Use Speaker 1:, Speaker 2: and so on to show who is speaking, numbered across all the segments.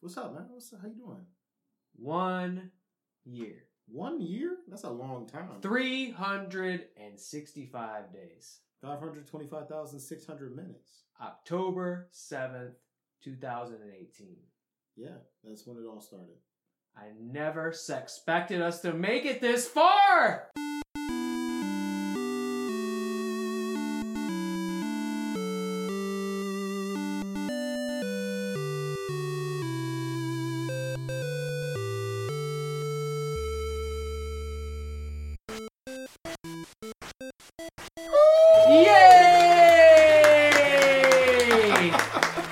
Speaker 1: What's up, man? What's how you doing?
Speaker 2: One year.
Speaker 1: One year? That's a long time.
Speaker 2: 365 days.
Speaker 1: 525,600 minutes.
Speaker 2: October 7th, 2018.
Speaker 1: Yeah, that's when it all started.
Speaker 2: I never s- expected us to make it this far! Yay!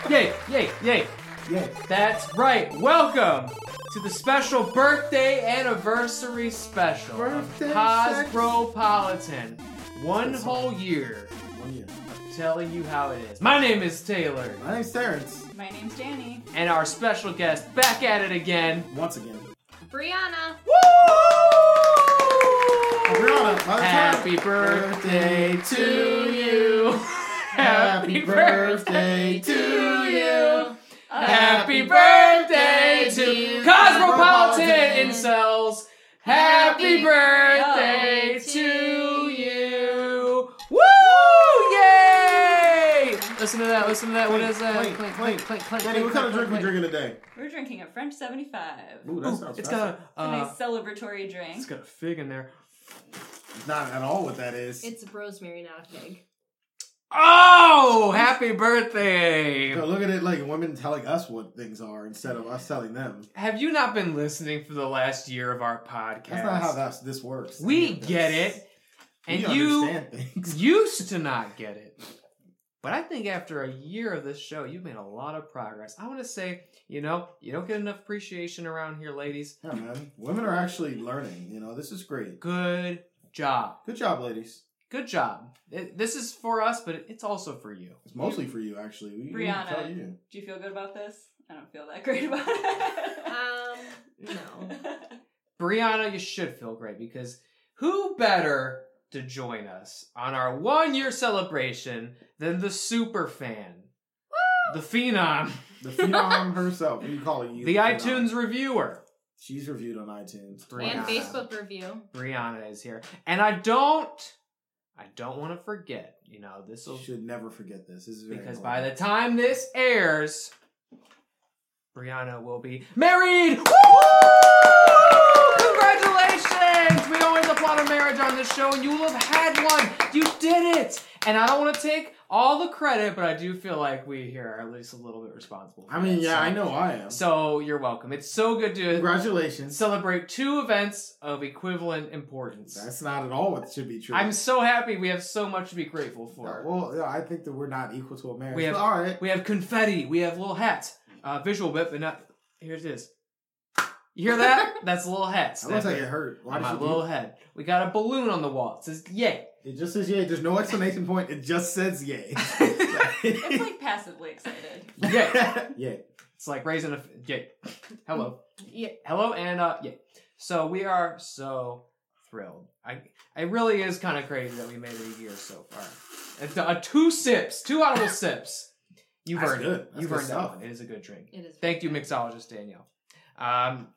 Speaker 2: Yay, yay, yay.
Speaker 1: Yeah.
Speaker 2: That's right. Welcome to the special birthday anniversary special
Speaker 1: Birthday
Speaker 2: of Cosmopolitan. One whole year
Speaker 1: One year.
Speaker 2: telling you how it is. My name is Taylor,
Speaker 1: My name's Terrence.
Speaker 3: My name's Danny.
Speaker 2: and our special guest back at it again.
Speaker 1: Once again.
Speaker 3: Brianna.
Speaker 1: Brianna, by the time-
Speaker 2: Happy birthday to you.
Speaker 1: Happy birthday to you.
Speaker 2: Uh, Happy birthday to Cosmopolitan Incels. Happy birthday to you. Woo! Yay! Listen to that. Listen to that. What is that?
Speaker 1: Clink, clink, Danny, what kind of drink we drinking today?
Speaker 3: We're drinking a French 75. It's
Speaker 1: Ooh, that sounds
Speaker 2: It's
Speaker 1: fancy.
Speaker 2: got a.
Speaker 3: a
Speaker 2: Uh,
Speaker 3: nice celebratory drink.
Speaker 2: it's got a fig in there.
Speaker 1: Not at all what that is.
Speaker 4: It's rosemary, not a fig.
Speaker 2: Oh! Happy birthday!
Speaker 1: No, look at it like women telling us what things are instead of us telling them.
Speaker 2: Have you not been listening for the last year of our podcast?
Speaker 1: That's not how that's, this works.
Speaker 2: We
Speaker 1: That's-
Speaker 2: get it, and
Speaker 1: we
Speaker 2: you
Speaker 1: understand things.
Speaker 2: used to not get it. But I think after a year of this show, you've made a lot of progress. I want to say, you know, you don't get enough appreciation around here, ladies.
Speaker 1: Yeah, man. Women are actually learning. You know, this is great.
Speaker 2: Good job.
Speaker 1: Good job, ladies.
Speaker 2: Good job. It- this is for us, but it's also for you.
Speaker 1: It's mostly for you, actually. We, we
Speaker 3: Brianna.
Speaker 1: tell you.
Speaker 3: Do you feel good about this? I don't feel that great about it.
Speaker 4: Um, no.
Speaker 2: Brianna, you should feel great because who better to join us on our one year celebration than the super fan, the phenom,
Speaker 1: The phenom herself. We call her you.
Speaker 2: the
Speaker 1: phenom.
Speaker 2: iTunes reviewer.
Speaker 1: She's reviewed on iTunes.
Speaker 2: Three
Speaker 4: And
Speaker 2: Brianna.
Speaker 4: Facebook review.
Speaker 2: Brianna is here, and I don't, I don't want to forget. You know, this will
Speaker 1: You should never forget this. This is very
Speaker 2: because by
Speaker 1: important.
Speaker 2: the time this airs, Brianna will be married. Woo! Congratulations! We always applaud a marriage on this show, and you will have had one. You did it, and I don't want to take all the credit, but I do feel like we here are at least a little bit responsible. for
Speaker 1: I mean,
Speaker 2: that.
Speaker 1: yeah,
Speaker 2: So-
Speaker 1: I know I am.
Speaker 2: So you're welcome. It's so good to
Speaker 1: Congratulations.
Speaker 2: celebrate two events of equivalent importance.
Speaker 1: That's not at all what should be true.
Speaker 2: I'm so happy we have so much to be grateful
Speaker 1: No,
Speaker 2: for.
Speaker 1: well, no, I think that we're not equal to a marriage.
Speaker 2: We have-
Speaker 1: but all right.
Speaker 2: we have confetti, we have little hats, uh, visual bit, but not. Here it is. You hear that? That's little hats.
Speaker 1: That looks like it hurt. Why
Speaker 2: on
Speaker 1: did
Speaker 2: my
Speaker 1: you do
Speaker 2: little head. We got a balloon on the wall. It says yay.
Speaker 1: It just says yay. There's no explanation point. It just says yay.
Speaker 3: it's like passively excited.
Speaker 2: yay.
Speaker 1: yay.
Speaker 2: It's like raising a f- yay. Hello.
Speaker 4: Yeah.
Speaker 2: Hello and uh yay. So we are so thrilled. I it really is kind of crazy that we made it a year so far. It's uh, two sips, two audible sips. You've
Speaker 1: That's
Speaker 2: earned
Speaker 1: good.
Speaker 2: it.
Speaker 1: That's
Speaker 2: You've
Speaker 1: good
Speaker 2: earned
Speaker 1: stuff.
Speaker 2: that one. It is a good drink.
Speaker 4: It is.
Speaker 2: Thank you, mixologist Danielle. Um,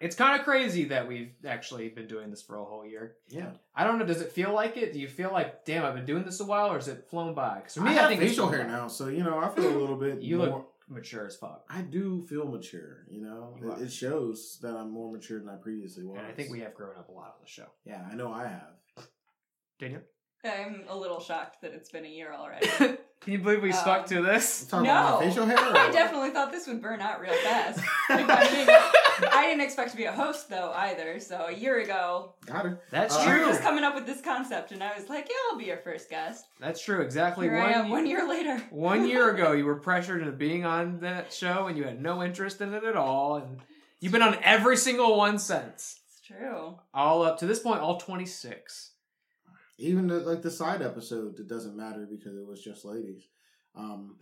Speaker 2: it's kind of crazy that we've actually been doing this for a whole year.
Speaker 1: Yeah.
Speaker 2: I don't know. Does it feel like it? Do you feel like, damn, I've been doing this a while, or is it flown by? 'Cause for me,
Speaker 1: I
Speaker 2: I,
Speaker 1: have
Speaker 2: think it's
Speaker 1: facial
Speaker 2: flown
Speaker 1: hair
Speaker 2: by.
Speaker 1: now, so you know I feel a little bit.
Speaker 2: You
Speaker 1: more,
Speaker 2: look- Mature as fuck.
Speaker 1: I do feel mature. You know,
Speaker 2: You
Speaker 1: It-
Speaker 2: are.
Speaker 1: it shows that I'm more mature than I previously was.
Speaker 2: And I think we have grown up a lot on the show.
Speaker 1: Yeah, I know I have.
Speaker 2: Daniel,
Speaker 3: I'm a little shocked that it's been a year already.
Speaker 2: can you believe we
Speaker 3: Um,
Speaker 2: stuck to this?
Speaker 1: talking
Speaker 3: No.
Speaker 1: about my facial hair. or
Speaker 3: I
Speaker 1: what?
Speaker 3: definitely thought this would burn out real fast. If I'm being- I didn't expect to be a host though either. So a year ago,
Speaker 1: got it.
Speaker 2: That's
Speaker 1: Uh,
Speaker 3: we were
Speaker 2: true.
Speaker 3: just coming up with this concept, and I was like, "Yeah, I'll be your first guest."
Speaker 2: That's true. Exactly.
Speaker 3: Here
Speaker 2: one,
Speaker 3: I am,
Speaker 2: ye-
Speaker 3: one year later.
Speaker 2: one year ago, you were pressured into being on that show, and you had no interest in it at all, and you've been on every single one since.
Speaker 3: It's true.
Speaker 2: All up to this point, all twenty six.
Speaker 1: Even the, like the side episode that doesn't matter because it was just ladies, um,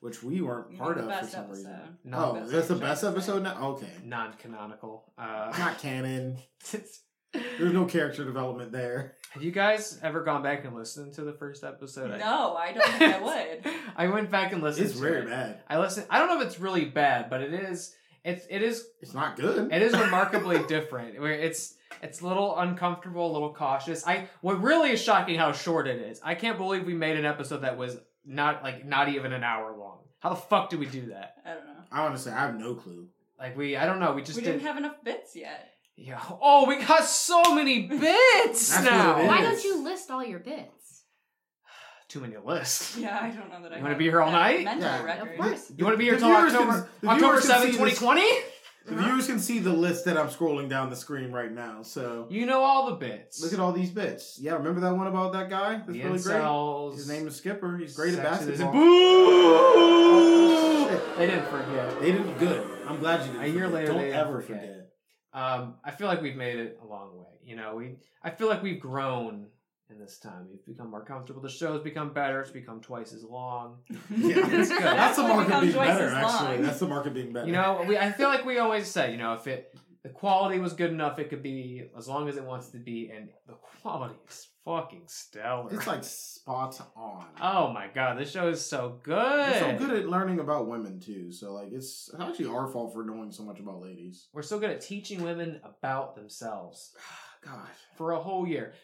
Speaker 1: which we weren't
Speaker 3: You
Speaker 1: part
Speaker 3: mean
Speaker 1: of
Speaker 3: the
Speaker 1: for
Speaker 3: best
Speaker 1: some
Speaker 3: episode.
Speaker 1: reason.
Speaker 2: Not
Speaker 1: Oh,
Speaker 3: best
Speaker 1: that's the
Speaker 3: episode,
Speaker 1: best
Speaker 3: I would say.
Speaker 1: episode now. Okay,
Speaker 2: non-canonical. Uh,
Speaker 1: not canon.
Speaker 2: it's
Speaker 1: There's no character development there.
Speaker 2: Have you guys ever gone back and listened to the first episode? I-
Speaker 3: No, I don't think I would.
Speaker 2: I went back and listened.
Speaker 1: It's
Speaker 2: to
Speaker 1: very
Speaker 2: it.
Speaker 1: bad.
Speaker 2: I listen. I don't know if it's really bad, but it is. It's it is
Speaker 1: It's not good.
Speaker 2: It is remarkably different. Where it's it's a little uncomfortable, a little cautious. I what really is shocking how short it is. I can't believe we made an episode that was not like not even an hour long. How the fuck did we do that?
Speaker 3: I don't know.
Speaker 1: I honestly, I have no clue.
Speaker 2: Like we I don't know, we just
Speaker 3: we didn't have enough bits yet.
Speaker 2: yeah. Oh, we got so many bits
Speaker 1: That's
Speaker 2: now.
Speaker 1: what it
Speaker 4: Why
Speaker 1: is.
Speaker 4: don't you list all your bits?
Speaker 2: Too many lists.
Speaker 3: Yeah, I don't know that I.
Speaker 2: You wanna
Speaker 3: have
Speaker 2: be here all
Speaker 3: that
Speaker 2: night?
Speaker 3: Mental
Speaker 1: Yeah.
Speaker 3: record.
Speaker 4: Of course.
Speaker 2: You want to be here
Speaker 1: The
Speaker 2: till
Speaker 1: viewers can-
Speaker 2: October
Speaker 1: the
Speaker 2: October
Speaker 1: viewers can see
Speaker 2: 7th,
Speaker 1: this-
Speaker 2: 2020?
Speaker 1: The viewers can see the list that I'm scrolling down the screen right now. So
Speaker 2: You know all the bits.
Speaker 1: look at all these bits. Yeah, remember that one about that guy? That's
Speaker 2: the
Speaker 1: really great.
Speaker 2: incels.
Speaker 1: His name is Skipper. He's great at
Speaker 2: sexism.
Speaker 1: basketball. Oh,
Speaker 2: Boo!
Speaker 1: Shit.
Speaker 2: They didn't forget.
Speaker 1: They did good. I'm glad you did.
Speaker 2: A year later,
Speaker 1: don't
Speaker 2: they
Speaker 1: ever
Speaker 2: forget.
Speaker 1: forget.
Speaker 2: um, I feel like we've made it a long way. You know, we I feel like we've grown in this time. We've become more comfortable. The show's become better. It's become twice as long.
Speaker 1: Yeah,
Speaker 2: It's good.
Speaker 1: That's the
Speaker 3: why we
Speaker 1: market
Speaker 3: come
Speaker 1: being
Speaker 3: twice
Speaker 1: better.
Speaker 3: as
Speaker 1: Actually,
Speaker 3: long.
Speaker 1: that's the market being better.
Speaker 2: You know, we I feel like we always say, you know, if it the quality was good enough, it could be as long as it wants to be, and the quality is fucking stellar.
Speaker 1: it's like spot on.
Speaker 2: oh my god, this show is so
Speaker 1: We're
Speaker 2: good.
Speaker 1: so good at learning about women too. So like, it's actually our fault for knowing so much about ladies.
Speaker 2: We're so good at teaching women about themselves.
Speaker 1: God,
Speaker 2: for a whole year.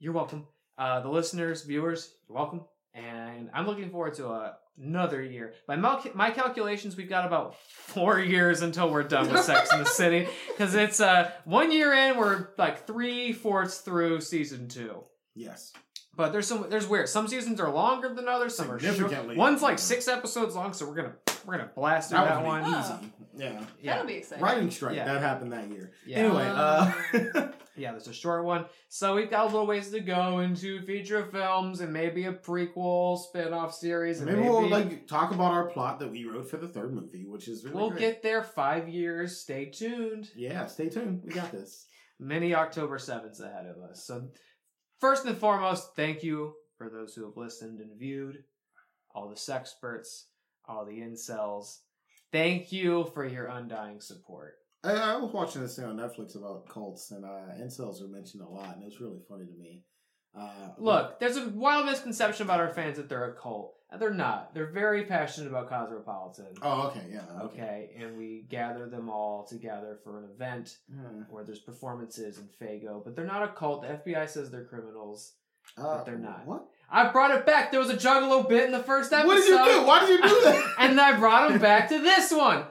Speaker 2: You're welcome. Uh, the listeners, viewers, you're welcome. And I'm looking forward to uh another year. By my, my calculations, we've got about four years until we're done with Sex in the City. Because it's uh, one year in, we're like three fourths through season two.
Speaker 1: yes,
Speaker 2: But there's some there's weird. Some seasons are longer than others. Some are short.
Speaker 1: Significantly.
Speaker 2: One's like six episodes long, so we're gonna we're gonna blast through
Speaker 1: that,
Speaker 2: that,
Speaker 1: was
Speaker 2: one.
Speaker 1: easy. Yeah,
Speaker 2: Yeah.
Speaker 3: That'll be exciting.
Speaker 1: writing strike
Speaker 2: Yeah.
Speaker 1: that happened that year.
Speaker 2: Yeah.
Speaker 1: Anyway, uh,
Speaker 4: Um,
Speaker 2: Yeah, there's a short one. So we've got a little ways to go into feature films and maybe a prequel spin-off series. And
Speaker 1: maybe,
Speaker 2: maybe,
Speaker 1: we'll like talk about our plot that we wrote for the third movie, which is really
Speaker 2: we'll
Speaker 1: great.
Speaker 2: get there five years. Stay tuned.
Speaker 1: Yeah, stay tuned. We got this.
Speaker 2: Many October 7s ahead of us. So first and foremost, thank you for those who have listened and viewed, all the sexperts, all the incels. Thank you for your undying support.
Speaker 1: I, I was watching this thing on Netflix about cults, and uh, incels were mentioned a lot, and it was really funny to me. Uh,
Speaker 2: Look, there's a wild misconception about our fans that they're a cult. And They're not. They're very passionate about cosmopolitan.
Speaker 1: Oh, okay, yeah, okay.
Speaker 2: Okay, and we gather them all together for an event
Speaker 1: Hmm.
Speaker 2: where there's performances and Fago, but they're not a cult. The FBI says they're criminals.
Speaker 1: Uh,
Speaker 2: they're not.
Speaker 1: What?
Speaker 2: I brought it back. There was a juggalo bit in the first episode.
Speaker 1: What did you do? Why did you do that?
Speaker 2: And I brought him back to this one.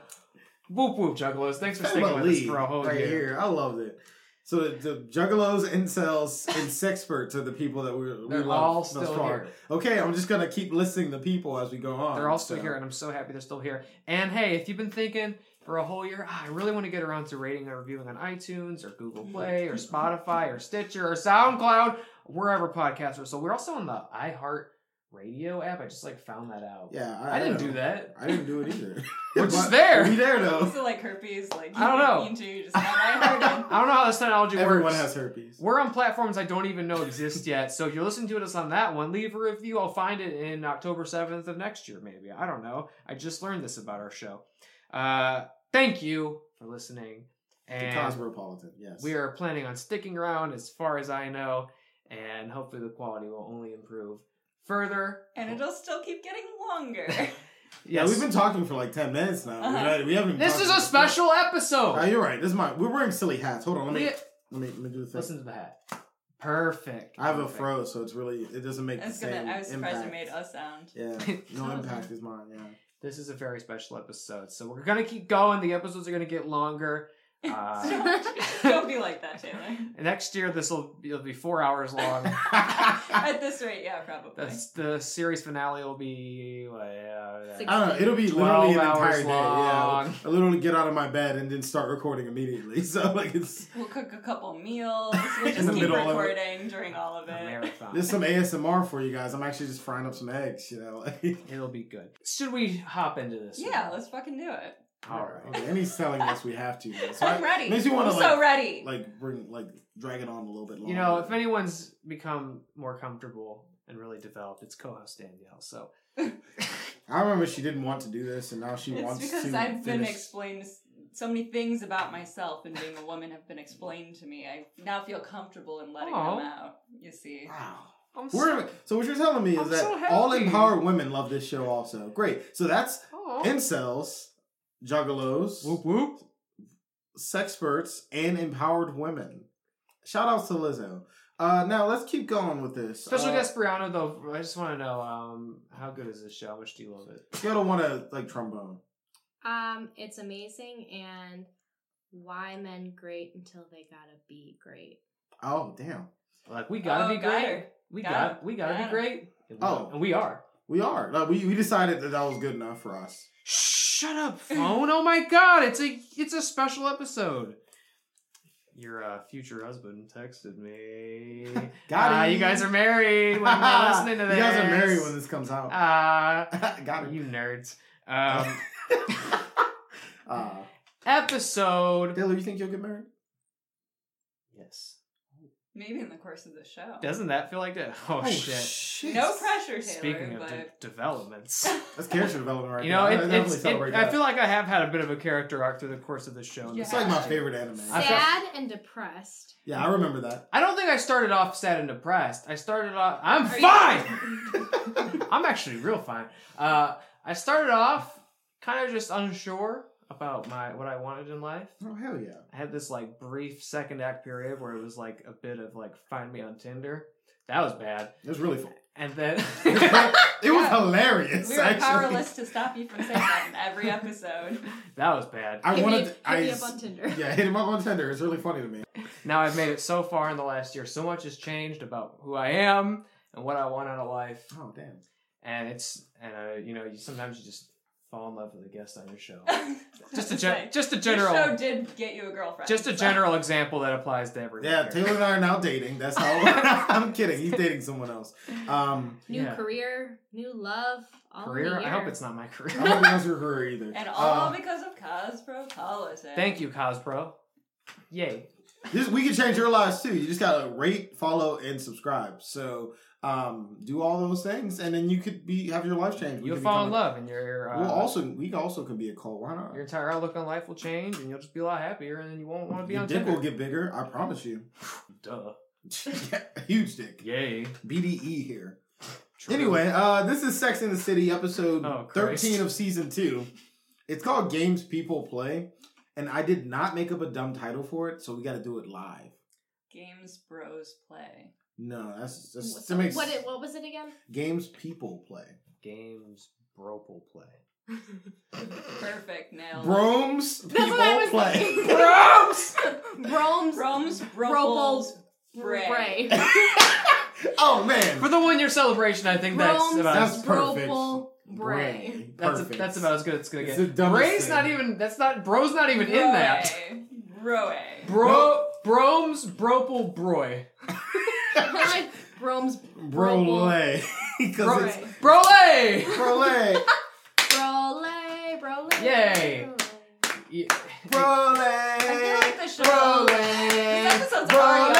Speaker 2: Whoop whoop, juggalos! Thanks for
Speaker 1: Talk
Speaker 2: sticking
Speaker 1: about
Speaker 2: with us
Speaker 1: lead
Speaker 2: for a whole
Speaker 1: right
Speaker 2: year.
Speaker 1: here. I loved it. So the, the juggalos, incels, and sexperts are the people that we, we
Speaker 2: They're
Speaker 1: love
Speaker 2: all
Speaker 1: thus
Speaker 2: still
Speaker 1: far.
Speaker 2: here.
Speaker 1: Okay, I'm just gonna keep listing the people as we go on.
Speaker 2: They're all still
Speaker 1: Oh, so-
Speaker 2: here, and I'm so happy they're still here. And hey, if you've been thinking for a whole year, "Ah, I really want to get around to rating and reviewing on iTunes or Google Play or Spotify or Stitcher or SoundCloud, wherever podcasts are. So we're also on the iHeart Radio app. I just like found that out.
Speaker 1: Yeah,
Speaker 2: I, didn't
Speaker 1: know.
Speaker 2: do that.
Speaker 1: I didn't do it either.
Speaker 2: We're just
Speaker 1: But
Speaker 2: there.
Speaker 1: We there though.
Speaker 3: Is it like herpes? Like
Speaker 2: I don't
Speaker 3: you-
Speaker 2: know.
Speaker 3: You do, you just have, I heard it.
Speaker 2: I don't know how this technology
Speaker 1: Everyone
Speaker 2: works.
Speaker 1: has herpes.
Speaker 2: We're on platforms I don't even know exist yet. So if you're listening to us on that one, leave a review. I'll find it in October 7th of next year, maybe. I don't know. I just learned this about our show. Uh, thank you for listening.
Speaker 1: The
Speaker 2: And
Speaker 1: cosmopolitan. Yes.
Speaker 2: we are planning on sticking around as far as I know. And hopefully the quality will only improve further.
Speaker 3: and it'll still keep getting longer.
Speaker 1: Yeah,
Speaker 2: Yes.
Speaker 1: we've been talking for like ten minutes now. We
Speaker 3: Uh-huh.
Speaker 1: haven't- We haven't.
Speaker 2: this
Speaker 1: talked
Speaker 2: is
Speaker 1: about
Speaker 2: a special
Speaker 1: Oh,
Speaker 2: episode.
Speaker 1: you're right. This is my. We're wearing silly hats. Hold on. Let me.
Speaker 2: Le-
Speaker 1: Let me. Let me do the thing.
Speaker 2: Listen to the hat. Perfect.
Speaker 1: I have a
Speaker 2: Perfect.
Speaker 1: fro, so it's really. It doesn't make.
Speaker 3: I was
Speaker 1: the
Speaker 3: gonna.
Speaker 1: same
Speaker 3: I was surprised
Speaker 1: impact.
Speaker 3: it made us sound.
Speaker 1: Yeah, no
Speaker 4: Oh.
Speaker 1: impact is mine. Yeah.
Speaker 2: This is a very special episode. So we're going to keep going. The episodes are going to get longer. Uh,
Speaker 3: Don't- don't be like that, Taylor.
Speaker 2: Next year, this will it'll be four hours long.
Speaker 1: I
Speaker 3: At this rate, yeah, probably.
Speaker 2: That's the series finale will be what, uh,
Speaker 4: Six-
Speaker 1: don't know. It'll be
Speaker 2: 12
Speaker 1: literally an
Speaker 2: hours
Speaker 1: entire day.
Speaker 2: long.
Speaker 1: Yeah. I literally get out of my bed and then start recording immediately. So like it's
Speaker 3: We'll cook a couple meals. We'll
Speaker 1: In
Speaker 3: just
Speaker 1: the
Speaker 3: keep
Speaker 1: middle of it.
Speaker 3: recording during all
Speaker 2: a
Speaker 3: of it.
Speaker 2: marathon.
Speaker 1: there's some ASMR for you guys. I'm actually just frying up some eggs. You know. Like,
Speaker 2: it'll be good. Should we hop into this?
Speaker 3: Yeah,
Speaker 2: one?
Speaker 3: let's fucking do it.
Speaker 2: All right.
Speaker 1: Okay, and he's telling us we have to. now. So
Speaker 3: I'm
Speaker 1: I-
Speaker 3: ready.
Speaker 1: Makes me want
Speaker 3: I'm
Speaker 1: to
Speaker 3: so
Speaker 1: like,
Speaker 3: ready.
Speaker 1: like bring like drag it on a little bit longer.
Speaker 2: You know, if anyone's become more comfortable and really developed, it's co-host Danielle. So
Speaker 1: I remember she didn't want to do this, and now she
Speaker 3: it's
Speaker 1: wants to.
Speaker 3: because I've been
Speaker 1: finish-
Speaker 3: explained s- so many things about myself and being a woman have been explained to me. I now feel comfortable in letting
Speaker 2: Aw.
Speaker 3: them out. You see,
Speaker 1: Wow.
Speaker 2: I'm so,
Speaker 1: We're, so what you're telling me is
Speaker 2: I'm
Speaker 1: that
Speaker 2: so happy.
Speaker 1: all empowered women love this show also. Great. So that's
Speaker 2: Aw.
Speaker 1: incels, juggalos,
Speaker 2: whoop whoop.
Speaker 1: sexperts, and empowered women. Shout outs to Lizzo. Uh, now let's keep going with this.
Speaker 2: Special
Speaker 1: uh,
Speaker 2: guest Brianna, though. I just want to know um, how good is this show? How much do you love it?
Speaker 1: You don't want to like trombone.
Speaker 4: Um, it's amazing and why men great until they gotta be great.
Speaker 1: Oh damn,
Speaker 2: Like we gotta
Speaker 3: Oh,
Speaker 2: be
Speaker 3: got
Speaker 2: great.
Speaker 3: her.
Speaker 2: We
Speaker 3: Got
Speaker 2: got,
Speaker 3: her.
Speaker 2: we gotta
Speaker 3: Got
Speaker 2: be
Speaker 3: her.
Speaker 2: great. And we-
Speaker 1: Oh.
Speaker 2: and we are.
Speaker 1: we are. Like, we we decided that that was good enough for us.
Speaker 2: Shut up, phone! oh my god, it's a it's a special episode. Your uh, future husband texted me.
Speaker 1: Got
Speaker 2: Ah,
Speaker 1: it.
Speaker 2: you guys are married. When you're listening to this,
Speaker 1: you guys are married when this comes out.
Speaker 2: Ah,
Speaker 1: Got it.
Speaker 2: you nerds. Um,
Speaker 1: Uh,
Speaker 2: episode.
Speaker 1: Taylor, you think you'll get married?
Speaker 2: Yes.
Speaker 3: maybe in the course of the show.
Speaker 2: Doesn't that feel like that? Oh, shit.
Speaker 3: no pressure, Taylor.
Speaker 2: Speaking of
Speaker 3: but
Speaker 2: de- developments.
Speaker 1: That's character development, right?
Speaker 2: You
Speaker 1: there.
Speaker 2: know,
Speaker 1: I
Speaker 2: it,
Speaker 1: definitely
Speaker 2: it's, it,
Speaker 1: celebrate
Speaker 2: I
Speaker 1: that.
Speaker 2: feel like I have had a bit of a character arc through the course of this show. and
Speaker 3: Yeah.
Speaker 2: this
Speaker 1: it's like my
Speaker 2: episode.
Speaker 1: favorite anime.
Speaker 2: I felt-
Speaker 4: Sad and depressed.
Speaker 1: yeah, I remember that.
Speaker 2: I don't think I started off sad and depressed. I started off. I'm
Speaker 3: Are you-
Speaker 2: fine. I'm actually real fine. Uh, I started off kind of just unsure about my what I wanted in life.
Speaker 1: Oh hell yeah!
Speaker 2: I had this like brief second act period where it was like a bit of like find me on Tinder. That was bad.
Speaker 1: It was really fun.
Speaker 2: And then
Speaker 1: It was
Speaker 3: Yeah.
Speaker 1: hilarious.
Speaker 3: we were
Speaker 1: actually.
Speaker 3: powerless to stop you from saying that in every episode.
Speaker 2: that was bad.
Speaker 1: I
Speaker 4: Hit me-
Speaker 1: wanted.
Speaker 4: hit
Speaker 1: I
Speaker 4: me up on Tinder.
Speaker 1: yeah, hit him up on Tinder. It's really funny to me.
Speaker 2: Now I've made it so far in the last year. So much has changed about who I am and what I want out of life.
Speaker 1: Oh damn!
Speaker 2: And it's and uh, you know you sometimes you just fall in love with a guest on your show.
Speaker 3: That's
Speaker 2: Just a
Speaker 3: the
Speaker 2: gen-
Speaker 3: thing.
Speaker 2: just a
Speaker 3: Your show
Speaker 2: general
Speaker 3: did get you a girlfriend.
Speaker 2: just a
Speaker 3: so-
Speaker 2: general example that applies to everyone.
Speaker 1: Yeah,
Speaker 2: here.
Speaker 1: Taylor and I are now dating. That's how. I'm kidding. He's dating someone else. Um,
Speaker 4: New
Speaker 2: Yeah.
Speaker 4: career, new love, all
Speaker 2: career.
Speaker 4: In the
Speaker 2: I
Speaker 4: year.
Speaker 2: hope it's not my
Speaker 1: I don't think
Speaker 2: career.
Speaker 1: that's your career either.
Speaker 3: And all
Speaker 1: Uh,
Speaker 3: because of Cosmopolitan.
Speaker 2: Thank you, Cospro. Yay.
Speaker 1: this, we can change your lives too. You just gotta rate, follow, and subscribe. So um, do all those things, and then you could be have your life changed. We
Speaker 2: You'll
Speaker 1: could
Speaker 2: fall in
Speaker 1: become
Speaker 2: love and your
Speaker 1: a-
Speaker 2: uh,
Speaker 1: Well, also we also could be a cult. Why not?
Speaker 2: your entire outlook on life will change and you'll just be a lot happier and then you won't want to be
Speaker 1: Your
Speaker 2: on
Speaker 1: dick
Speaker 2: Tinder.
Speaker 1: will get bigger. I promise you.
Speaker 2: Duh.
Speaker 1: Yeah, huge dick.
Speaker 2: Yay.
Speaker 1: BDE E here.
Speaker 2: True.
Speaker 1: Anyway, uh, this is Sex in the City, episode
Speaker 2: Oh, Christ.
Speaker 1: 13 of season two. It's called Games People Play, and I did not make up a dumb title for it, so we got to do it live.
Speaker 3: Games Bros Play.
Speaker 1: No, that's that's
Speaker 4: What,
Speaker 1: that makes
Speaker 4: what, it, what was it again?
Speaker 1: games people play.
Speaker 2: games bropal play.
Speaker 3: Perfect, nailed it.
Speaker 1: Brooms people
Speaker 4: what I was
Speaker 1: play.
Speaker 4: thinking.
Speaker 2: Gross!
Speaker 4: Brome's
Speaker 3: Rome's
Speaker 4: Robles
Speaker 3: Robles Bray.
Speaker 4: Bray.
Speaker 1: oh man,
Speaker 2: For the one year celebration, I think that's
Speaker 4: Rome's
Speaker 2: about
Speaker 1: That's perfect.
Speaker 4: Roble Bray.
Speaker 2: that's,
Speaker 1: Perfect.
Speaker 2: that's about as good as it's gonna
Speaker 1: It's the
Speaker 2: get.
Speaker 1: dumbest
Speaker 2: Bray's
Speaker 1: thing.
Speaker 2: not even that's not bro's not even in that.
Speaker 3: Broe.
Speaker 2: Bro Brome's Bropal Broy.
Speaker 4: Like, Brome's Roble.
Speaker 1: Brolay.
Speaker 2: Bro-
Speaker 1: Because it's
Speaker 2: Brolay!
Speaker 1: Brolay.
Speaker 4: Brolay, Brolay.
Speaker 2: Yay. Yeah.
Speaker 3: I feel
Speaker 1: Brolay.
Speaker 3: like the show. This
Speaker 1: Brolay.
Speaker 3: episode's already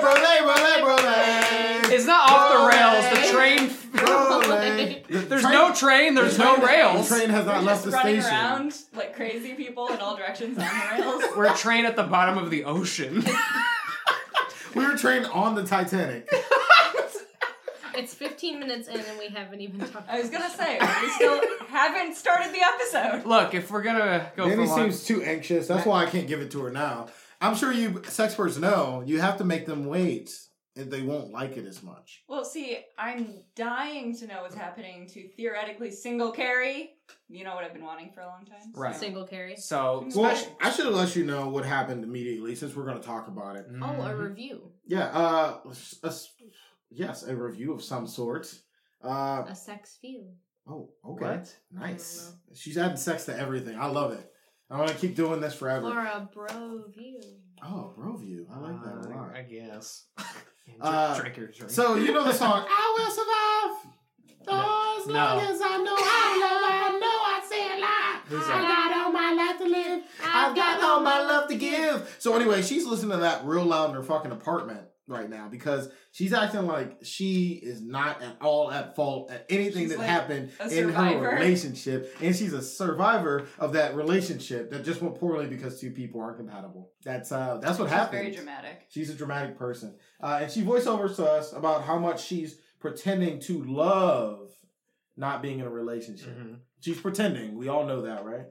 Speaker 1: Brolay.
Speaker 3: off
Speaker 1: Brolay. Brolay. Brolay.
Speaker 3: the rails.
Speaker 2: It's not off the rails. The
Speaker 1: Brolay.
Speaker 2: train
Speaker 1: Brolay.
Speaker 2: there's no train, there's no rails.
Speaker 1: The train has
Speaker 3: We're
Speaker 1: not left
Speaker 3: just
Speaker 1: the
Speaker 3: running
Speaker 1: station.
Speaker 3: around like crazy people in all directions on the rails.
Speaker 2: We're a train at the bottom of the ocean.
Speaker 1: We were trained on the Titanic.
Speaker 4: It's 15 minutes in and we haven't even talked.
Speaker 3: I was gonna say we still haven't started the episode.
Speaker 2: Look, if we're gonna go
Speaker 1: Danny
Speaker 2: for long,
Speaker 1: seems too anxious. That's why I can't give it to her now. I'm sure you experts know you have to make them wait, and they won't like it as much.
Speaker 3: Well, see, I'm dying to know what's happening to theoretically single carry. You know what I've been wanting for a long time.
Speaker 2: Right.
Speaker 4: Single carries.
Speaker 2: so
Speaker 1: Well,
Speaker 2: special-
Speaker 1: I should have let you know what happened immediately since we're going to talk about it.
Speaker 2: mm,
Speaker 4: Oh, a review.
Speaker 1: Yeah. Uh. s- a s- yes, a review of some sort. Uh.
Speaker 4: A sex view.
Speaker 1: Oh. Okay.
Speaker 2: What?
Speaker 1: Nice. She's adding sex to everything. I love it. I'm gonna keep doing this forever.
Speaker 4: Or a bro view.
Speaker 1: Oh, bro view. I like that a
Speaker 2: Uh,
Speaker 1: lot.
Speaker 2: I guess. Drink-
Speaker 1: Uh,
Speaker 2: drink your drink.
Speaker 1: So you know the song "I Will Survive." Oh, as
Speaker 2: No.
Speaker 1: long as I know I love, I know I say a lie.
Speaker 2: Who's
Speaker 1: I
Speaker 2: that?
Speaker 1: got all my life to live. I've got all my love to give. So anyway, she's listening to that real loud in her fucking apartment right now because she's acting like she is not at all at fault at anything
Speaker 3: She's
Speaker 1: that
Speaker 3: like
Speaker 1: happened
Speaker 3: a
Speaker 1: in her
Speaker 3: survivor.
Speaker 1: relationship, and she's a survivor of that relationship that just went poorly because two people aren't compatible. That's uh, that's what
Speaker 3: She's
Speaker 1: happened.
Speaker 3: very dramatic.
Speaker 1: She's a dramatic person. Uh, and she voiceovers to us about how much she's pretending to love not being in a relationship.
Speaker 2: Mhm.
Speaker 1: She's pretending. We all know that, right?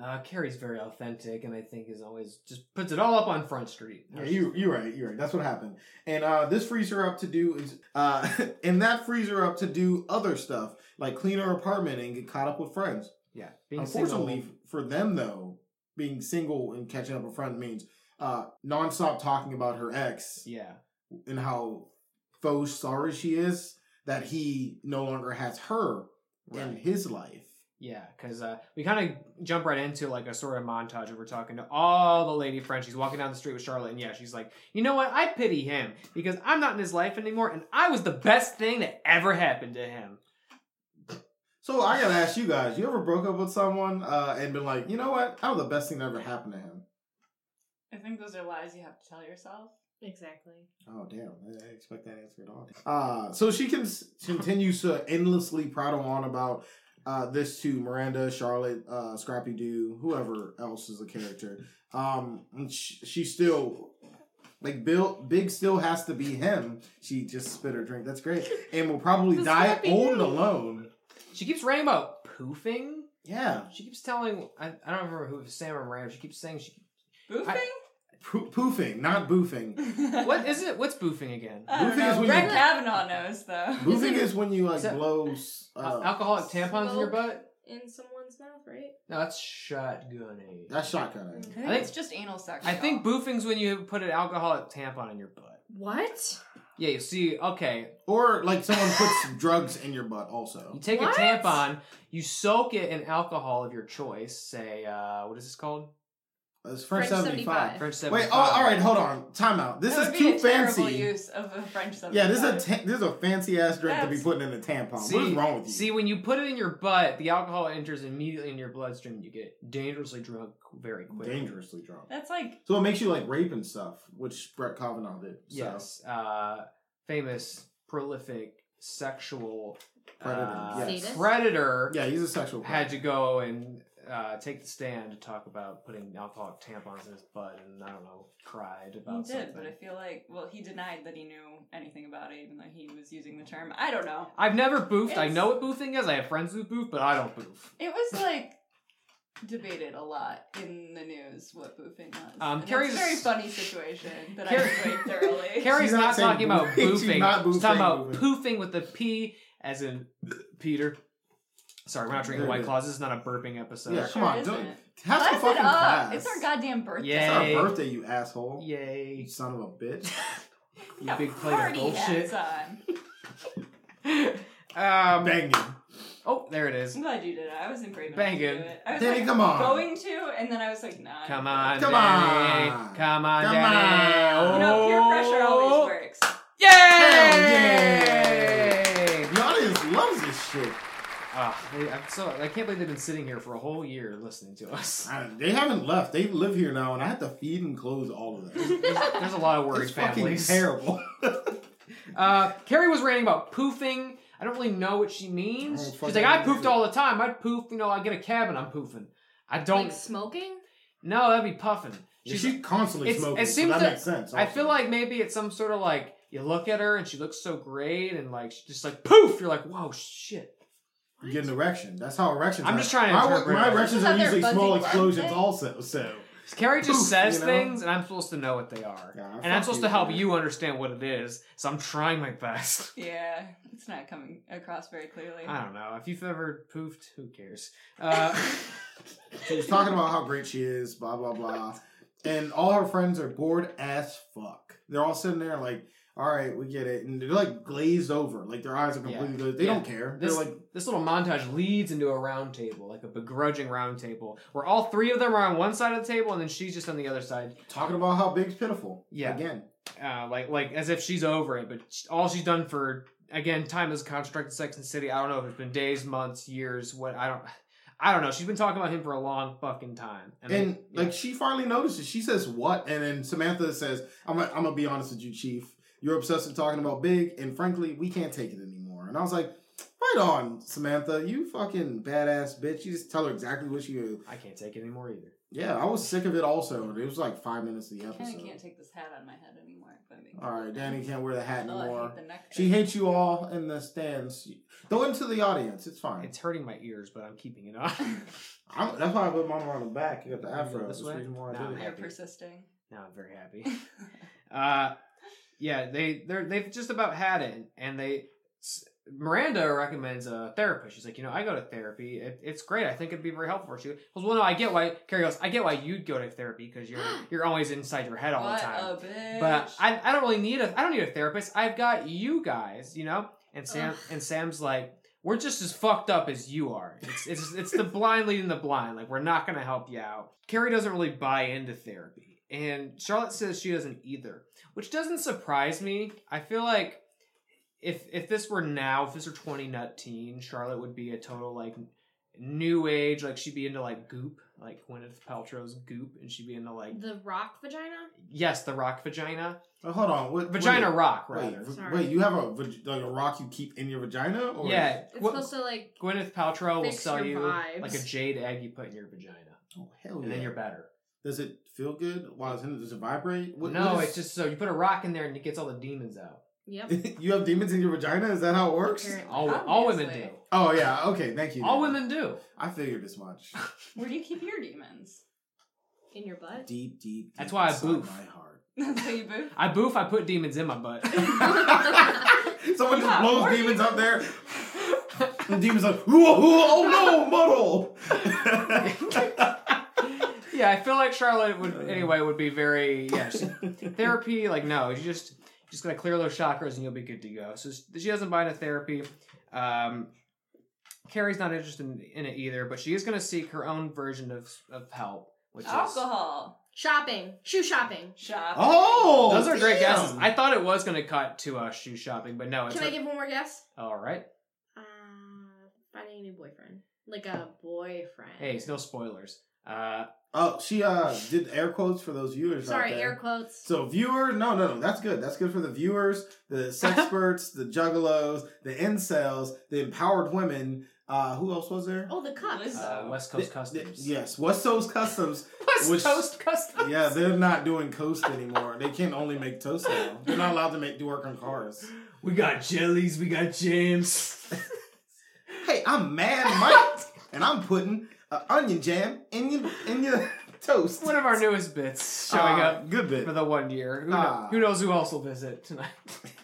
Speaker 2: Uh, Carrie's very authentic, and I think is always just puts it all up on Front Street.
Speaker 1: Yeah, you, you're right. You're right. That's what happened. And uh, this frees her up to do, is, uh, and that frees her up to do other stuff, like clean her apartment and get caught up with friends.
Speaker 2: yeah, being single.
Speaker 1: Unfortunately for them, though, being single and catching up with friends means uh, nonstop talking about her ex
Speaker 2: Yeah,
Speaker 1: and how faux sorry she is that he no longer has her in
Speaker 2: Right.
Speaker 1: his life.
Speaker 2: Yeah, because uh, we kind of jump right into like a sort of montage where we're talking to all the lady friends. She's walking down the street with Charlotte, and yeah, she's like, you know what? I pity him because I'm not in his life anymore, and I was the best thing that ever happened to him.
Speaker 1: So I gotta ask you guys: You ever broke up with someone uh, and been like, you know what? That was the best thing that ever happened to him.
Speaker 3: I think those are lies you have to tell yourself.
Speaker 4: Exactly.
Speaker 1: Oh damn! I didn't expect that answer at all. Uh, so she can continues to endlessly prattle on about uh, this to Miranda, Charlotte, uh, Scrappy Doo, whoever else is a character. Um, and she, she still like Bill. Big still has to be him. She just spit her drink. That's great, and will probably
Speaker 4: The
Speaker 1: die
Speaker 4: Scrappy
Speaker 1: old and
Speaker 4: Doo.
Speaker 1: alone.
Speaker 2: She keeps ranting about poofing.
Speaker 1: Yeah,
Speaker 2: She keeps telling I, I don't remember who it was Sam or Miranda. She keeps saying she.
Speaker 3: Boofing?
Speaker 1: Poo- poofing, not boofing.
Speaker 2: What is it? What's boofing again?
Speaker 3: I don't
Speaker 1: Boofing is
Speaker 3: know.
Speaker 1: when
Speaker 3: Brett
Speaker 1: you-
Speaker 3: Kavanaugh knows, though.
Speaker 1: boofing is when you like
Speaker 2: Is that-
Speaker 1: blow.
Speaker 2: Al-
Speaker 1: Uh,
Speaker 2: Alcoholic tampons in your
Speaker 4: Smoke.
Speaker 2: butt?
Speaker 4: In someone's mouth, right?
Speaker 2: No, that's shotgunning.
Speaker 1: that's shotgun.
Speaker 3: I think,
Speaker 2: I
Speaker 3: it's just anal sex.
Speaker 2: I think
Speaker 3: y'all.
Speaker 2: boofing's when you put an alcoholic tampon in your butt.
Speaker 4: What?
Speaker 2: Yeah, you see, okay,
Speaker 1: Or like someone puts drugs in your butt. Also,
Speaker 2: You take
Speaker 4: What?
Speaker 2: a tampon, you soak it in alcohol of your choice. Say, uh, what is this called?
Speaker 1: It's French,
Speaker 4: French
Speaker 1: 75.
Speaker 2: French
Speaker 1: Wait,
Speaker 2: 75.
Speaker 1: oh, all right, hold on. Time out. This
Speaker 3: That
Speaker 1: is
Speaker 3: would be
Speaker 1: too
Speaker 3: a terrible
Speaker 1: fancy.
Speaker 3: use of a French
Speaker 1: Yeah, this is a
Speaker 3: seventy-five.
Speaker 1: ta- this is a fancy ass drink to be
Speaker 3: That's-
Speaker 1: putting in a tampon.
Speaker 2: See,
Speaker 1: what is wrong with you?
Speaker 2: See, when you put it in your butt, the alcohol enters immediately in your bloodstream. You get dangerously drunk very quickly.
Speaker 1: dangerously drunk.
Speaker 3: That's like
Speaker 1: So it makes you like rape and stuff, which Brett Kavanaugh did. So.
Speaker 2: Yes. Uh, famous, prolific, sexual
Speaker 1: Predator,
Speaker 2: uh,
Speaker 1: yes.
Speaker 4: Sadist?
Speaker 2: predator
Speaker 1: Yeah, he's a sexual.
Speaker 2: had to go and uh, take the stand to talk about putting alcoholic tampons in his butt, and I don't know, cried
Speaker 3: He
Speaker 2: about
Speaker 3: did,
Speaker 2: something.
Speaker 3: but I feel like well, he denied that he knew anything about it, even though he was using the term. I don't know.
Speaker 2: I've never boofed. I
Speaker 3: It's-
Speaker 2: know what boofing is. I have friends who boof, but I don't boof.
Speaker 3: It was like debated a lot in the news what boofing was.
Speaker 2: Um,
Speaker 3: And it's
Speaker 2: Carrie's-
Speaker 3: a very funny situation that I
Speaker 2: Carrie-
Speaker 3: enjoyed thoroughly.
Speaker 2: Carrie's
Speaker 1: She's
Speaker 2: not,
Speaker 1: not saying
Speaker 2: talking about
Speaker 1: boofing. She's
Speaker 2: boofing.
Speaker 1: not
Speaker 2: She's talking
Speaker 1: boofing,
Speaker 2: about
Speaker 1: boofing.
Speaker 2: poofing with the P as in Peter. Sorry, we're not drinking
Speaker 1: There it
Speaker 2: White
Speaker 1: is.
Speaker 2: Claws. This is not a burping episode.
Speaker 1: Yeah,
Speaker 3: Sure
Speaker 1: come on,
Speaker 3: isn't.
Speaker 1: don't have some
Speaker 3: Class
Speaker 1: fucking
Speaker 3: it up.
Speaker 1: class.
Speaker 3: It's our goddamn birthday.
Speaker 1: It's
Speaker 2: Yeah.
Speaker 1: our
Speaker 2: Yay.
Speaker 1: birthday, you asshole. You
Speaker 2: Yay.
Speaker 1: son of a bitch.
Speaker 2: You
Speaker 3: Got
Speaker 2: big plate of
Speaker 3: party hats
Speaker 2: bullshit.
Speaker 3: on.
Speaker 2: um,
Speaker 1: Banging.
Speaker 2: oh, there it is.
Speaker 3: I'm glad you did it. I was in great enough
Speaker 2: Bang
Speaker 3: to do
Speaker 2: it.
Speaker 3: it. I was
Speaker 1: Danny,
Speaker 3: like,
Speaker 1: come on.
Speaker 3: going to, and then I was like, nah.
Speaker 2: Come on,
Speaker 1: Come
Speaker 2: Danny.
Speaker 1: on.
Speaker 2: Come on,
Speaker 1: Come
Speaker 2: Danny.
Speaker 1: on.
Speaker 2: Oh.
Speaker 3: You know, peer pressure
Speaker 1: Oh.
Speaker 3: always works.
Speaker 2: Yay!
Speaker 1: Hell The audience loves this shit.
Speaker 2: Ah, they- I'm so, I can't believe they've been sitting here for a whole year listening to us.
Speaker 1: I- they haven't left. They live here now, and I have to feed and clothe all of them.
Speaker 2: There's a lot of worried
Speaker 1: It's fucking
Speaker 2: families.
Speaker 1: terrible.
Speaker 2: Uh, Carrie was ranting about poofing. I don't really know what she
Speaker 1: I
Speaker 2: means.
Speaker 1: don't
Speaker 2: She's
Speaker 1: fucking
Speaker 2: like, I
Speaker 1: know
Speaker 2: poofed
Speaker 1: either."
Speaker 2: all the time. I'd poof, you know, I get a cab and I'm poofing. I don't.
Speaker 4: Like smoking?
Speaker 2: no, that'd be puffing.
Speaker 1: She's,
Speaker 2: She's.
Speaker 1: she's constantly
Speaker 2: it's-
Speaker 1: smoking.
Speaker 2: it
Speaker 1: so
Speaker 2: seems
Speaker 1: that
Speaker 2: that-
Speaker 1: makes sense.
Speaker 2: I
Speaker 1: also.
Speaker 2: feel like maybe it's some sort of like you look at her and she looks so great and like she just like poof. You're like, whoa, shit.
Speaker 1: you get an erection. That's how erections.
Speaker 2: I'm
Speaker 1: are.
Speaker 2: just trying to
Speaker 1: My, wor-
Speaker 2: interpret
Speaker 1: my
Speaker 2: it.
Speaker 1: erections
Speaker 3: Isn't
Speaker 1: are
Speaker 3: that their
Speaker 1: usually
Speaker 3: fuzzy
Speaker 1: small
Speaker 3: glove
Speaker 1: explosions,
Speaker 3: thing?
Speaker 1: also. So
Speaker 2: Carrie just
Speaker 1: Poof,
Speaker 2: says
Speaker 1: you know?
Speaker 2: things and I'm supposed to know what they are.
Speaker 1: Yeah,
Speaker 2: and I'm
Speaker 1: fuck
Speaker 2: supposed
Speaker 1: you,
Speaker 2: to help
Speaker 1: man.
Speaker 2: you understand what it is. So I'm trying my best.
Speaker 3: Yeah, it's not coming across very clearly.
Speaker 1: Ah.
Speaker 2: I don't know. If you've ever poofed, who cares? Uh,
Speaker 1: she was talking about how great she is. Blah blah blah. and all her friends are bored as fuck. They're all sitting there like, "All right, we get it," and they're like glazed over. Like their eyes are completely glazed. They
Speaker 2: Yeah.
Speaker 1: don't care.
Speaker 2: This-
Speaker 1: they're like,
Speaker 2: this little montage leads into a round table, like a begrudging round table, where all three of them are on one side of the table and then she's just on the other side,
Speaker 1: Talking about how big's pitiful.
Speaker 2: Yeah.
Speaker 1: Again.
Speaker 2: uh, like like as if she's over it. But sh- all she's done for again, time is constructed. Sex and the City. I don't know if it's been days, months, years. What I don't, I don't know. She's been talking about him for a long fucking time.
Speaker 1: And
Speaker 2: yeah.
Speaker 1: like she finally notices. She says what? And then Samantha says, I'm gonna, I'm gonna be honest with you, Chief. You're obsessed with talking about big, and frankly, we can't take it anymore. And I was like, right on, Samantha, you fucking badass bitch. You just tell her exactly what you
Speaker 2: I can't take it anymore either.
Speaker 1: Yeah, I was sick of it also. It was like five minutes of the
Speaker 3: I kind
Speaker 1: episode.
Speaker 3: of can't take this hat on my head anymore. If I'm being
Speaker 1: All right, Danny can't wear the hat
Speaker 3: Oh, I
Speaker 1: anymore.
Speaker 3: hate the neck
Speaker 1: She
Speaker 3: thing.
Speaker 1: hates you all in the stands. Go into the audience. It's fine.
Speaker 2: It's hurting my ears, but I'm keeping it on.
Speaker 1: I'm, that's why I put mama on the back. You got the
Speaker 2: You wanna go
Speaker 1: afro.
Speaker 2: this
Speaker 1: That's the
Speaker 2: way?
Speaker 1: reason why I
Speaker 2: No,
Speaker 1: did it.
Speaker 3: You're
Speaker 2: happy.
Speaker 3: persisting.
Speaker 2: now I'm very happy. Uh, yeah, they they they've just about had it, and they s- Miranda recommends a therapist. She's like, you know, I go to therapy. It, it's great. I think it'd be very helpful for you. Goes, well, no, I get why. Carrie goes, I get why you'd go to therapy because you're you're always inside your head all
Speaker 3: what
Speaker 2: the time.
Speaker 3: a bitch.
Speaker 2: But I, I don't really need a I don't need a therapist. I've got you guys, you know. And Sam
Speaker 3: Ugh.
Speaker 2: and Sam's like, we're just as fucked up as you are. It's it's it's the blind leading the blind. Like we're not gonna help you out. Carrie doesn't really buy into therapy, and Charlotte says she doesn't either, which doesn't surprise me. I feel like if if this were now, if this were 2019, Charlotte would be a total like new age. Like she'd be into like Goop, like Gwyneth Paltrow's Goop, and she'd be into like
Speaker 4: The rock vagina?
Speaker 2: yes, the Rock Vagina.
Speaker 1: Oh, hold on. What,
Speaker 2: Vagina
Speaker 1: wait,
Speaker 2: rock,
Speaker 1: Wait,
Speaker 2: rather.
Speaker 1: v-
Speaker 4: Sorry.
Speaker 1: wait, you have a, vag- like a rock you keep in your vagina? Or
Speaker 2: Yeah.
Speaker 4: It's
Speaker 2: Gw-
Speaker 4: supposed to like
Speaker 2: Gwyneth Paltrow will
Speaker 4: fix
Speaker 2: sell
Speaker 4: your
Speaker 2: you
Speaker 4: vibes.
Speaker 2: like a jade egg you put in your vagina.
Speaker 1: Oh, hell yeah.
Speaker 2: And then you're better.
Speaker 1: Does it feel good? Why is it, does it vibrate? What-
Speaker 2: no,
Speaker 1: what
Speaker 2: it's just so you put a rock in there and it gets all the demons out.
Speaker 4: Yep.
Speaker 1: just. you have demons in your vagina? Is that how it works?
Speaker 4: Apparently.
Speaker 2: All, all women
Speaker 3: Obviously.
Speaker 2: do.
Speaker 1: Oh, yeah. Okay, thank you.
Speaker 2: All
Speaker 1: Danny.
Speaker 2: women do.
Speaker 1: I figured as much.
Speaker 3: Where do you keep your demons?
Speaker 4: In your butt?
Speaker 1: deep, deep, deep.
Speaker 2: That's why I
Speaker 1: inside
Speaker 2: boof.
Speaker 1: my heart.
Speaker 3: That's how you boof.
Speaker 2: I boof, I put demons in my butt.
Speaker 1: Someone just
Speaker 3: Yeah,
Speaker 1: blows
Speaker 3: or
Speaker 1: demons
Speaker 3: you-
Speaker 1: up there. The demon's like, whoa, whoa, oh no, muddle.
Speaker 2: yeah, I feel like Charlotte
Speaker 1: Oh,
Speaker 2: would anyway would be very yeah. she- therapy, like no, you just you just gotta clear those chakras and you'll be good to go. So she- she doesn't buy into therapy. Um, Carrie's not interested in, in it either, but she is gonna seek her own version of of help, which is
Speaker 3: Alcohol.
Speaker 4: Shopping. Shoe shopping.
Speaker 3: Shop.
Speaker 1: oh,
Speaker 2: Those are great
Speaker 1: damn.
Speaker 2: guesses. I thought it was going to cut to uh, shoe shopping, but no. It's
Speaker 4: Can I
Speaker 2: like-
Speaker 4: give one more guess?
Speaker 2: all right.
Speaker 4: Uh, finding a new boyfriend. Like a boyfriend.
Speaker 2: Hey, it's no spoilers. Uh,
Speaker 1: oh, she uh did air quotes for those viewers.
Speaker 4: Sorry,
Speaker 1: out there.
Speaker 4: air quotes.
Speaker 1: So viewer, no, no, no, that's good. That's good for the viewers, the sexperts, the juggalos, the incels, the empowered women. Uh, who else was there?
Speaker 4: Oh, the cups.
Speaker 3: Listen.
Speaker 2: uh,
Speaker 3: So-
Speaker 2: West Coast
Speaker 1: The-
Speaker 2: Customs.
Speaker 1: the- yes, West Coast Customs.
Speaker 2: West
Speaker 1: Which-
Speaker 2: Coast Customs.
Speaker 1: Yeah, they're not doing coast anymore. They can only make toast now. They're not allowed to make do work on cars.
Speaker 2: We got jellies. We got jams.
Speaker 1: Hey, I'm Mad Mike, and I'm putting uh, onion jam in your in your toast.
Speaker 2: One of our newest bits showing
Speaker 1: Uh,
Speaker 2: up
Speaker 1: Good bit.
Speaker 2: for the one year. Who, kno-
Speaker 1: Ah.
Speaker 2: who knows who else will visit tonight?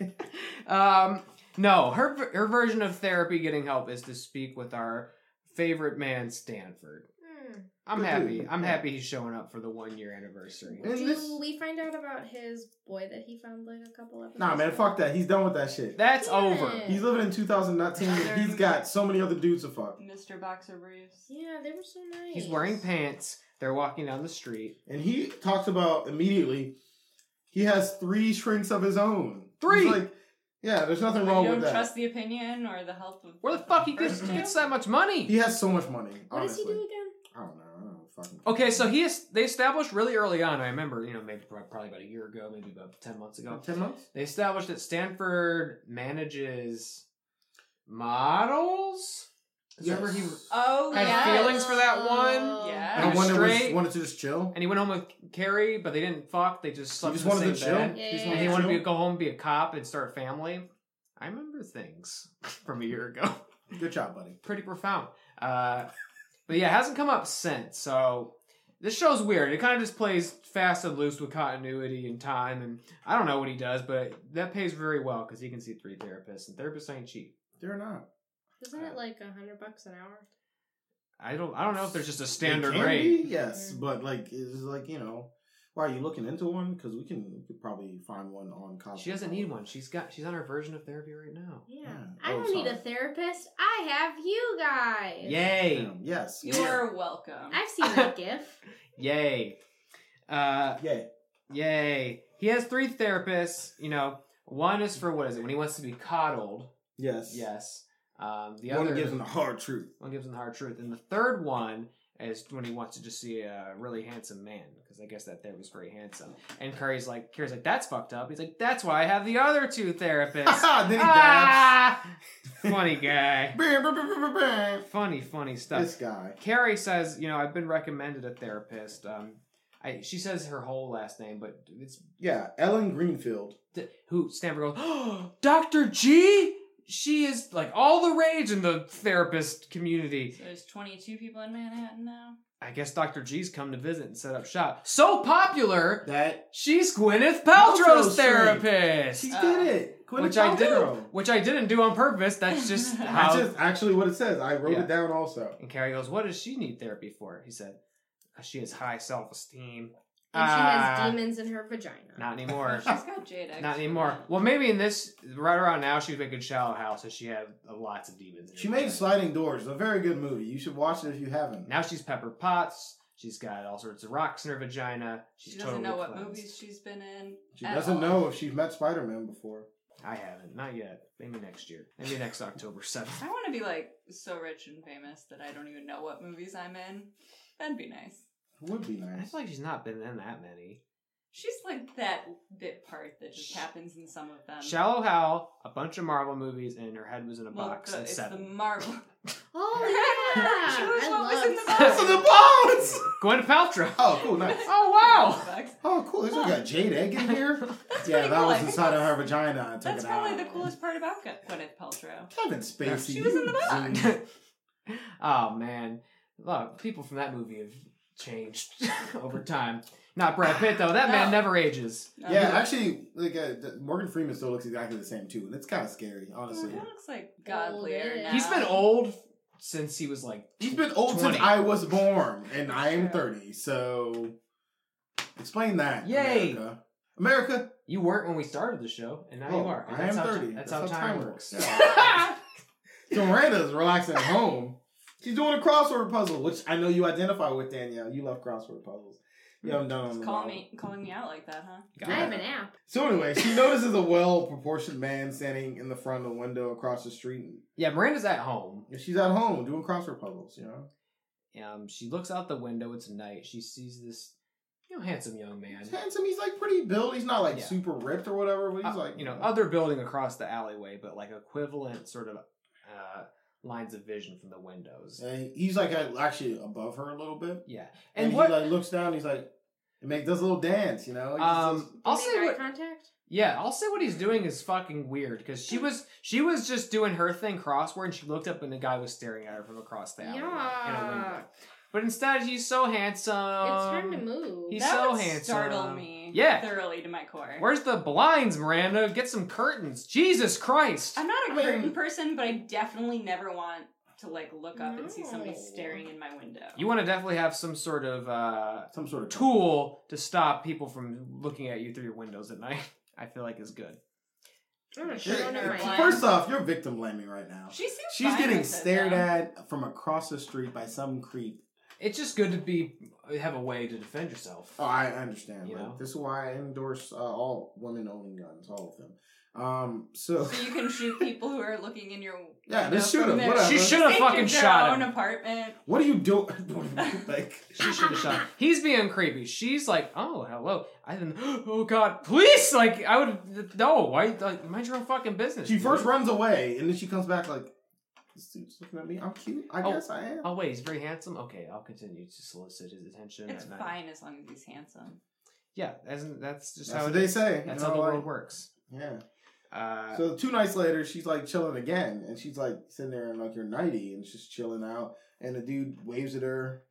Speaker 2: um, no, her ver- her version of therapy getting help is to speak with our favorite man Stanford.
Speaker 4: Hmm.
Speaker 2: I'm
Speaker 1: Good
Speaker 2: happy.
Speaker 1: dude.
Speaker 2: I'm happy he's showing up for the one year anniversary.
Speaker 1: And
Speaker 4: Do
Speaker 1: this-
Speaker 4: we find out about his boy that he found like a couple episodes?
Speaker 1: Nah, man,
Speaker 4: ago?
Speaker 1: fuck that. He's done with that shit.
Speaker 2: That's
Speaker 4: Yeah.
Speaker 2: over.
Speaker 1: He's living in 2019. He's got so many other dudes to fuck.
Speaker 3: Mr. Boxer Briefs.
Speaker 4: Yeah, they were so nice.
Speaker 2: He's wearing pants. They're walking down the street.
Speaker 1: And he talks about immediately. He has three shrinks of his own.
Speaker 2: Three?
Speaker 1: He's like, yeah, there's nothing wrong
Speaker 3: you
Speaker 1: with that.
Speaker 3: don't trust the opinion or the help of.
Speaker 2: Where the fuck he gets,
Speaker 3: Person.
Speaker 2: gets that much money?
Speaker 1: he has so much money.
Speaker 4: What does
Speaker 1: honestly.
Speaker 4: he do again?
Speaker 1: I don't know. I don't fucking.
Speaker 2: Okay, so he is, they established really early on. I remember, you know, maybe prob- probably about a year ago, maybe about ten months ago.
Speaker 1: Ten months.
Speaker 2: They established that Stanford manages models. Is that where he
Speaker 3: Oh,
Speaker 2: Had
Speaker 3: yes.
Speaker 2: feelings for that one?
Speaker 3: Yeah.
Speaker 1: And I
Speaker 2: was
Speaker 1: wanted,
Speaker 2: straight.
Speaker 1: was, wanted to just chill.
Speaker 2: and he went home with Carrie, but they didn't fuck. They just
Speaker 1: He
Speaker 2: slept
Speaker 1: just
Speaker 2: in the
Speaker 1: wanted to
Speaker 2: same
Speaker 1: chill.
Speaker 2: bed.
Speaker 4: Yeah,
Speaker 1: He just
Speaker 2: And
Speaker 4: yeah,
Speaker 1: wanted
Speaker 2: he
Speaker 1: to
Speaker 2: wanted to
Speaker 1: chill.
Speaker 2: be, go home, be a cop, and start a family. I remember things from a year ago.
Speaker 1: Good job, buddy.
Speaker 2: pretty profound. Uh, but yeah, it hasn't come up since. So this show's weird. It kind of just plays fast and loose with continuity and time. And I don't know what he does, but that pays very well because he can see three therapists, and therapists ain't cheap.
Speaker 1: They're not.
Speaker 4: Isn't it like a hundred bucks an hour?
Speaker 2: I don't. I don't know if there's just a
Speaker 1: They
Speaker 2: standard
Speaker 1: can
Speaker 2: rate.
Speaker 1: be, yes,
Speaker 4: Yeah.
Speaker 1: but like it's like you know, why are you looking into one? Because we can we could probably find one on. Cosmo.
Speaker 2: She doesn't need one. She's got. She's on her version of therapy right now.
Speaker 4: Yeah.
Speaker 1: Yeah.
Speaker 4: I
Speaker 1: Oh,
Speaker 4: don't need a
Speaker 1: sorry.
Speaker 4: therapist. I have you guys.
Speaker 2: Yay!
Speaker 1: Damn, yes.
Speaker 3: You are welcome.
Speaker 4: I've seen that gif.
Speaker 2: Yay! Uh,
Speaker 1: Yeah.
Speaker 2: yay! He has three therapists. You know, one is for what is it? When he wants to be coddled.
Speaker 1: Yes.
Speaker 2: Yes. Um, the
Speaker 1: One
Speaker 2: other
Speaker 1: gives them the hard truth.
Speaker 2: one gives him the hard truth, and the third one is when he wants to just see a really handsome man because I guess that there was very handsome. And Curry's like, Curry's like, that's fucked up. He's like, that's why I have the other two therapists.
Speaker 1: then he dies.
Speaker 2: ah! funny guy,
Speaker 1: Bam, bam, bam, bam, bam.
Speaker 2: funny, funny stuff.
Speaker 1: This guy.
Speaker 2: Carrie says, you know, I've been recommended a therapist. Um, I, she says her whole last name, but it's
Speaker 1: Yeah, Ellen Greenfield.
Speaker 2: th- who Stanford goes, oh, Dr. G? She is like all the rage in the therapist community.
Speaker 3: So there's 22 people in Manhattan now.
Speaker 2: I guess Dr. G's come to visit and set up shop. So popular,
Speaker 1: That
Speaker 2: she's Gwyneth Paltrow's
Speaker 1: Paltrow's straight.
Speaker 2: therapist.
Speaker 1: she
Speaker 3: Uh,
Speaker 1: did it. Gwyneth
Speaker 2: Which I
Speaker 1: Paltrow.
Speaker 2: didn't, which I didn't do on purpose. That's just
Speaker 1: That's
Speaker 2: how.
Speaker 1: just actually what it says. I wrote
Speaker 2: Yeah.
Speaker 1: it down also.
Speaker 2: And Carrie goes, "What does she need therapy for?" He said, "'Cause "She has high self-esteem."
Speaker 4: And she
Speaker 2: Ah,
Speaker 4: has demons in her vagina.
Speaker 2: Not anymore.
Speaker 3: She's got Jade.
Speaker 2: Not anymore. Well, maybe in this right around now she's making Shallow House, so she had uh, lots of demons. in her
Speaker 1: She made
Speaker 2: life.
Speaker 1: Sliding Doors, a very good movie. You should watch it if you haven't.
Speaker 2: Now she's Pepper Potts. She's got all sorts of rocks in her vagina. She's
Speaker 3: She doesn't
Speaker 2: totally
Speaker 3: know what
Speaker 2: cleansed.
Speaker 3: movies she's been in.
Speaker 1: she
Speaker 3: at
Speaker 1: doesn't
Speaker 3: all.
Speaker 1: know if she's met Spider Man before.
Speaker 2: I haven't, not yet. Maybe next year. Maybe next October seventh.
Speaker 3: I want to be like so rich and famous that I don't even know what movies I'm in. That'd be nice.
Speaker 1: It would be
Speaker 2: I
Speaker 1: nice.
Speaker 2: feel like she's not been in that many.
Speaker 3: She's like that bit part that just happens in some of them.
Speaker 2: Shallow Hal, a bunch of Marvel movies, and her head was in a
Speaker 3: Well,
Speaker 2: box.
Speaker 3: the-
Speaker 2: and
Speaker 3: it's the
Speaker 2: seven.
Speaker 3: Marvel.
Speaker 4: Oh yeah,
Speaker 3: She was what was in the
Speaker 4: I
Speaker 1: That's
Speaker 4: love.
Speaker 1: in the bones!
Speaker 2: Going to Paltrow.
Speaker 1: Oh, cool, nice.
Speaker 2: Oh wow!
Speaker 3: That's
Speaker 1: Oh, cool. There's like a jade egg in here. yeah,
Speaker 3: pretty
Speaker 1: that
Speaker 3: cool. I
Speaker 1: was
Speaker 3: think
Speaker 1: inside of
Speaker 3: that's-
Speaker 1: her vagina. I took
Speaker 3: That's
Speaker 1: it
Speaker 3: probably
Speaker 1: out.
Speaker 3: the coolest part about Gw- Gwyneth Paltrow.
Speaker 1: Kevin Spacey.
Speaker 3: She was in the
Speaker 1: you
Speaker 3: box.
Speaker 1: zoom.
Speaker 2: oh man, Look, people from that movie have changed over time. Not Brad Pitt though. That man
Speaker 3: No.
Speaker 2: never ages.
Speaker 3: Um,
Speaker 1: Yeah, actually, like uh, th- Morgan Freeman still looks exactly the same too, and it's kind of scary,
Speaker 3: Well,
Speaker 1: honestly.
Speaker 3: he "Oh, looks like godlier
Speaker 4: Older.
Speaker 3: now.
Speaker 2: He's been old since he was like.
Speaker 1: He's been old
Speaker 2: 20.
Speaker 1: since I was born, and I am
Speaker 3: Sure.
Speaker 1: thirty. So, explain that.
Speaker 2: Yay.
Speaker 1: America. America.
Speaker 2: You weren't when we started the show, and now
Speaker 1: Oh,
Speaker 2: you are. And
Speaker 1: I am
Speaker 2: how ti-
Speaker 1: 30.
Speaker 2: that's,
Speaker 1: That's
Speaker 2: how,
Speaker 1: how
Speaker 2: time
Speaker 1: time
Speaker 2: works.
Speaker 1: works. So Miranda's relaxing at home. She's doing a crossword puzzle, which I know you identify with, Danielle. You love crossword puzzles. You haven't done them. in
Speaker 3: Just
Speaker 1: a
Speaker 3: call
Speaker 1: while.
Speaker 3: me, calling me out like that, huh?
Speaker 2: Got
Speaker 4: have
Speaker 2: it.
Speaker 4: an app.
Speaker 1: So anyway, she notices a well-proportioned man standing in the front of the window across the street.
Speaker 2: Yeah, Miranda's at home.
Speaker 1: And she's at home doing crossword puzzles. You know,
Speaker 2: Um, she looks out the window. It's night. She sees this, you know, handsome young man.
Speaker 1: he's handsome. He's like pretty built. He's not like
Speaker 2: Yeah.
Speaker 1: super ripped or whatever, but he's
Speaker 2: Uh,
Speaker 1: like
Speaker 2: you know, other building across the alleyway, but like equivalent sort of uh, lines of vision from the windows.
Speaker 1: And he's like at- actually above her a little bit,
Speaker 2: Yeah,
Speaker 1: and,
Speaker 2: and, what?
Speaker 1: he like looks down. He's like, it makes does a little dance. You know, He's just-
Speaker 2: um, I'll
Speaker 4: Make
Speaker 2: say
Speaker 4: eye
Speaker 2: what.
Speaker 4: contact.
Speaker 2: Yeah, I'll say what he's doing is fucking weird because she was she was just doing her thing crossword and she looked up and the guy was staring at her from across the alley in a window.
Speaker 4: Yeah,
Speaker 2: But instead, he's so handsome.
Speaker 4: it's time to
Speaker 3: Um,
Speaker 4: move.
Speaker 2: he's-
Speaker 3: that
Speaker 2: so
Speaker 3: would
Speaker 2: handsome.
Speaker 3: startle me
Speaker 2: Yeah.
Speaker 3: thoroughly to my core.
Speaker 2: Where's the blinds, Miranda? Get some curtains. Jesus Christ!
Speaker 3: I'm not a
Speaker 1: I mean-
Speaker 3: curtain person, but I definitely never want to like look up and see somebody
Speaker 4: No.
Speaker 3: staring in my window.
Speaker 2: You want to definitely have some sort of uh,
Speaker 1: some sort of
Speaker 2: tool to stop people from looking at you through your windows at night. I feel like is good.
Speaker 4: I'm gonna
Speaker 1: You're-
Speaker 4: shit on her
Speaker 3: Sure.
Speaker 4: mind.
Speaker 1: First off, you're victim blaming right now.
Speaker 3: she seems
Speaker 1: She's
Speaker 3: fine
Speaker 1: getting
Speaker 3: with it,
Speaker 1: stared
Speaker 3: though.
Speaker 1: at from across the street by some creep.
Speaker 2: It's just good to be have a way to defend yourself.
Speaker 1: Oh, I understand.
Speaker 2: You
Speaker 1: but
Speaker 2: know?
Speaker 1: This is why I endorse uh, all women owning guns, all of them. Um, so
Speaker 3: So you can shoot people who are looking in your
Speaker 1: Yeah,
Speaker 3: window
Speaker 1: just shoot
Speaker 3: from
Speaker 1: 'em,
Speaker 3: their-
Speaker 1: whatever.
Speaker 2: She should have
Speaker 3: Think
Speaker 2: fucking
Speaker 3: of their
Speaker 2: shot
Speaker 3: own
Speaker 2: him.
Speaker 3: apartment.
Speaker 1: what are you doing? like,
Speaker 2: She should have shot. him. He's being creepy. She's like, oh hello. I didn't. Oh god, please! Like I would no. Why? Like mind your own fucking business.
Speaker 1: she first
Speaker 2: dude.
Speaker 1: runs away and then she comes back like, this dude's looking at me. I'm cute. I
Speaker 2: Oh.
Speaker 1: guess I am.
Speaker 2: Oh wait, he's very handsome. Okay, I'll continue to solicit his attention.
Speaker 3: It's
Speaker 2: at night.
Speaker 3: fine as long as he's handsome.
Speaker 2: Yeah, that's, that's just
Speaker 1: That's
Speaker 2: how
Speaker 1: what
Speaker 2: it
Speaker 1: they
Speaker 2: is.
Speaker 1: say.
Speaker 2: That's
Speaker 1: you
Speaker 2: how
Speaker 1: know,
Speaker 2: the
Speaker 1: like-
Speaker 2: world works.
Speaker 1: Yeah.
Speaker 2: Uh,
Speaker 1: So two nights later, she's like chilling again, and she's like sitting there in like her nighty and just chilling out. And the dude waves at her,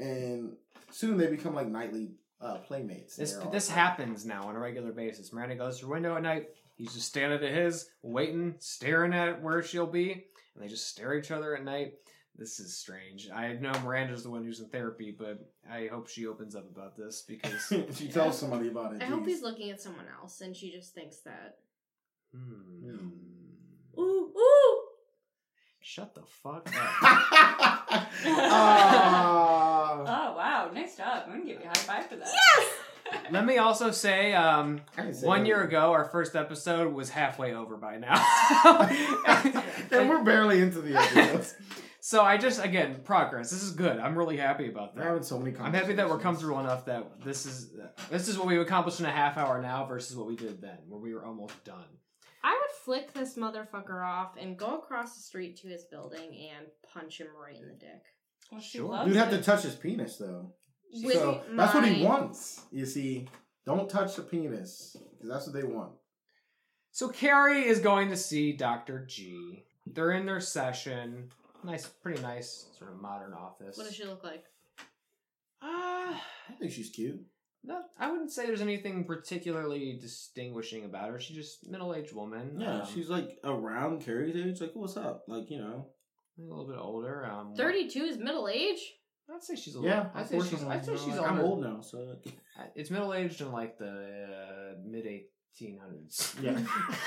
Speaker 1: and soon they become like nightly uh, playmates.
Speaker 2: this
Speaker 1: They're all-
Speaker 2: this happens now on a regular basis. Miranda goes to her window at night. He's just standing at his, waiting, staring at where she'll be, and they just stare at each other at night. This is strange. I know Miranda's the one who's in therapy, but I hope she opens up about this because
Speaker 1: she tells somebody about it.
Speaker 4: I hope
Speaker 1: jeez.
Speaker 4: he's looking at someone else and she just thinks that.
Speaker 2: hmm,
Speaker 4: Ooh, ooh.
Speaker 2: shut the fuck up.
Speaker 1: Ah. Uh,
Speaker 3: Oh wow, nice job. I'm gonna give you a high five for that.
Speaker 2: Let me also say, um,
Speaker 1: I didn't say
Speaker 2: one
Speaker 1: that.
Speaker 2: year ago, our first episode was halfway over by now.
Speaker 1: And we're barely into the episode.
Speaker 2: so I just, again, progress. This is good. I'm really happy about
Speaker 1: We're
Speaker 2: that.
Speaker 1: having so many
Speaker 2: I'm happy that we're
Speaker 1: conversations.
Speaker 2: comfortable enough that this is this is what we accomplished in a half hour now versus what we did then, where we were almost done.
Speaker 4: I would flick this motherfucker off and go across the street to his building and punch him right in the dick.
Speaker 3: Well, she
Speaker 2: Sure.
Speaker 3: loves
Speaker 1: You'd have to
Speaker 3: it.
Speaker 1: touch his penis, though.
Speaker 4: With
Speaker 1: so that's what he
Speaker 4: my-
Speaker 1: wants. You see, don't touch the penis because that's what they want.
Speaker 2: So Carrie is going to see Dr. G. They're in their session. Nice, pretty nice, sort of modern office.
Speaker 4: What does she look like?
Speaker 2: Uh,
Speaker 1: I think she's cute.
Speaker 2: no, I wouldn't say there's anything particularly distinguishing about her. She's just middle-aged woman.
Speaker 1: Yeah,
Speaker 2: um,
Speaker 1: she's like around Carrie's age. Like, what's up? Like, you know,
Speaker 2: a little bit older. Um,
Speaker 4: Thirty-two is middle age.
Speaker 2: I'd say she's a little.
Speaker 1: yeah.
Speaker 2: I'd say she's.
Speaker 1: unfortunately,
Speaker 2: I'd say
Speaker 1: you know,
Speaker 2: she's
Speaker 1: like, I'm
Speaker 2: older.
Speaker 1: old now, so like,
Speaker 2: Uh, It's middle-aged in like the uh, mid 1800s.
Speaker 1: yeah.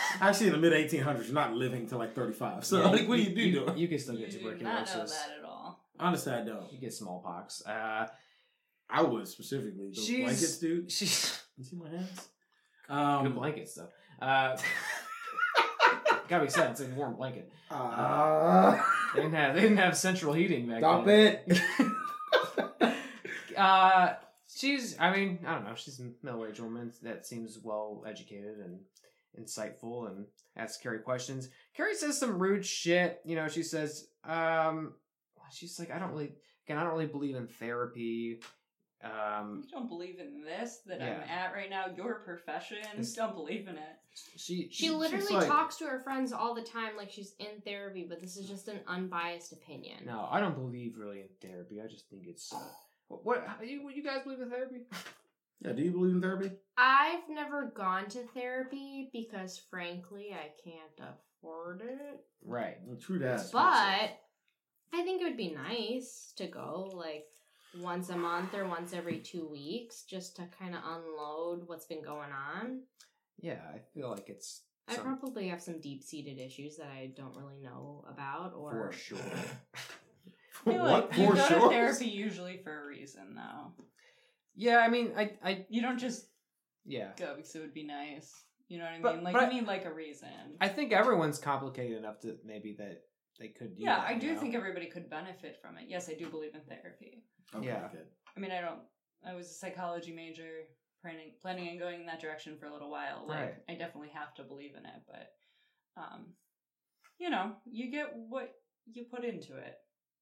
Speaker 1: Actually, in the mid 1800s, not living till like 35. So,
Speaker 2: Yeah,
Speaker 1: like, what do you do?
Speaker 2: You,
Speaker 1: doing?
Speaker 2: you can still
Speaker 3: You
Speaker 2: get
Speaker 3: do not know
Speaker 2: tuberculosis.
Speaker 3: that at all.
Speaker 1: Honestly, I don't.
Speaker 2: You get smallpox. Uh,
Speaker 1: I would specifically. Those
Speaker 2: She's-
Speaker 1: blankets, dude.
Speaker 2: she's
Speaker 1: You see my hands?
Speaker 2: good
Speaker 1: Um,
Speaker 2: blankets though. Uh, gotta be said, it's a warm blanket.
Speaker 1: Um, ah,
Speaker 2: They didn't have they didn't have central heating back
Speaker 1: stop
Speaker 2: then.
Speaker 1: it.
Speaker 2: it. Uh, she's I mean I don't know she's a middle aged woman that seems well educated and insightful and asks Carrie questions. Carrie says some rude shit. You know she says um she's like I don't really again I don't really believe in therapy. Um,
Speaker 3: You don't believe in this that I'm
Speaker 2: Yeah.
Speaker 3: at right now. Your profession.
Speaker 2: It's-
Speaker 3: Don't believe in it.
Speaker 2: she
Speaker 4: She
Speaker 1: She's
Speaker 4: literally
Speaker 1: like-
Speaker 4: talks to her friends all the time like she's in therapy, but this is just an unbiased opinion.
Speaker 2: No, I don't believe really in therapy. I just think it's uh, what, what you, you guys believe in therapy?
Speaker 1: Yeah, do you believe in therapy?
Speaker 4: I've never gone to therapy because frankly I can't afford it.
Speaker 2: Right.
Speaker 1: Well, True that.
Speaker 4: But I think it would be nice to go like once a month or once every two weeks just to kind of unload what's been going on.
Speaker 2: Yeah, I feel like it's
Speaker 4: I
Speaker 2: some-
Speaker 4: probably have some deep seated issues that I don't really know about or
Speaker 2: for sure.
Speaker 3: I feel
Speaker 1: what
Speaker 3: like you
Speaker 1: for
Speaker 3: go
Speaker 1: sure?
Speaker 3: to therapy usually for a reason, though.
Speaker 2: yeah, I mean, I, I,
Speaker 3: You don't just
Speaker 2: yeah,
Speaker 3: go because it would be nice. You know what I
Speaker 2: But-
Speaker 3: mean? like
Speaker 2: but
Speaker 3: you
Speaker 2: I-
Speaker 3: need like a reason.
Speaker 2: I think everyone's complicated enough to maybe that they could. Do
Speaker 3: yeah,
Speaker 2: that,
Speaker 3: I do
Speaker 2: you know?
Speaker 3: think everybody could benefit from it. Yes, I do believe in therapy.
Speaker 1: Okay,
Speaker 2: Yeah.
Speaker 1: good.
Speaker 3: I mean, I don't. I was a psychology major, planning planning on going in that direction for a little while. Like,
Speaker 2: Right.
Speaker 3: I definitely have to believe in it, but um, you know, you get what you put into it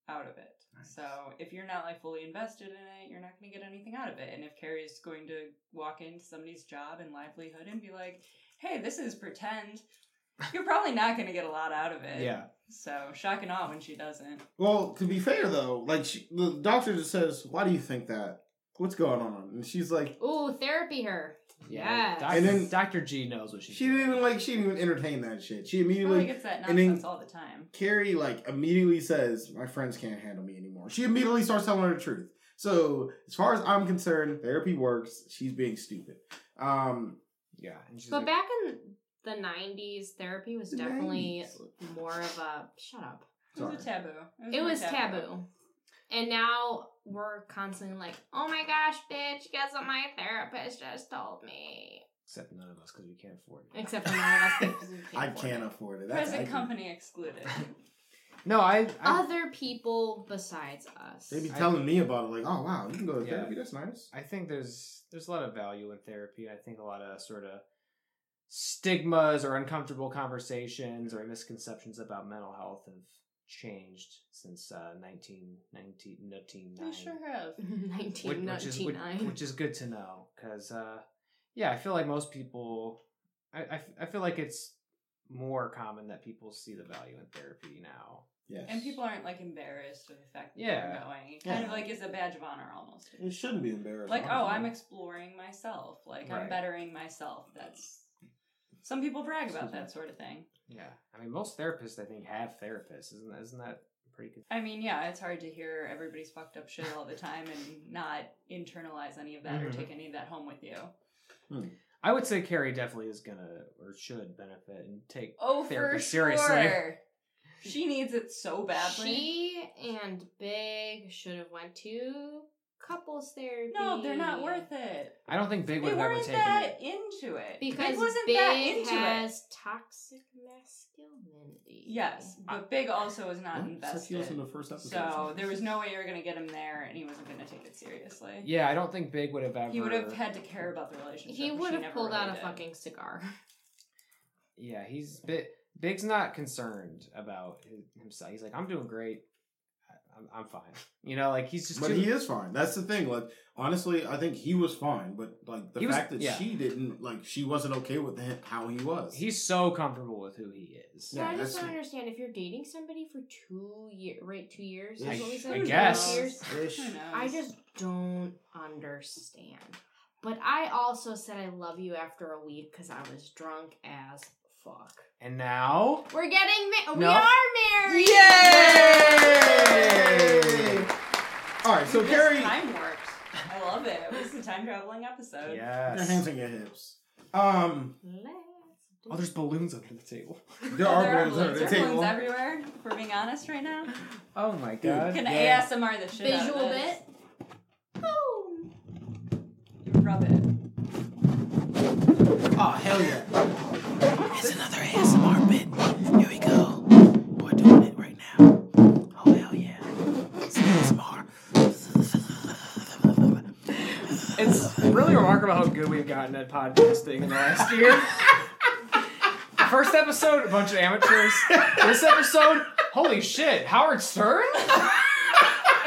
Speaker 3: out of it.
Speaker 1: Nice.
Speaker 3: So if you're not like fully invested in it, you're not going to get anything out of it. And if Carrie's going to walk into somebody's job and livelihood and be like, "Hey, this is pretend," you're probably not going to get a lot out of it.
Speaker 2: Yeah,
Speaker 3: So shock and awe when she doesn't.
Speaker 1: Well, to be fair though, like she, the doctor just says, "Why do you think that? What's going on?" And she's like,
Speaker 4: Ooh, therapy her.
Speaker 2: yeah.
Speaker 4: Yes.
Speaker 2: Doctor,
Speaker 1: And then-
Speaker 2: Doctor G knows what she's.
Speaker 1: "She
Speaker 2: doing.
Speaker 1: didn't like. She didn't even entertain that shit. She
Speaker 3: Probably
Speaker 1: immediately
Speaker 3: gets that
Speaker 1: and then-
Speaker 3: nonsense all the time.
Speaker 1: Carrie like immediately says, "My friends can't handle me anymore." She immediately starts telling her the truth. So, as far as I'm concerned, therapy works. She's being stupid. Um,
Speaker 2: Yeah, and she's
Speaker 4: But
Speaker 2: like,
Speaker 4: back in the 90s, therapy was
Speaker 1: The
Speaker 4: definitely
Speaker 1: 90s.
Speaker 4: more of a shut up.
Speaker 3: It was
Speaker 1: sorry.
Speaker 3: a taboo.
Speaker 4: It
Speaker 3: really
Speaker 4: was taboo. And now we're constantly like, oh my gosh, bitch, guess what my therapist just told me.
Speaker 2: except none of us because we can't afford it.
Speaker 4: Except for none of us because we can't
Speaker 1: I
Speaker 4: afford
Speaker 1: can't
Speaker 4: it.
Speaker 1: afford it. That's
Speaker 3: Present
Speaker 1: I-
Speaker 3: company excluded.
Speaker 2: No, I, I,
Speaker 4: Other people besides us.
Speaker 1: They be
Speaker 2: I-
Speaker 1: telling me about it, like, "Oh wow, you can go to
Speaker 2: Yeah.
Speaker 1: therapy. That's nice."
Speaker 2: I think there's there's a lot of value in therapy. I think a lot of sort of stigmas or uncomfortable conversations or misconceptions about mental health have changed since uh, 19, 19,
Speaker 3: They sure have.
Speaker 4: 1999.
Speaker 2: which, is, which, which is good to know because uh, yeah i feel like most people I, I, I feel like it's more common that people see the value in therapy now
Speaker 1: Yes.
Speaker 3: And people aren't like embarrassed of the fact that
Speaker 2: Yeah.
Speaker 3: they're going. It kind of
Speaker 1: Yeah.
Speaker 3: like is a badge of honor almost.
Speaker 1: It shouldn't be embarrassing.
Speaker 3: Like, oh, I'm
Speaker 1: honestly.
Speaker 3: exploring myself. Like
Speaker 2: Right.
Speaker 3: I'm bettering myself. That's some people brag about that sort of thing.
Speaker 2: yeah i mean most therapists i think have therapists isn't that, isn't that pretty good
Speaker 3: I mean, yeah, it's hard to hear everybody's fucked up shit all the time and not internalize any of that or
Speaker 2: Mhm.
Speaker 1: Mm-hmm.
Speaker 3: take any of that home with you.
Speaker 2: i would say carrie definitely is gonna or should benefit and take
Speaker 3: Oh,
Speaker 2: Therapy,
Speaker 3: for
Speaker 2: seriously.
Speaker 3: sure. She needs it so badly.
Speaker 4: She and Big should have went to couple couples therapy.
Speaker 3: No, they're not worth it.
Speaker 2: I don't think Big would
Speaker 3: They
Speaker 2: have ever
Speaker 3: weren't
Speaker 2: taken
Speaker 3: that
Speaker 2: it.
Speaker 3: into it.
Speaker 4: Because
Speaker 3: Big wasn't
Speaker 4: Big
Speaker 3: that into it.
Speaker 4: has toxic masculinity.
Speaker 3: Yes, but Big also was not invested.
Speaker 1: in the first episode.
Speaker 3: So there was no way you were going to get him there, and he wasn't going to take it seriously.
Speaker 2: Yeah, I don't think Big would have ever.
Speaker 3: He would have had to care about the relationship.
Speaker 4: He
Speaker 3: which
Speaker 4: would have
Speaker 3: never
Speaker 4: pulled
Speaker 3: really
Speaker 4: out a
Speaker 3: did.
Speaker 4: fucking cigar.
Speaker 2: Yeah, he's big. Big's not concerned about hi- himself. He's like, I'm doing great. I- I'm, I'm fine. You know, like he's just.
Speaker 1: But
Speaker 2: too-
Speaker 1: he is fine. That's the thing. Like honestly, I think he was fine. But like the
Speaker 2: He was-
Speaker 1: fact that
Speaker 2: yeah.
Speaker 1: she didn't like she wasn't okay with him, how he was.
Speaker 2: he's so comfortable with who he is.
Speaker 4: So
Speaker 1: Yeah,
Speaker 4: I just
Speaker 1: that's-
Speaker 4: don't understand if you're dating somebody for two year, right? Two years.
Speaker 1: I-
Speaker 4: Is what we said,
Speaker 2: I
Speaker 4: two
Speaker 2: guess.
Speaker 4: years?
Speaker 1: Ish.
Speaker 3: Who knows?
Speaker 4: I just don't understand. But I also said I love you after a week because I was drunk as fuck.
Speaker 2: And now.
Speaker 4: We're getting ma- we
Speaker 2: No.
Speaker 4: are married.
Speaker 2: Yay!
Speaker 1: All right, so
Speaker 3: This
Speaker 1: Carrie,
Speaker 3: time warped. I love it. It was a time traveling episode.
Speaker 1: your hands
Speaker 2: Yes.
Speaker 1: on your hips. Um,
Speaker 4: Let's do
Speaker 2: Oh, there's balloons under the table.
Speaker 1: there
Speaker 3: Oh,
Speaker 1: are
Speaker 3: there
Speaker 1: balloons under the
Speaker 3: balloons. There are balloons
Speaker 1: table.
Speaker 3: everywhere. If we're being honest right now,
Speaker 2: Oh my
Speaker 1: Dude.
Speaker 2: god.
Speaker 3: can
Speaker 1: Yeah.
Speaker 3: ASMR the shit
Speaker 4: it.
Speaker 3: out
Speaker 4: visual
Speaker 3: of
Speaker 4: bit.
Speaker 3: this.
Speaker 4: Boom.
Speaker 3: Rub it.
Speaker 1: Oh hell yeah!
Speaker 5: It's another ASMR bit. Here we go. We're doing it right now. Oh, hell yeah. It's ASMR.
Speaker 2: It's really remarkable how good we've gotten at podcasting in the last year. First episode, a bunch of amateurs. This episode, holy shit, Howard Stern?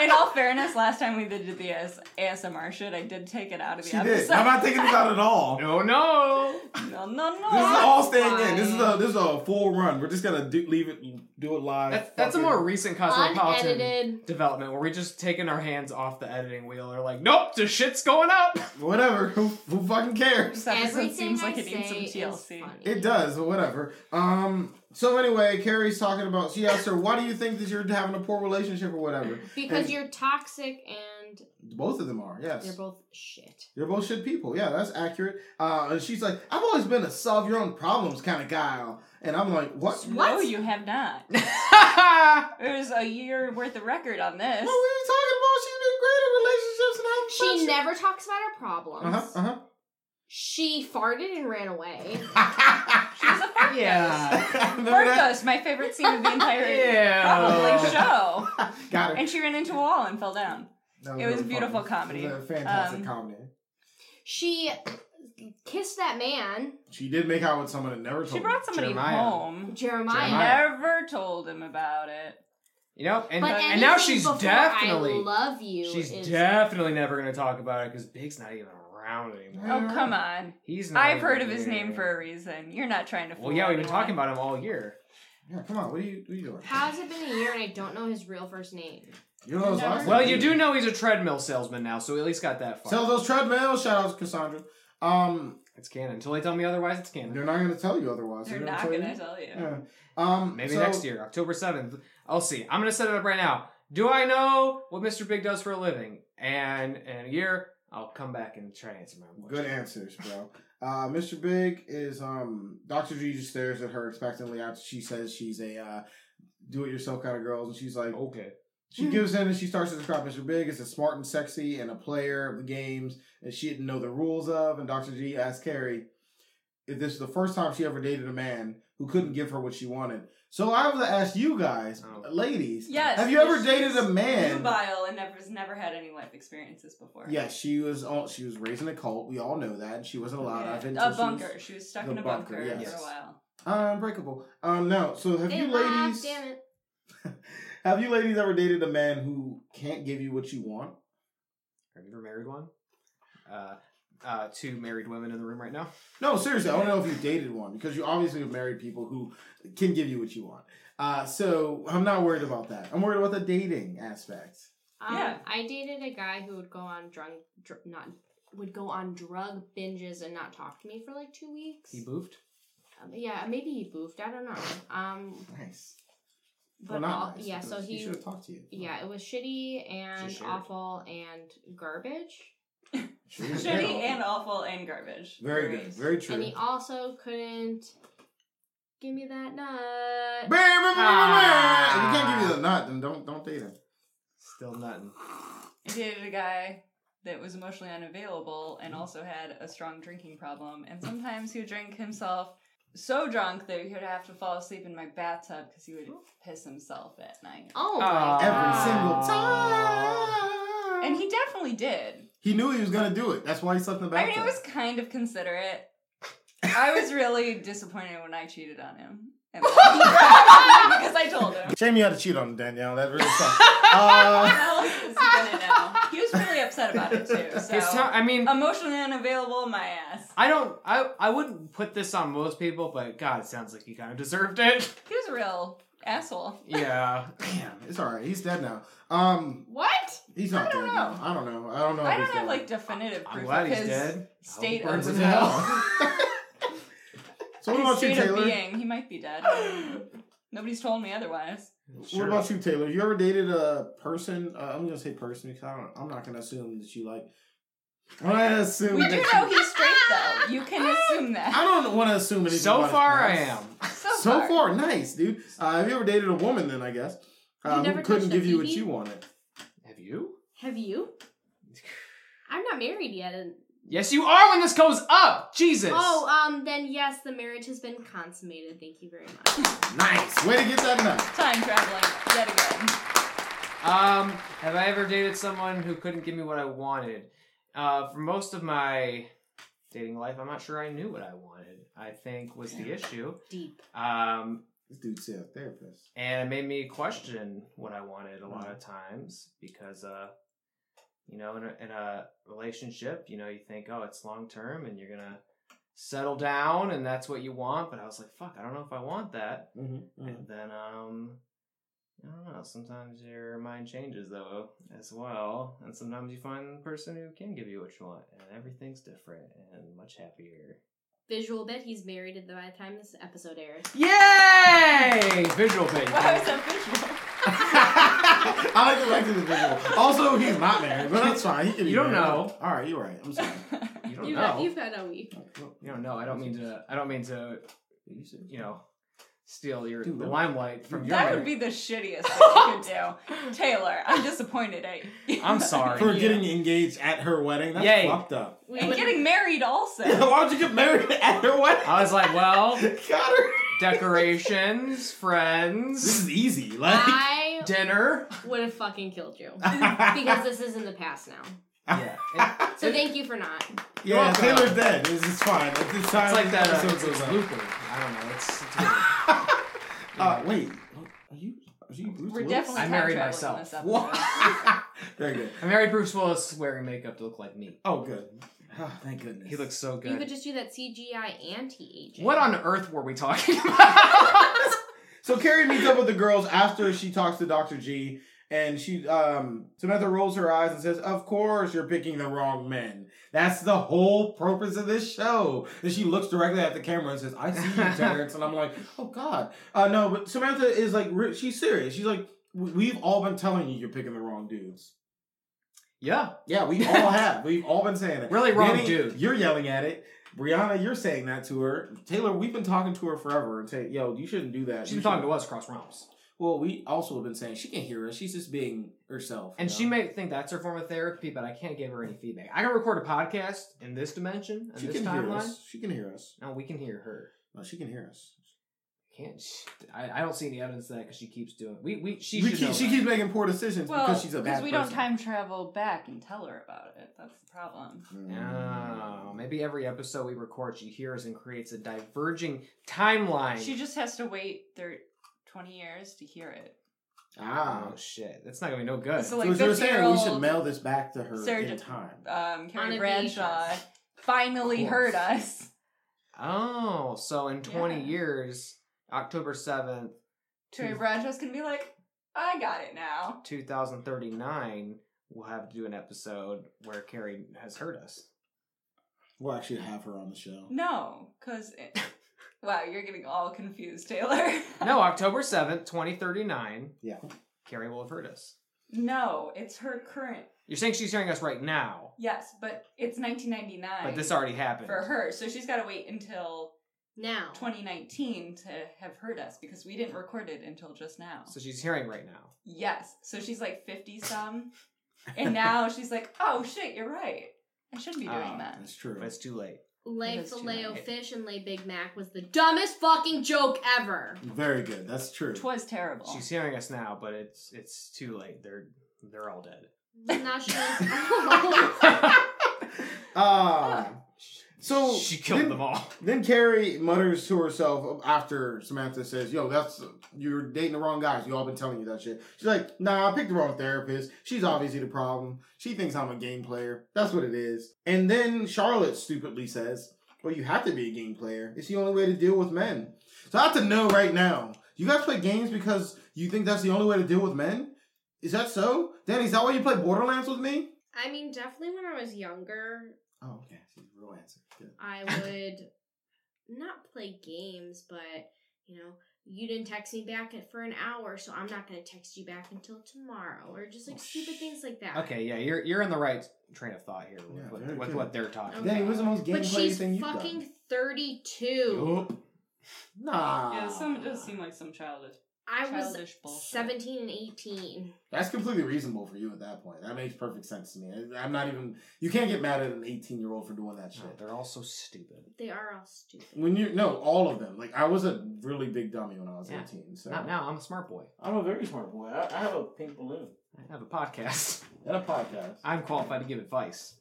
Speaker 3: In all fairness, last time we did the AS- ASMR shit, I did take it out of the
Speaker 1: She did.
Speaker 3: episode.
Speaker 1: I'm not thinking about it all.
Speaker 2: No, no.
Speaker 3: no, no,
Speaker 1: This is
Speaker 3: no.
Speaker 1: all staying in. This is a this is a full run. We're just gonna do, leave it, do it live.
Speaker 2: That's, that's a
Speaker 1: Fuck it.
Speaker 2: more recent cosmopolitan
Speaker 4: Unedited.
Speaker 2: development where we just taking our hands off the editing wheel. They're like, nope, the shit's going up.
Speaker 1: whatever. Who, who fucking cares?
Speaker 3: This episode
Speaker 4: Everything
Speaker 3: seems like
Speaker 4: I
Speaker 3: it needs some
Speaker 4: say is
Speaker 3: TLC.
Speaker 4: funny.
Speaker 1: It does, but whatever. Um. So anyway, Carrie's talking about. She asked her, "Why do you think that you're having a poor relationship or whatever?"
Speaker 4: because
Speaker 1: And-
Speaker 4: you're toxic and
Speaker 1: Both of them are. Yes.
Speaker 4: you're both shit.
Speaker 1: You're both shit people. Yeah, that's accurate. Uh, and she's like, "I've always been a solve your own problems kind of guy," and I'm like, "What?
Speaker 3: No, you have not. There's a year worth of record on this.
Speaker 1: What were you talking about? She's been great at relationships and having
Speaker 4: She never talks about her problems.
Speaker 1: Uh huh.
Speaker 4: She farted and ran away.
Speaker 1: Uh
Speaker 3: She's a fuck
Speaker 2: yeah.
Speaker 1: huh. uh-huh. Remember that?
Speaker 3: First, my favorite scene of the entire
Speaker 2: Yeah.
Speaker 3: probably show.
Speaker 1: Got it.
Speaker 3: And she ran into a wall and fell down.
Speaker 1: That
Speaker 3: it was
Speaker 1: really
Speaker 3: beautiful
Speaker 1: funny.
Speaker 3: comedy.
Speaker 1: It was a fantastic
Speaker 3: Um,
Speaker 1: comedy.
Speaker 4: She kissed that man,
Speaker 1: She did make out with someone and never told.
Speaker 3: She
Speaker 1: me.
Speaker 3: brought somebody
Speaker 2: Jeremiah.
Speaker 3: home.
Speaker 4: Jeremiah.
Speaker 2: Jeremiah.
Speaker 3: Never told him about it.
Speaker 2: You know, and, uh,
Speaker 4: But
Speaker 2: and now
Speaker 4: anything
Speaker 2: she's
Speaker 4: before I
Speaker 2: definitely
Speaker 4: love you.
Speaker 2: she's
Speaker 4: is-
Speaker 2: definitely never gonna talk about it because Big's not even around anymore.
Speaker 3: Oh, come on.
Speaker 2: He's not
Speaker 3: I've
Speaker 2: even
Speaker 3: heard of his
Speaker 2: here.
Speaker 3: name for a reason. You're not trying to fool
Speaker 2: Well, yeah, we've been
Speaker 3: anyone.
Speaker 2: talking about him all year.
Speaker 1: Yeah, come on. What are you? What are you doing?
Speaker 4: How's it been a year and I don't know his real first name?
Speaker 1: You know those
Speaker 3: Never.
Speaker 1: last
Speaker 2: Well, you do know he's a treadmill salesman now, so we at least got that far.
Speaker 1: Sell those treadmills. Shout out to Cassandra. Um,
Speaker 2: It's canon. Until they tell me otherwise, it's canon.
Speaker 1: they're not going to tell you otherwise.
Speaker 3: They're
Speaker 1: gonna
Speaker 3: not
Speaker 1: tell
Speaker 3: going to
Speaker 1: you.
Speaker 3: tell you.
Speaker 1: Yeah. Um,
Speaker 2: Maybe
Speaker 1: so-
Speaker 2: next year, October 7th. I'll see. I'm going to set it up right now. Do I know what Mr. Big does for a living? And in a year, I'll come back and try to answer my own
Speaker 1: Good
Speaker 2: question.
Speaker 1: answers, bro. Uh, Mr. Big is um Dr. G just stares at her expectantly after she says she's a uh, do it yourself kind of girl and she's like
Speaker 2: Okay.
Speaker 3: Mm-hmm.
Speaker 1: she gives in and she starts to describe Mr. Big as a smart and sexy and a player of the games that she didn't know the rules of and Dr. G asks Carrie if this is the first time she ever dated a man who couldn't give her what she wanted. So I have to ask you guys,
Speaker 2: Oh.
Speaker 1: ladies,
Speaker 3: Yes.
Speaker 1: have you ever
Speaker 3: she's
Speaker 1: dated a man?
Speaker 3: Nubile and never, has never had any life experiences before.
Speaker 1: Yeah, she was all, she was raised in a cult. We all know that, and she wasn't allowed out of it. until she
Speaker 3: A
Speaker 1: was-
Speaker 3: bunker. She was stuck
Speaker 1: the
Speaker 3: in a
Speaker 1: bunker,
Speaker 3: bunker,
Speaker 1: yes.
Speaker 3: for a while.
Speaker 1: Uh, unbreakable. Um, no. So have
Speaker 4: They
Speaker 1: you
Speaker 3: ah,
Speaker 1: ladies?
Speaker 4: laughed, damn it.
Speaker 1: Have you ladies ever dated a man who can't give you what you want?
Speaker 2: Have you ever married one? Uh, uh, two married women in the room right now.
Speaker 1: No, seriously, I want to know if you dated one because you obviously have married people who can give you what you want. Uh, so I'm not worried about that. I'm worried about the dating aspect.
Speaker 4: Um,
Speaker 3: Yeah.
Speaker 4: I dated a guy who would go on drunk, dr- not would go on drug binges and not talk to me for like two weeks.
Speaker 2: He boofed.
Speaker 4: Um, yeah, maybe he boofed. I don't know. Um,
Speaker 1: Nice. well,
Speaker 4: but
Speaker 1: not
Speaker 4: all,
Speaker 1: nice,
Speaker 4: yeah, so
Speaker 1: because
Speaker 4: he
Speaker 1: should have talked to you.
Speaker 4: yeah, it was shitty and
Speaker 2: shared.
Speaker 4: awful and garbage.
Speaker 1: Should've been
Speaker 3: Shitty
Speaker 1: terrible.
Speaker 3: and awful and garbage.
Speaker 1: very good, very true.
Speaker 4: And he also couldn't give me
Speaker 1: Bam,
Speaker 4: that
Speaker 1: bam,
Speaker 4: nut.
Speaker 1: bam, bam, bam. If he can't give
Speaker 2: Ah.
Speaker 1: you the nut, then don't don't date him.
Speaker 2: Still nothing.
Speaker 3: I dated a guy that was emotionally unavailable
Speaker 1: Mm-hmm.
Speaker 3: and also had a strong drinking problem. And sometimes he would drink himself so drunk that he would have to fall asleep in my bathtub because he would piss himself at night.
Speaker 4: Oh my
Speaker 2: Aw.
Speaker 1: Every
Speaker 4: god.
Speaker 1: single
Speaker 2: Aww.
Speaker 1: time.
Speaker 3: Ah. And he definitely did.
Speaker 1: He knew he was gonna do it. That's why he slept in the
Speaker 3: I
Speaker 1: bathtub.
Speaker 3: mean, it was kind of considerate. I was really disappointed when I cheated on him. And- because I told him.
Speaker 1: Shame you had to cheat on him, Danielle. That really sucks. uh,
Speaker 3: How else is he gonna know? He was really upset about it too. So um,
Speaker 2: His tongue- I mean,
Speaker 3: emotionally unavailable, my ass.
Speaker 2: I don't. I I wouldn't put this on most people, but God, it sounds like he kind of deserved it.
Speaker 3: He was a real asshole.
Speaker 2: Yeah.
Speaker 1: damn, it's all right. He's dead now. Um,
Speaker 3: What?
Speaker 1: he's not
Speaker 3: I don't
Speaker 1: dead.
Speaker 3: know.
Speaker 1: Now. I don't know. I don't know.
Speaker 3: I
Speaker 1: if
Speaker 3: don't
Speaker 1: he's dead.
Speaker 3: have like definitive proof
Speaker 2: I'm glad
Speaker 3: of
Speaker 2: he's
Speaker 3: his
Speaker 2: dead.
Speaker 3: state
Speaker 2: Burns
Speaker 3: of
Speaker 2: in hell.
Speaker 1: So what
Speaker 3: his
Speaker 1: about you,
Speaker 3: state of
Speaker 1: Taylor?
Speaker 3: being. He might be dead. I don't know. Nobody's told me otherwise.
Speaker 1: What about you, Taylor? You ever dated a person? Uh, I'm gonna say person because I don't. I'm not gonna assume that you like. I'm not gonna assume.
Speaker 3: We
Speaker 1: that
Speaker 3: do
Speaker 1: you-
Speaker 3: know he's straight though. You can assume
Speaker 1: I
Speaker 3: that.
Speaker 1: don't want to assume anything.
Speaker 2: So
Speaker 1: about his
Speaker 2: far, I
Speaker 1: past.
Speaker 2: am.
Speaker 3: So,
Speaker 1: So far, nice, dude. Uh, have you ever dated a woman? Then I guess
Speaker 4: You
Speaker 1: uh,
Speaker 4: never
Speaker 1: who couldn't
Speaker 4: touched a
Speaker 1: give you what
Speaker 4: BB?
Speaker 1: you wanted.
Speaker 2: Have you?
Speaker 4: Have you? I'm not married yet. and-
Speaker 2: Yes, you are. When this goes up, Jesus.
Speaker 4: Oh, um, then yes, the marriage has been consummated. Thank you very much.
Speaker 1: Nice way to get that nut.
Speaker 3: Time traveling yet again.
Speaker 2: Um, have I ever dated someone who couldn't give me what I wanted? Uh, for most of my dating life, I'm not sure I knew what I wanted. I think was the issue.
Speaker 4: Deep.
Speaker 2: Um,
Speaker 1: This dude's a therapist.
Speaker 2: and it made me question what I wanted a lot of times because, uh, you know, in a, in a relationship, you know, you think, oh, it's long term and you're gonna settle down and that's what you want. But I was like, fuck, I don't know if I want that.
Speaker 1: Mm-hmm,
Speaker 2: And then, um, I don't know. Sometimes your mind changes though, as well, and sometimes you find the person who can give you what you want, and everything's different and much happier.
Speaker 4: Visual bit. He's married at the- by the time this episode airs.
Speaker 2: Yay! Visual thing.
Speaker 3: Why was that visual?
Speaker 1: I like the fact that it's visual. Also, he's not married, but that's fine. He can be
Speaker 2: You don't
Speaker 1: married.
Speaker 2: know.
Speaker 1: All right, you're right. I'm sorry.
Speaker 2: You don't
Speaker 4: You've
Speaker 2: know.
Speaker 4: had, you've had a week.
Speaker 2: You don't know. I don't mean to. I don't mean to. You know, steal your
Speaker 1: Dude,
Speaker 2: the
Speaker 1: that-
Speaker 2: limelight from your.
Speaker 3: That would be the shittiest thing you could do. Taylor, I'm disappointed eh? at you.
Speaker 2: I'm sorry.
Speaker 1: For
Speaker 3: You.
Speaker 1: getting engaged at her wedding, that's
Speaker 2: Yay.
Speaker 1: fucked up.
Speaker 4: We
Speaker 3: And
Speaker 4: would-
Speaker 3: getting married also.
Speaker 1: Why would you get married at her wedding?
Speaker 2: I was like, well,
Speaker 1: Got her.
Speaker 2: decorations,
Speaker 1: This
Speaker 2: friends,
Speaker 1: is easy. Like,
Speaker 4: I
Speaker 2: dinner.
Speaker 4: would have fucking killed you
Speaker 1: yeah,
Speaker 4: because this is in the past now.
Speaker 2: Yeah, it-
Speaker 4: So thank you for not.
Speaker 2: Welcome.
Speaker 1: Taylor's dead. This is fine. At this time,
Speaker 2: it's like that. Uh,
Speaker 1: episode
Speaker 2: it's,
Speaker 1: goes
Speaker 2: it's
Speaker 1: up.
Speaker 2: Looper. I don't know. It's. it's
Speaker 1: Uh,
Speaker 2: weird.
Speaker 1: wait, are you? Are you Bruce
Speaker 3: We're
Speaker 1: Willis?
Speaker 3: definitely
Speaker 2: I married
Speaker 3: time
Speaker 2: myself.
Speaker 3: traveling this episode.
Speaker 1: What? Very good.
Speaker 2: I married Bruce Willis wearing makeup to look like me.
Speaker 1: Oh, good. Oh, thank goodness.
Speaker 2: He looks so
Speaker 4: You
Speaker 2: good.
Speaker 4: could just do that CGI anti-aging.
Speaker 2: what on earth were we talking about?
Speaker 1: So Carrie meets up with the girls after she talks to Dr. G and she um Samantha rolls her eyes and says, Of course you're picking the wrong men. That's the whole purpose of this show. And she looks directly at the camera and says, I see you, Terrence. and I'm like, oh God. Uh no, but Samantha is like re- she's serious. She's like, "We- We've all been telling you you're picking the wrong dudes.
Speaker 2: yeah,
Speaker 1: Yeah, we all have. We've all been saying it.
Speaker 2: really wrong,
Speaker 1: Danny,
Speaker 2: dude.
Speaker 1: You're yelling at it. Brianna, you're saying that to her. Taylor, we've been talking to her forever and saying, yo, you shouldn't do that.
Speaker 2: She's
Speaker 1: You
Speaker 2: been talking
Speaker 1: shouldn't-
Speaker 2: to us, Cross Realms.
Speaker 1: well, we also have been saying she can't hear us. She's just being herself.
Speaker 2: And
Speaker 1: you
Speaker 2: she
Speaker 1: know?
Speaker 2: may think that's her form of therapy, but I can't give her any feedback. I can record a podcast in this dimension, in
Speaker 1: she
Speaker 2: this
Speaker 1: can hear
Speaker 2: timeline.
Speaker 1: us. She can hear us.
Speaker 2: No, we can hear her.
Speaker 1: No, she can hear us.
Speaker 2: Can't she, I, I don't see any evidence of that because she keeps doing. We we she
Speaker 1: We
Speaker 2: should
Speaker 1: keep-
Speaker 2: know
Speaker 1: she
Speaker 2: that.
Speaker 1: keeps making poor decisions
Speaker 3: Well,
Speaker 1: because she's a bad
Speaker 3: we
Speaker 1: person.
Speaker 3: don't time travel back and tell her about it. That's the problem.
Speaker 1: Mm.
Speaker 2: Oh, maybe every episode we record, she hears and creates a diverging timeline.
Speaker 3: She just has to wait thir- 20 years to hear it.
Speaker 1: Ah.
Speaker 2: oh shit, that's not gonna be no good.
Speaker 3: So
Speaker 1: So
Speaker 3: like
Speaker 1: what you're
Speaker 3: 50 year
Speaker 1: saying we should
Speaker 3: old
Speaker 1: mail this back to her in
Speaker 3: surgeon-
Speaker 1: time.
Speaker 3: um,
Speaker 4: On
Speaker 3: Carrie
Speaker 4: a
Speaker 3: Bradshaw
Speaker 4: VHS.
Speaker 3: finally
Speaker 2: Of
Speaker 3: heard
Speaker 2: course.
Speaker 3: us.
Speaker 2: oh, so in twenty
Speaker 3: Yeah.
Speaker 2: years, October seventh,
Speaker 3: Carrie Bradshaw's gonna be like, I got it now.
Speaker 2: two thousand thirty nine, we'll have to do an episode where Carrie has heard us.
Speaker 1: We'll actually have her on the show.
Speaker 3: No, because wow, you're getting all confused, Taylor.
Speaker 2: No, October 7th, 2039,
Speaker 1: Yeah.
Speaker 2: Carrie will have heard us.
Speaker 3: no, it's her current.
Speaker 2: You're saying she's hearing us right now,
Speaker 3: Yes, but it's 1999
Speaker 2: but this already happened.
Speaker 3: for her, so she's got to wait until
Speaker 4: now?
Speaker 3: 2019 to have heard us because we didn't record it until just now.
Speaker 2: So she's hearing right now.
Speaker 3: Yes, so she's like 50 some. and now she's like, oh shit, you're right. I shouldn't be doing
Speaker 2: Oh.
Speaker 3: that.
Speaker 1: That's true.
Speaker 2: But it's too late.
Speaker 4: Lay
Speaker 3: That's too
Speaker 4: filet o
Speaker 3: late.
Speaker 4: fish and lay Big Mac was the dumbest fucking joke ever.
Speaker 1: Very good. That's true.
Speaker 3: Twas terrible.
Speaker 2: She's hearing us now, but it's it's too late. They're they're all dead.
Speaker 4: Now she
Speaker 1: Uh,
Speaker 3: Ah. Oh.
Speaker 1: so
Speaker 2: she killed
Speaker 1: then-
Speaker 2: them all.
Speaker 1: Then Carrie mutters to herself after Samantha says, "Yo, that's you're dating the wrong guys. You all been telling you that shit." She's like, "Nah, I picked the wrong therapist. She's obviously the problem. She thinks I'm a game player. That's what it is." And then Charlotte stupidly says, "Well, you have to be a game player. It's the only way to deal with men." So I have to know right now. You guys play games because you think that's the only way to deal with men? Is that so? Danny, is that why you play Borderlands with me?
Speaker 4: I mean, definitely when I was younger,
Speaker 1: Oh, okay. She's a real answer. Good.
Speaker 4: I would not play games, but you know, you didn't text me back at- for an hour, so I'm not gonna text you back until tomorrow, or just like
Speaker 1: Oh,
Speaker 4: stupid
Speaker 1: sh-
Speaker 4: things like that.
Speaker 2: Okay, yeah, you're you're in the right train of thought here with,
Speaker 1: Yeah,
Speaker 2: with-
Speaker 1: very
Speaker 2: with
Speaker 1: good.
Speaker 2: what they're talking.
Speaker 4: Okay.
Speaker 2: about.
Speaker 1: Danny, what's the most game
Speaker 4: But
Speaker 1: player
Speaker 4: she's
Speaker 1: thing you've done?
Speaker 4: fucking 32.
Speaker 1: Yup. Nah.
Speaker 3: yeah, some it does seem like some childish
Speaker 4: Ah. I was
Speaker 3: childish bullshit.
Speaker 4: 17 and 18.
Speaker 1: That's completely reasonable for you at that point. That makes perfect sense to me. I- I'm not even. You can't get mad at an 18 year old for doing that shit.
Speaker 2: No, they're all so stupid.
Speaker 4: They are all stupid.
Speaker 1: When you no, all of them. Like I was a really big dummy when I was
Speaker 2: Yeah.
Speaker 1: 18. So
Speaker 2: Not now. I'm a smart boy.
Speaker 1: I'm a very smart boy. I, I have a pink balloon
Speaker 2: I have a podcast.
Speaker 1: and a podcast.
Speaker 2: I'm qualified to give advice.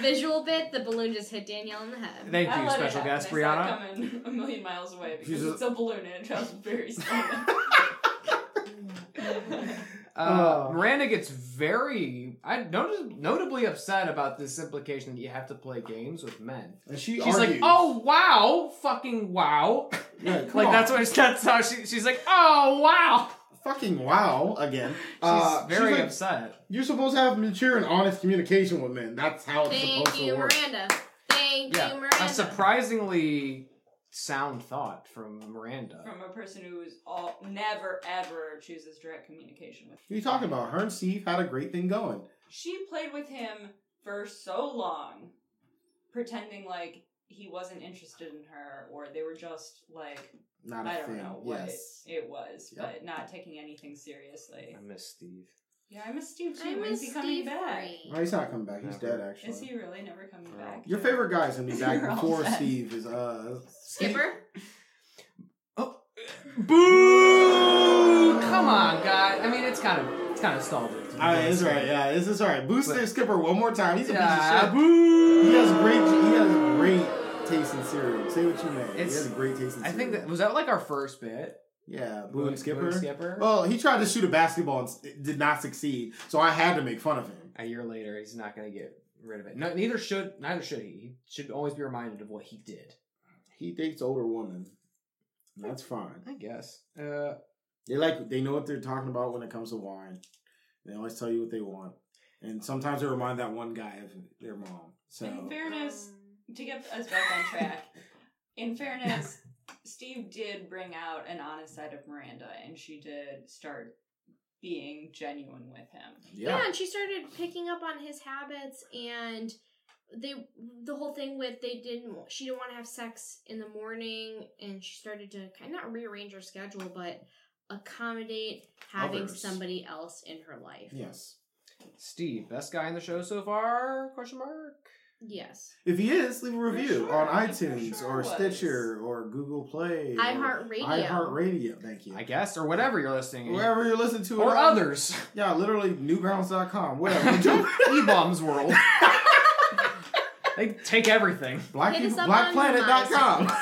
Speaker 4: Visual bit, the balloon just hit Danielle in the head.
Speaker 2: Thank
Speaker 3: I
Speaker 2: you,
Speaker 3: let it
Speaker 2: special
Speaker 3: happen.
Speaker 2: guest
Speaker 3: I saw
Speaker 2: Brianna.
Speaker 3: it coming a million miles away because
Speaker 1: She's a-
Speaker 3: it's a balloon and it travels very slow.
Speaker 2: Uh,
Speaker 1: Oh.
Speaker 2: Miranda gets very, I noticed, notably upset about this implication that you have to play games with men.
Speaker 1: and she
Speaker 2: She's
Speaker 1: argues.
Speaker 2: like, "Oh wow, fucking wow!"
Speaker 1: Yeah, come
Speaker 2: like
Speaker 1: on.
Speaker 2: that's what that's how she, she's like, "Oh wow."
Speaker 1: fucking wow again.
Speaker 2: She's
Speaker 1: uh, she's
Speaker 2: very
Speaker 1: like,
Speaker 2: upset.
Speaker 1: You're supposed to have mature and honest communication with men. That's how it's
Speaker 4: Thank
Speaker 1: supposed
Speaker 4: you,
Speaker 1: to work.
Speaker 4: Miranda. Thank
Speaker 2: Yeah,
Speaker 4: you, Miranda.
Speaker 2: A surprisingly sound thought from Miranda.
Speaker 3: From a person who is all never ever chooses direct communication with.
Speaker 1: What are you talking about? Her and Steve had a great thing going.
Speaker 3: She played with him for so long, pretending like he wasn't interested in her or they were just like
Speaker 1: Not a
Speaker 3: I don't
Speaker 1: thing.
Speaker 3: know what
Speaker 1: yes.
Speaker 3: it, it was,
Speaker 1: Yep.
Speaker 3: but not taking anything seriously.
Speaker 2: I miss Steve.
Speaker 3: Yeah, I miss Steve too.
Speaker 4: I
Speaker 3: When's
Speaker 4: miss
Speaker 3: he coming
Speaker 4: Steve
Speaker 3: back?
Speaker 1: No, he's not coming back. He's
Speaker 2: Never.
Speaker 1: dead, actually.
Speaker 3: Is he really never coming
Speaker 2: No.
Speaker 3: back?
Speaker 1: Your favorite guy's gonna be back
Speaker 3: You're all
Speaker 1: before
Speaker 3: set.
Speaker 1: Steve is uh
Speaker 4: Skipper?
Speaker 2: Boo! Come on, guy. I mean, it's kind of it's kind of stalled.
Speaker 1: Ah, it's right. Yeah, it's, it's all right. Booster
Speaker 2: But-
Speaker 1: Skipper one more time. He's a
Speaker 2: Yeah,
Speaker 1: piece of shit.
Speaker 2: boo!
Speaker 1: He has great. He has great taste in cereal. Say what you may. He
Speaker 2: It's-
Speaker 1: has great taste in cereal.
Speaker 2: I think that was that like our first bit.
Speaker 1: yeah, Boo and Skipper.
Speaker 2: Skipper.
Speaker 1: Well, he tried to shoot a basketball and s- it did not succeed, so I had to make fun of him.
Speaker 2: a year later, he's not going to get rid of it. No, neither should neither should he. He should always be reminded of what he did.
Speaker 1: He dates older women. That's fine.
Speaker 2: I guess. Uh,
Speaker 1: They like they know what they're talking about when it comes to wine. They always tell you what they want, and sometimes they remind that one guy of their mom. So
Speaker 3: In fairness,
Speaker 4: Um,
Speaker 3: to get us back on track, in fairness, Steve did bring out an honest side of Miranda, and she did start being genuine with him.
Speaker 4: Yeah. and she started picking up on his habits and they the whole thing with they didn't she didn't want to have sex in the morning and she started to kind of not rearrange her schedule but accommodate having
Speaker 1: Others.
Speaker 4: somebody else in her life.
Speaker 1: Yes.
Speaker 2: Steve, best guy in the show so far? Question mark.
Speaker 4: Yes.
Speaker 1: If he is, leave a review
Speaker 3: sure.
Speaker 1: on
Speaker 3: I'm
Speaker 1: iTunes
Speaker 3: sure
Speaker 1: or
Speaker 3: it was.
Speaker 1: Stitcher or Google Play.
Speaker 4: iHeartRadio.
Speaker 1: iHeartRadio. Thank you.
Speaker 2: I guess, or whatever you're listening. in.
Speaker 1: Wherever you're listening to it.
Speaker 2: Or
Speaker 1: on-
Speaker 2: others.
Speaker 1: Yeah, literally newgrounds.com. Whatever.
Speaker 2: E-bombs world. they take everything.
Speaker 1: Black
Speaker 4: Hit us up on
Speaker 1: blackplanet.com.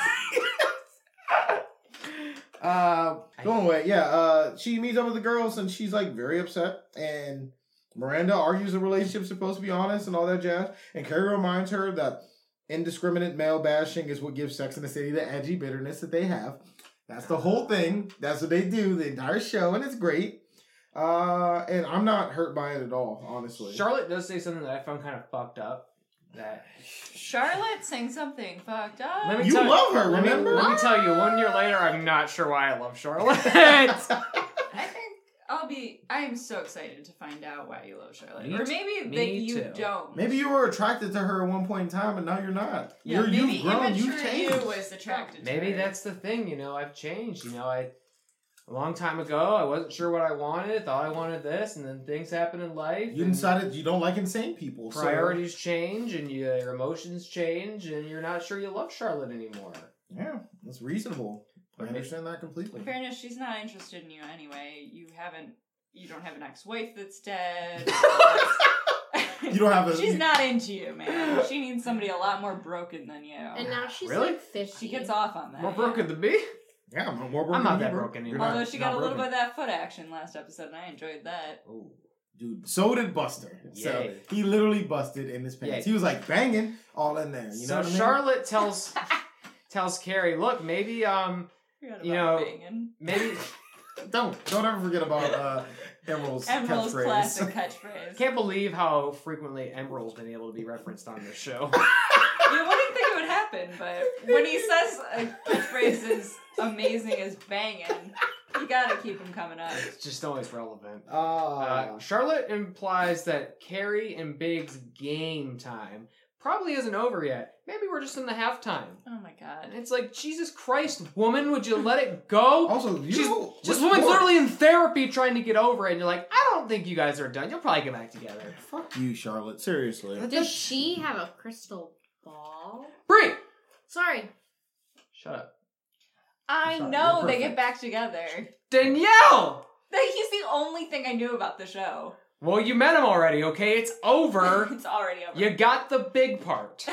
Speaker 2: Uh,
Speaker 1: Go away. Yeah, uh, she meets up with the girls and she's like very upset. And Miranda argues the relationship's supposed to be honest and all that jazz. And Carrie reminds her that indiscriminate male bashing is what gives Sex in the City the edgy bitterness that they have. That's the whole thing. That's what they do the entire show, and it's great. Uh, and I'm not hurt by it at all, honestly.
Speaker 2: Charlotte does say something that I found kind of fucked up. That
Speaker 3: Charlotte sang something fucked up.
Speaker 2: Let me
Speaker 1: you
Speaker 2: tell-
Speaker 1: love her,
Speaker 2: let me,
Speaker 1: remember?
Speaker 2: let me tell you, one year later, I'm not sure why I love Charlotte.
Speaker 3: I think I'll be. I am so excited to find out why you love Charlotte,
Speaker 2: Me
Speaker 3: or
Speaker 2: t-
Speaker 3: maybe
Speaker 2: me
Speaker 3: that you
Speaker 2: too.
Speaker 3: don't.
Speaker 1: Maybe you were attracted to her at one point in time, and now you're not.
Speaker 3: yeah,
Speaker 1: you're,
Speaker 3: maybe
Speaker 1: you've grown,
Speaker 3: immature
Speaker 1: you've changed.
Speaker 3: you was attracted. to
Speaker 2: Maybe
Speaker 3: her.
Speaker 2: that's the thing, you know. I've changed, you know. I a long time ago. I wasn't sure what I wanted. Thought I wanted this, and then things happen in life.
Speaker 1: You
Speaker 2: and
Speaker 1: decided you don't like insane people. so-
Speaker 2: priorities change, and you, your emotions change, and you're not sure you love Charlotte anymore.
Speaker 1: yeah, that's reasonable. I
Speaker 2: But may-
Speaker 1: understand that completely.
Speaker 3: In fairness, she's not interested in you anyway. You haven't. You don't have an ex-wife that's dead.
Speaker 1: You don't have a.
Speaker 3: She's not into you, man. She needs somebody a lot more broken than you.
Speaker 4: And now she's
Speaker 2: Really?
Speaker 4: like 50.
Speaker 3: she gets off on that.
Speaker 2: More broken than me.
Speaker 1: Yeah, I'm more broken.
Speaker 2: I'm not
Speaker 1: than
Speaker 2: that
Speaker 1: you, bro.
Speaker 2: broken
Speaker 1: You're
Speaker 2: anymore.
Speaker 1: not-
Speaker 3: Although she
Speaker 1: not
Speaker 3: got a little bit
Speaker 1: broken.
Speaker 3: of that foot action last episode, and I enjoyed that.
Speaker 2: Oh,
Speaker 1: Dude, so did Buster. So
Speaker 2: Yay.
Speaker 1: he literally busted in his pants.
Speaker 2: Yay.
Speaker 1: He was like banging all in there. You know
Speaker 2: so
Speaker 1: what I mean?
Speaker 2: Charlotte tells tells Carrie, "Look, maybe um,
Speaker 3: Forgot
Speaker 2: You
Speaker 3: about
Speaker 2: know,
Speaker 3: banging.
Speaker 2: maybe
Speaker 1: Don't don't ever forget about uh, Emerald's
Speaker 3: Emerald's
Speaker 1: catchphrase.
Speaker 3: classic catchphrase.
Speaker 2: can't believe how frequently Emerald's been able to be referenced on this show."
Speaker 3: you wouldn't think it would happen, but when he says a catchphrase as amazing as banging, you gotta keep him coming up.
Speaker 2: it's just always relevant.
Speaker 1: Ah.
Speaker 2: Uh, Charlotte implies that Carrie and Big's game time probably isn't over yet. Maybe we're just in the halftime.
Speaker 3: Oh my god.
Speaker 2: And it's like, Jesus Christ, woman, would you let it go?
Speaker 1: also, you
Speaker 2: she's-
Speaker 1: know,
Speaker 2: This
Speaker 1: what
Speaker 2: woman's
Speaker 1: for?
Speaker 2: literally in therapy trying to get over it, and you're like, I don't think you guys are done. You'll probably get back together.
Speaker 1: Fuck you, Charlotte. Seriously.
Speaker 4: Does she have a crystal ball?
Speaker 2: Brie!
Speaker 4: Sorry.
Speaker 2: Shut up.
Speaker 3: I
Speaker 1: Sorry,
Speaker 3: know
Speaker 1: you're
Speaker 3: they
Speaker 1: perfect.
Speaker 3: get back together.
Speaker 2: Danielle!
Speaker 3: That he's the only thing I knew about the show.
Speaker 2: Well, you met him already, okay? It's over.
Speaker 3: it's already over.
Speaker 2: you got the big part.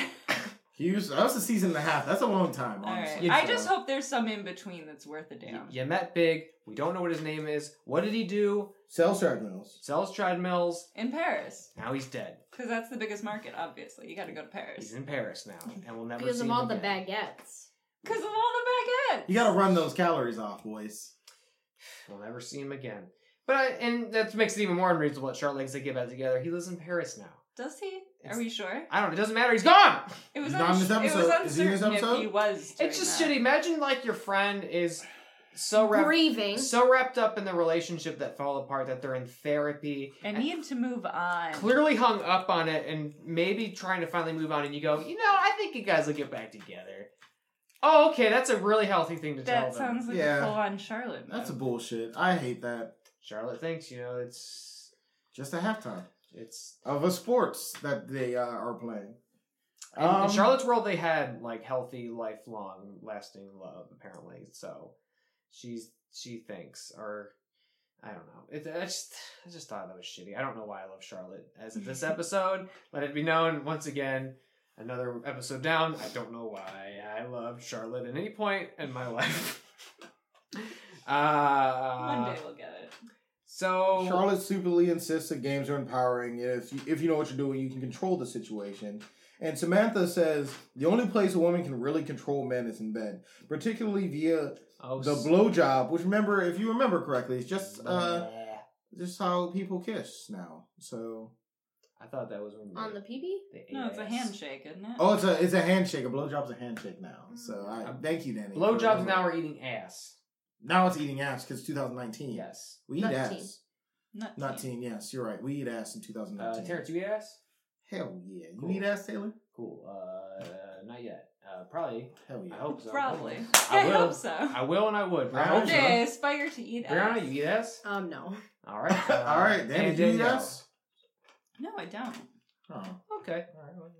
Speaker 1: He was, that was a season and a half. That's a long time,
Speaker 3: All right.
Speaker 1: honestly.
Speaker 2: It's
Speaker 3: I just
Speaker 1: Uh,
Speaker 3: hope there's some in between that's worth a
Speaker 2: You,
Speaker 3: damn.
Speaker 2: you met Big. We don't know what his name is. What did he do?
Speaker 1: Sales treadmills.
Speaker 2: Sells treadmills.
Speaker 3: In Paris,
Speaker 2: Now he's dead.
Speaker 3: because that's the biggest market. Obviously, you got to go to Paris
Speaker 2: He's in Paris now, and we'll never
Speaker 4: Because
Speaker 2: see
Speaker 4: of all
Speaker 2: him
Speaker 4: the
Speaker 2: again.
Speaker 4: baguettes.
Speaker 3: because of all the baguettes.
Speaker 1: You gotta run those calories off, boys.
Speaker 2: We'll never see him again. But I, and that makes it even more unreasonable that Charlotte thinks they get back together. He lives in Paris now.
Speaker 3: Does he?
Speaker 2: It's-
Speaker 3: Are we sure?
Speaker 2: I don't. It doesn't matter. He's gone.
Speaker 3: It was
Speaker 1: He's not in this
Speaker 3: unsu- It was
Speaker 1: episode. Is he in this
Speaker 3: uncertain if
Speaker 1: episode?
Speaker 3: he was. doing
Speaker 2: it's just
Speaker 3: that.
Speaker 2: shitty. Imagine like your friend is so
Speaker 1: Oh,
Speaker 2: wrapped,
Speaker 4: Grieving.
Speaker 2: so wrapped up in the relationship that fell apart that they're in therapy,
Speaker 3: I need to move on.
Speaker 2: clearly hung up on it, and maybe trying to finally move on. And you go, you know, I think you guys will get back together. Oh, okay. That's a really healthy thing to tell
Speaker 3: That
Speaker 2: them.
Speaker 3: sounds like
Speaker 1: Yeah.
Speaker 3: a full-on Charlotte.
Speaker 1: That's a
Speaker 3: move.
Speaker 1: bullshit. I hate that.
Speaker 2: Charlotte thinks you know it's
Speaker 1: Just a halftime
Speaker 2: it's
Speaker 1: of a sports that they uh, are playing.
Speaker 2: In, in
Speaker 1: Um,
Speaker 2: Charlotte's world, they had like healthy, lifelong, lasting love. Apparently, so she's she thinks, or I don't know. It, I just I just thought that was shitty. I don't know why I love Charlotte. As of this episode, let it be known once again, another episode down. I don't know why I loved Charlotte at any point in my life. uh,
Speaker 3: One day we'll get it.
Speaker 2: So
Speaker 1: Charlotte superly insists that games are empowering. If you, if you know what you're doing, you can control the situation. And Samantha says the only place a woman can really control men is in bed, particularly via
Speaker 2: oh,
Speaker 1: the
Speaker 2: s-
Speaker 1: blowjob. Which remember, if you remember correctly, it's just uh,
Speaker 2: bleh.
Speaker 1: just how people kiss now. So
Speaker 2: I thought that was when
Speaker 4: On the
Speaker 2: they-
Speaker 4: PB?
Speaker 2: they ate
Speaker 3: No, it's a
Speaker 2: ass.
Speaker 3: handshake, isn't it?
Speaker 1: oh, it's a it's a handshake. A blowjob's a handshake now. So I,
Speaker 2: Um,
Speaker 1: thank you, Danny. for
Speaker 2: Blowjobs now
Speaker 1: remembering.
Speaker 2: are eating ass.
Speaker 1: now it's eating ass because 2019.
Speaker 2: Yes.
Speaker 1: we eat
Speaker 4: Not
Speaker 1: ass.
Speaker 4: teen.
Speaker 3: Nut
Speaker 1: Not
Speaker 3: tea.
Speaker 1: teen. Yes, you're right. We eat ass in
Speaker 2: Uh,
Speaker 1: 2019.
Speaker 2: Terrence, you eat ass?
Speaker 1: Hell yeah, you
Speaker 2: Cool.
Speaker 1: eat ass, Taylor.
Speaker 2: Cool. Uh, not yet. Uh, probably.
Speaker 1: Hell yeah.
Speaker 2: I hope so.
Speaker 3: Probably.
Speaker 2: I
Speaker 3: I,
Speaker 2: will.
Speaker 3: hope so.
Speaker 2: I will and I would.
Speaker 1: I hope
Speaker 2: Brianna,
Speaker 1: so.
Speaker 2: you-
Speaker 3: They aspire to eat ass.
Speaker 2: Brianna, you eat ass?
Speaker 4: Um, no.
Speaker 2: All right. uh,
Speaker 1: All right, Danny,
Speaker 2: and
Speaker 1: you eat
Speaker 2: Danielle.
Speaker 1: ass.
Speaker 3: No, I don't.
Speaker 1: Oh.
Speaker 2: Okay. All right. well,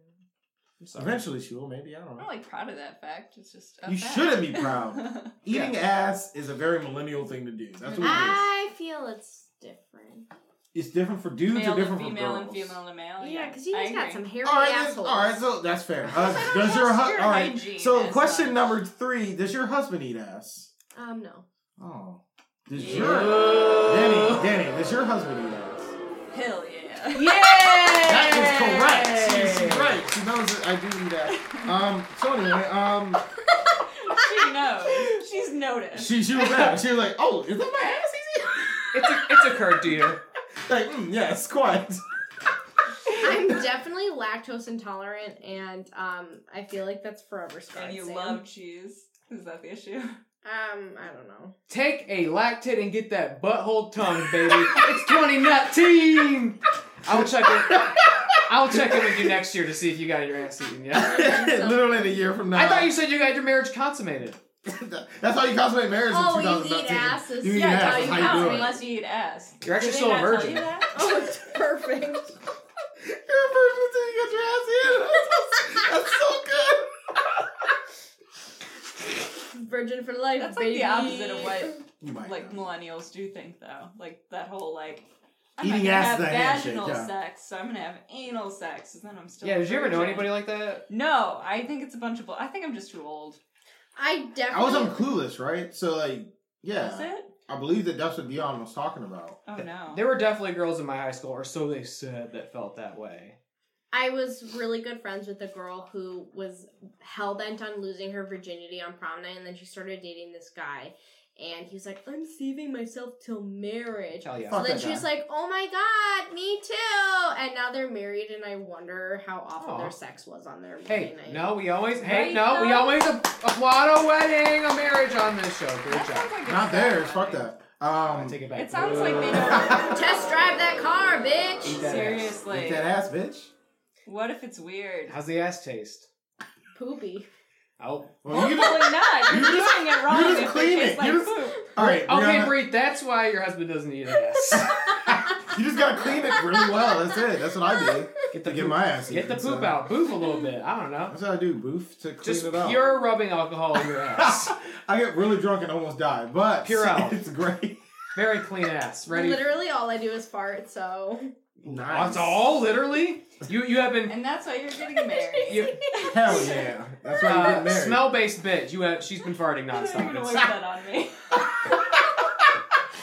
Speaker 2: I'm sorry.
Speaker 1: Eventually she will, maybe. I don't
Speaker 3: I'm
Speaker 1: know.
Speaker 3: not like proud of that fact. It's just a
Speaker 1: You
Speaker 3: fact.
Speaker 1: shouldn't be proud. Eating
Speaker 2: Yeah.
Speaker 1: ass is a very millennial thing to do. That's what it
Speaker 4: I feel it's different.
Speaker 1: is. It's different for dudes
Speaker 3: male
Speaker 1: or different
Speaker 3: to
Speaker 1: for
Speaker 3: female
Speaker 1: girls.
Speaker 3: and female to male.
Speaker 4: Yeah, because you guys
Speaker 3: Oh, I
Speaker 4: got
Speaker 3: agree.
Speaker 4: some hairy
Speaker 1: All right, then-
Speaker 4: assholes.
Speaker 1: all right, so that's fair. Uh,
Speaker 3: I don't
Speaker 1: does your,
Speaker 3: trust
Speaker 1: hu-
Speaker 3: your
Speaker 1: all right?
Speaker 3: hygiene
Speaker 1: So,
Speaker 3: as
Speaker 1: question
Speaker 3: much.
Speaker 1: number three: Does your husband eat ass?
Speaker 4: Um, no.
Speaker 1: Oh, does
Speaker 3: Yeah.
Speaker 1: your Danny, Danny, does your husband eat ass?
Speaker 3: Hell yeah.
Speaker 2: Yeah.
Speaker 1: That is correct. She's right. She knows that I do eat ass. Um, so anyway, um,
Speaker 3: she knows. She's noticed.
Speaker 1: she she was mad. She was like, "Oh, is that my ass?" He's eating?
Speaker 2: It's a, it's occurred to you.
Speaker 1: Like, mm, yes, quite.
Speaker 4: I'm definitely lactose intolerant, and um, I feel like that's forever scarred.
Speaker 3: and you
Speaker 4: Sam.
Speaker 3: love cheese. Is that the issue?
Speaker 4: Um, I don't know.
Speaker 2: Take a lactate and get that butthole tongue, baby. it's 2019. I'll check it. I'll check in with you next year to see if you got your ass eaten. Yeah.
Speaker 1: Literally in a year from now.
Speaker 2: I thought you said you got your marriage consummated.
Speaker 1: That's how you consummate marriage
Speaker 4: Oh,
Speaker 1: in
Speaker 4: you
Speaker 1: 2019.
Speaker 4: eat asses.
Speaker 1: You eat
Speaker 4: Yeah,
Speaker 1: ass.
Speaker 4: no,
Speaker 1: That's
Speaker 4: you
Speaker 1: how
Speaker 4: count
Speaker 1: you do it.
Speaker 3: unless you eat ass.
Speaker 2: You're actually
Speaker 3: Did they
Speaker 2: still a
Speaker 3: not tell
Speaker 2: virgin.
Speaker 3: you that?
Speaker 4: Oh, it's perfect.
Speaker 1: You're a virgin until you get your ass in. That's, that's so good.
Speaker 4: Virgin for life,
Speaker 3: That's like
Speaker 4: baby.
Speaker 3: the opposite of what
Speaker 1: You might.
Speaker 3: like
Speaker 1: know.
Speaker 3: millennials do think though. Like that whole like I'm
Speaker 1: Eating
Speaker 3: not gonna
Speaker 1: ass
Speaker 3: have
Speaker 1: is a handshake,
Speaker 3: vaginal
Speaker 1: yeah.
Speaker 3: sex, so I'm gonna have anal sex, and then I'm still.
Speaker 2: Yeah,
Speaker 3: a
Speaker 2: did you ever know
Speaker 3: virgin.
Speaker 2: anybody like that?
Speaker 3: No, I think it's a bunch of. Bull- I think I'm just too old.
Speaker 4: I
Speaker 1: I
Speaker 4: definitely.
Speaker 1: was on Clueless, right? So like,
Speaker 3: Is
Speaker 1: yeah,
Speaker 3: it?
Speaker 1: I believe that that's what Dion was talking about.
Speaker 3: Oh no.
Speaker 2: There were definitely girls in my high school, or so they said, that felt that way.
Speaker 4: I was really good friends with a girl who was hell bent on losing her virginity on prom night, and then she started dating this guy, and he was like, "I'm saving myself till marriage."
Speaker 2: Hell yeah.
Speaker 4: So
Speaker 1: Fuck
Speaker 4: then
Speaker 1: that
Speaker 4: she was
Speaker 1: guy.
Speaker 4: like, "Oh my god, me too!" And now they're married, and I wonder how often
Speaker 2: Aw.
Speaker 4: their sex was on their
Speaker 2: Hey,
Speaker 4: wedding night.
Speaker 2: no, we always, hey,
Speaker 3: Right
Speaker 2: no, we
Speaker 3: now?
Speaker 2: always a- applaud a wedding, a marriage on this show. Great
Speaker 3: That
Speaker 2: job.
Speaker 3: sounds like a
Speaker 1: Not theirs.
Speaker 3: sad
Speaker 1: Fuck
Speaker 3: wedding.
Speaker 1: that. Um,
Speaker 2: I take it back.
Speaker 3: It sounds like they
Speaker 1: don't-
Speaker 4: Test drive that car,
Speaker 2: Eat
Speaker 4: bitch.
Speaker 2: that ass.
Speaker 1: Eat
Speaker 3: Seriously,
Speaker 1: that ass, bitch.
Speaker 3: what if it's weird?
Speaker 2: How's the ass taste?
Speaker 4: Poopy.
Speaker 2: Oh.
Speaker 1: Well, you
Speaker 3: Hopefully
Speaker 1: just,
Speaker 3: not.
Speaker 1: you
Speaker 3: You're
Speaker 1: just-
Speaker 3: using it wrong.
Speaker 1: you just
Speaker 3: if
Speaker 1: clean
Speaker 3: tastes
Speaker 1: it.
Speaker 3: Like
Speaker 1: You just-
Speaker 3: poop.
Speaker 1: all right,
Speaker 2: Okay,
Speaker 1: Brianna,
Speaker 2: Bree, that's why your husband doesn't eat ass.
Speaker 1: you just gotta clean it really well. That's it. That's what I do
Speaker 2: Get
Speaker 1: to
Speaker 2: the
Speaker 1: get
Speaker 2: poop,
Speaker 1: my ass.
Speaker 2: get the
Speaker 1: eaten,
Speaker 2: poop
Speaker 1: so.
Speaker 2: out. Boof a little bit. I don't know.
Speaker 1: That's what I do, boof, to clean
Speaker 2: Just
Speaker 1: it up.
Speaker 2: pure rubbing alcohol in your ass.
Speaker 1: I get really drunk and almost die, but
Speaker 2: Pure out.
Speaker 1: it's great.
Speaker 2: Very clean ass. Ready?
Speaker 4: Literally, all I do is fart. So
Speaker 1: Nice.
Speaker 2: That's all, literally? You you have been
Speaker 3: And that's why you're getting married.
Speaker 2: you,
Speaker 1: Hell yeah. That's why you get
Speaker 2: uh,
Speaker 1: married.
Speaker 2: smell based bitch. You have she's been farting
Speaker 3: I thought you
Speaker 2: nonstop.
Speaker 3: were gonna wish
Speaker 2: It's-
Speaker 3: that on me.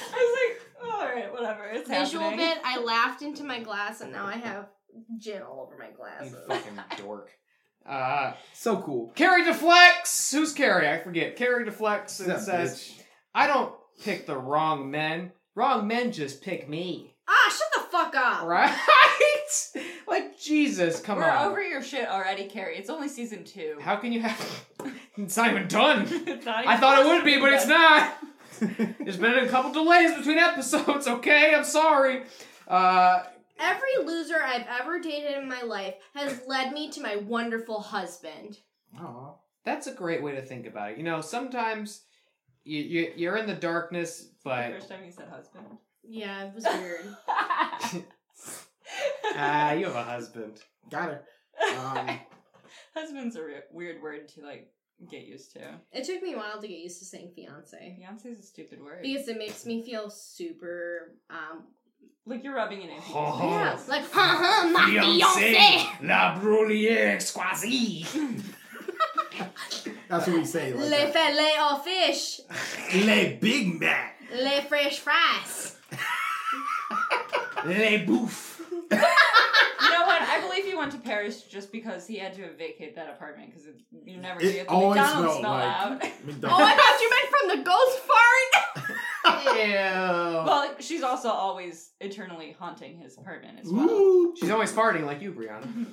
Speaker 3: I was like, all right, whatever. It's
Speaker 4: visual
Speaker 3: happening.
Speaker 4: bit. I laughed into my glass, and now I have gin all over my
Speaker 2: You
Speaker 4: glasses.
Speaker 2: fucking dork. Uh,
Speaker 1: so cool.
Speaker 2: Carrie deflects. Who's Carrie? I forget. Carrie deflects and
Speaker 1: That
Speaker 2: says,
Speaker 1: bitch.
Speaker 2: "I don't pick the wrong men. Wrong men just pick me."
Speaker 4: Ah, shut the fuck up.
Speaker 2: Right? like Jesus, come
Speaker 3: We're
Speaker 2: on.
Speaker 3: over your shit already, Carrie. It's only season two.
Speaker 2: How can you have? it's not even done.
Speaker 3: It's not
Speaker 2: I
Speaker 3: even
Speaker 2: thought it
Speaker 3: close
Speaker 2: would
Speaker 3: to
Speaker 2: be,
Speaker 3: being
Speaker 2: but it's
Speaker 3: done.
Speaker 2: not. There's been a couple delays between episodes. Okay, I'm sorry. Uh,
Speaker 4: Every loser I've ever dated in my life has led me to my wonderful husband.
Speaker 1: Aw.
Speaker 2: that's a great way to think about it. You know, sometimes you, you you're in the darkness,
Speaker 3: The
Speaker 2: but
Speaker 3: First time you said husband.
Speaker 4: Yeah, it was weird.
Speaker 2: ah, you have a husband.
Speaker 1: Got her. Um,
Speaker 3: Husband's a re- weird word to like get used to.
Speaker 4: it took me a while to get used to saying fiance
Speaker 3: Fiance's a stupid word.
Speaker 4: because it makes me feel super um
Speaker 3: like you're rubbing it in people's
Speaker 2: Oh.
Speaker 4: yeah,
Speaker 3: faces.
Speaker 4: like ha ha my fiance.
Speaker 2: la bruyere exquise.
Speaker 1: that's what we say. Like
Speaker 4: Le
Speaker 1: that.
Speaker 4: filet au fish,
Speaker 1: Le Big Mac.
Speaker 4: le fresh fries.
Speaker 2: Le bouffe.
Speaker 3: You know what? I believe he went to Paris just because he had to vacate that apartment because you never
Speaker 1: It
Speaker 3: get the
Speaker 1: always smelled
Speaker 3: McDonald's spell
Speaker 1: like-
Speaker 3: out.
Speaker 4: Oh, I thought you meant from the ghost fart.
Speaker 2: Ew.
Speaker 3: Well, she's also always eternally haunting his apartment as well.
Speaker 1: Ooh.
Speaker 2: She's always farting like you, Brianna.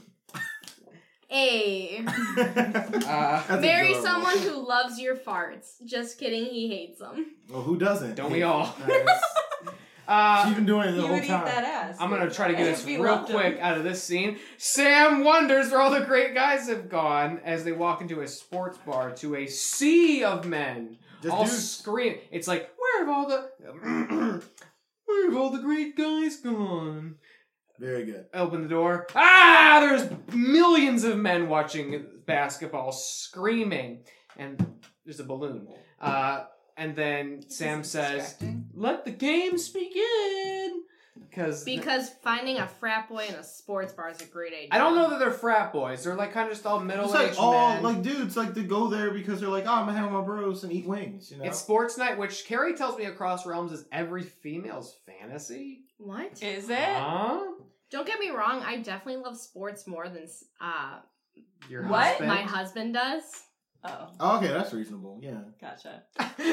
Speaker 4: Hey,
Speaker 2: Uh,
Speaker 1: That's
Speaker 4: marry
Speaker 1: adorable.
Speaker 4: someone who loves your farts. Just kidding, he hates them.
Speaker 1: Well, who doesn't?
Speaker 2: Don't we all?
Speaker 1: Nice. She's
Speaker 2: Uh,
Speaker 1: been doing it
Speaker 3: He
Speaker 1: the whole
Speaker 3: would eat
Speaker 1: time.
Speaker 3: that ass.
Speaker 2: I'm gonna try to get
Speaker 3: And
Speaker 2: us
Speaker 3: if he
Speaker 2: real
Speaker 3: loved him-
Speaker 2: quick out of this scene. Sam wonders where all the great guys have gone as they walk into a sports bar to a sea of men.
Speaker 1: Just
Speaker 2: all
Speaker 1: dudes.
Speaker 2: scream. It's like, where have all the where have all the great guys gone?
Speaker 1: Very good.
Speaker 2: Open the door. Ah, there's millions of men watching basketball, screaming, and there's a balloon. Uh, and then
Speaker 3: This
Speaker 2: Sam
Speaker 3: is
Speaker 2: says,
Speaker 3: distracting.
Speaker 2: "Let the games begin," because
Speaker 4: Because finding a frat boy in a sports bar is a great idea.
Speaker 2: I don't know that they're frat boys. They're like kind of just all
Speaker 1: It's
Speaker 2: middle
Speaker 1: like
Speaker 2: aged
Speaker 1: all
Speaker 2: men.
Speaker 1: like dudes like to go there because they're like, oh, I'm gonna hang with my bros and eat wings. You know,
Speaker 2: it's sports night, which Carrie tells me across realms is every female's fantasy.
Speaker 4: What?
Speaker 3: Is it?
Speaker 2: Uh-huh. Huh?
Speaker 4: Don't get me wrong. I definitely love sports more than uh,
Speaker 2: Your
Speaker 3: What?
Speaker 2: husband.
Speaker 4: my husband does.
Speaker 3: oh,
Speaker 1: oh, okay, that's reasonable. Yeah,
Speaker 3: gotcha.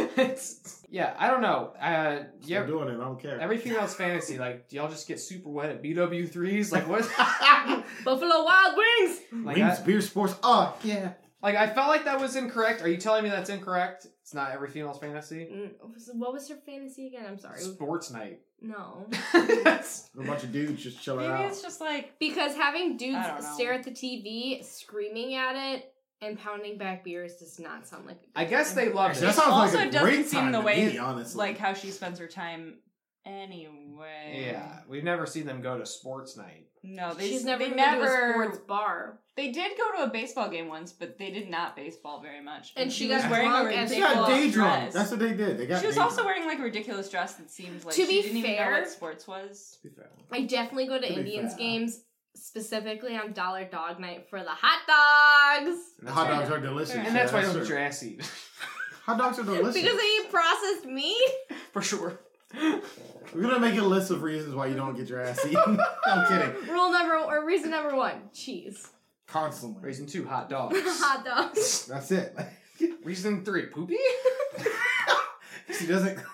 Speaker 2: It's- yeah, I don't know. Uh, you
Speaker 1: yeah,
Speaker 2: ever-
Speaker 1: I'm doing it. I don't care.
Speaker 2: Every female's fantasy, like, do y'all just get super wet at BW3s? Like, what?
Speaker 4: Buffalo Wild Wings.
Speaker 2: like,
Speaker 1: Wings,
Speaker 2: I,
Speaker 1: beer, sports. Oh yeah.
Speaker 2: like, I felt like that was incorrect. Are you telling me that's incorrect? It's not every female's fantasy?
Speaker 4: Mm, What was her fantasy again? I'm sorry.
Speaker 2: Sports night.
Speaker 4: No.
Speaker 2: That's-
Speaker 1: A bunch of dudes just chilling
Speaker 3: Maybe
Speaker 1: out.
Speaker 3: it's just like
Speaker 4: Because having
Speaker 3: I don't
Speaker 4: dudes
Speaker 3: know.
Speaker 4: stare at the TV, screaming at it, and pounding back beers does not sound like. a good
Speaker 2: I guess
Speaker 4: time.
Speaker 2: they love
Speaker 1: Actually,
Speaker 2: it.
Speaker 1: that sounds
Speaker 3: also
Speaker 1: like a
Speaker 3: doesn't
Speaker 1: great
Speaker 3: seem
Speaker 1: time
Speaker 3: the
Speaker 1: to
Speaker 3: way-
Speaker 1: me, honestly.
Speaker 3: like how she spends her time anyway.
Speaker 2: Yeah, we've never seen them go to sports night.
Speaker 3: No, they
Speaker 4: She's
Speaker 3: She's
Speaker 4: never
Speaker 3: they
Speaker 4: been
Speaker 3: never
Speaker 4: to a sports bar,
Speaker 3: they did go to a baseball game once, but they did not baseball very much.
Speaker 4: and she
Speaker 3: was
Speaker 4: got
Speaker 3: wearing
Speaker 4: drunk
Speaker 3: a
Speaker 4: as
Speaker 1: they
Speaker 3: ridiculous
Speaker 1: got day drunk.
Speaker 3: dress.
Speaker 1: That's what they did. They got
Speaker 3: she was
Speaker 1: day
Speaker 3: also
Speaker 1: drunk.
Speaker 3: wearing like a ridiculous dress that seemed like
Speaker 4: To
Speaker 3: she
Speaker 4: be
Speaker 3: didn't even
Speaker 4: fair-
Speaker 3: know what sports was.
Speaker 1: To be fair.
Speaker 4: I definitely go to,
Speaker 1: To be
Speaker 4: Indians
Speaker 1: fair.
Speaker 4: games specifically on Dollar Dog Night for the hot dogs
Speaker 1: The hot
Speaker 3: Fair
Speaker 1: dogs are
Speaker 3: enough.
Speaker 1: delicious.
Speaker 3: Fair
Speaker 2: And that's why I
Speaker 1: yeah,
Speaker 2: don't
Speaker 1: true.
Speaker 2: dress eat.
Speaker 1: Hot dogs are delicious.
Speaker 4: because they eat processed meat.
Speaker 2: For sure.
Speaker 1: We're gonna make a list of reasons why you don't get your ass eaten. I'm kidding.
Speaker 4: Rule number or reason number one: cheese,
Speaker 1: Constantly.
Speaker 2: Reason two, hot dogs.
Speaker 4: hot dogs.
Speaker 1: That's it.
Speaker 2: Reason three, poopy?
Speaker 1: she doesn't.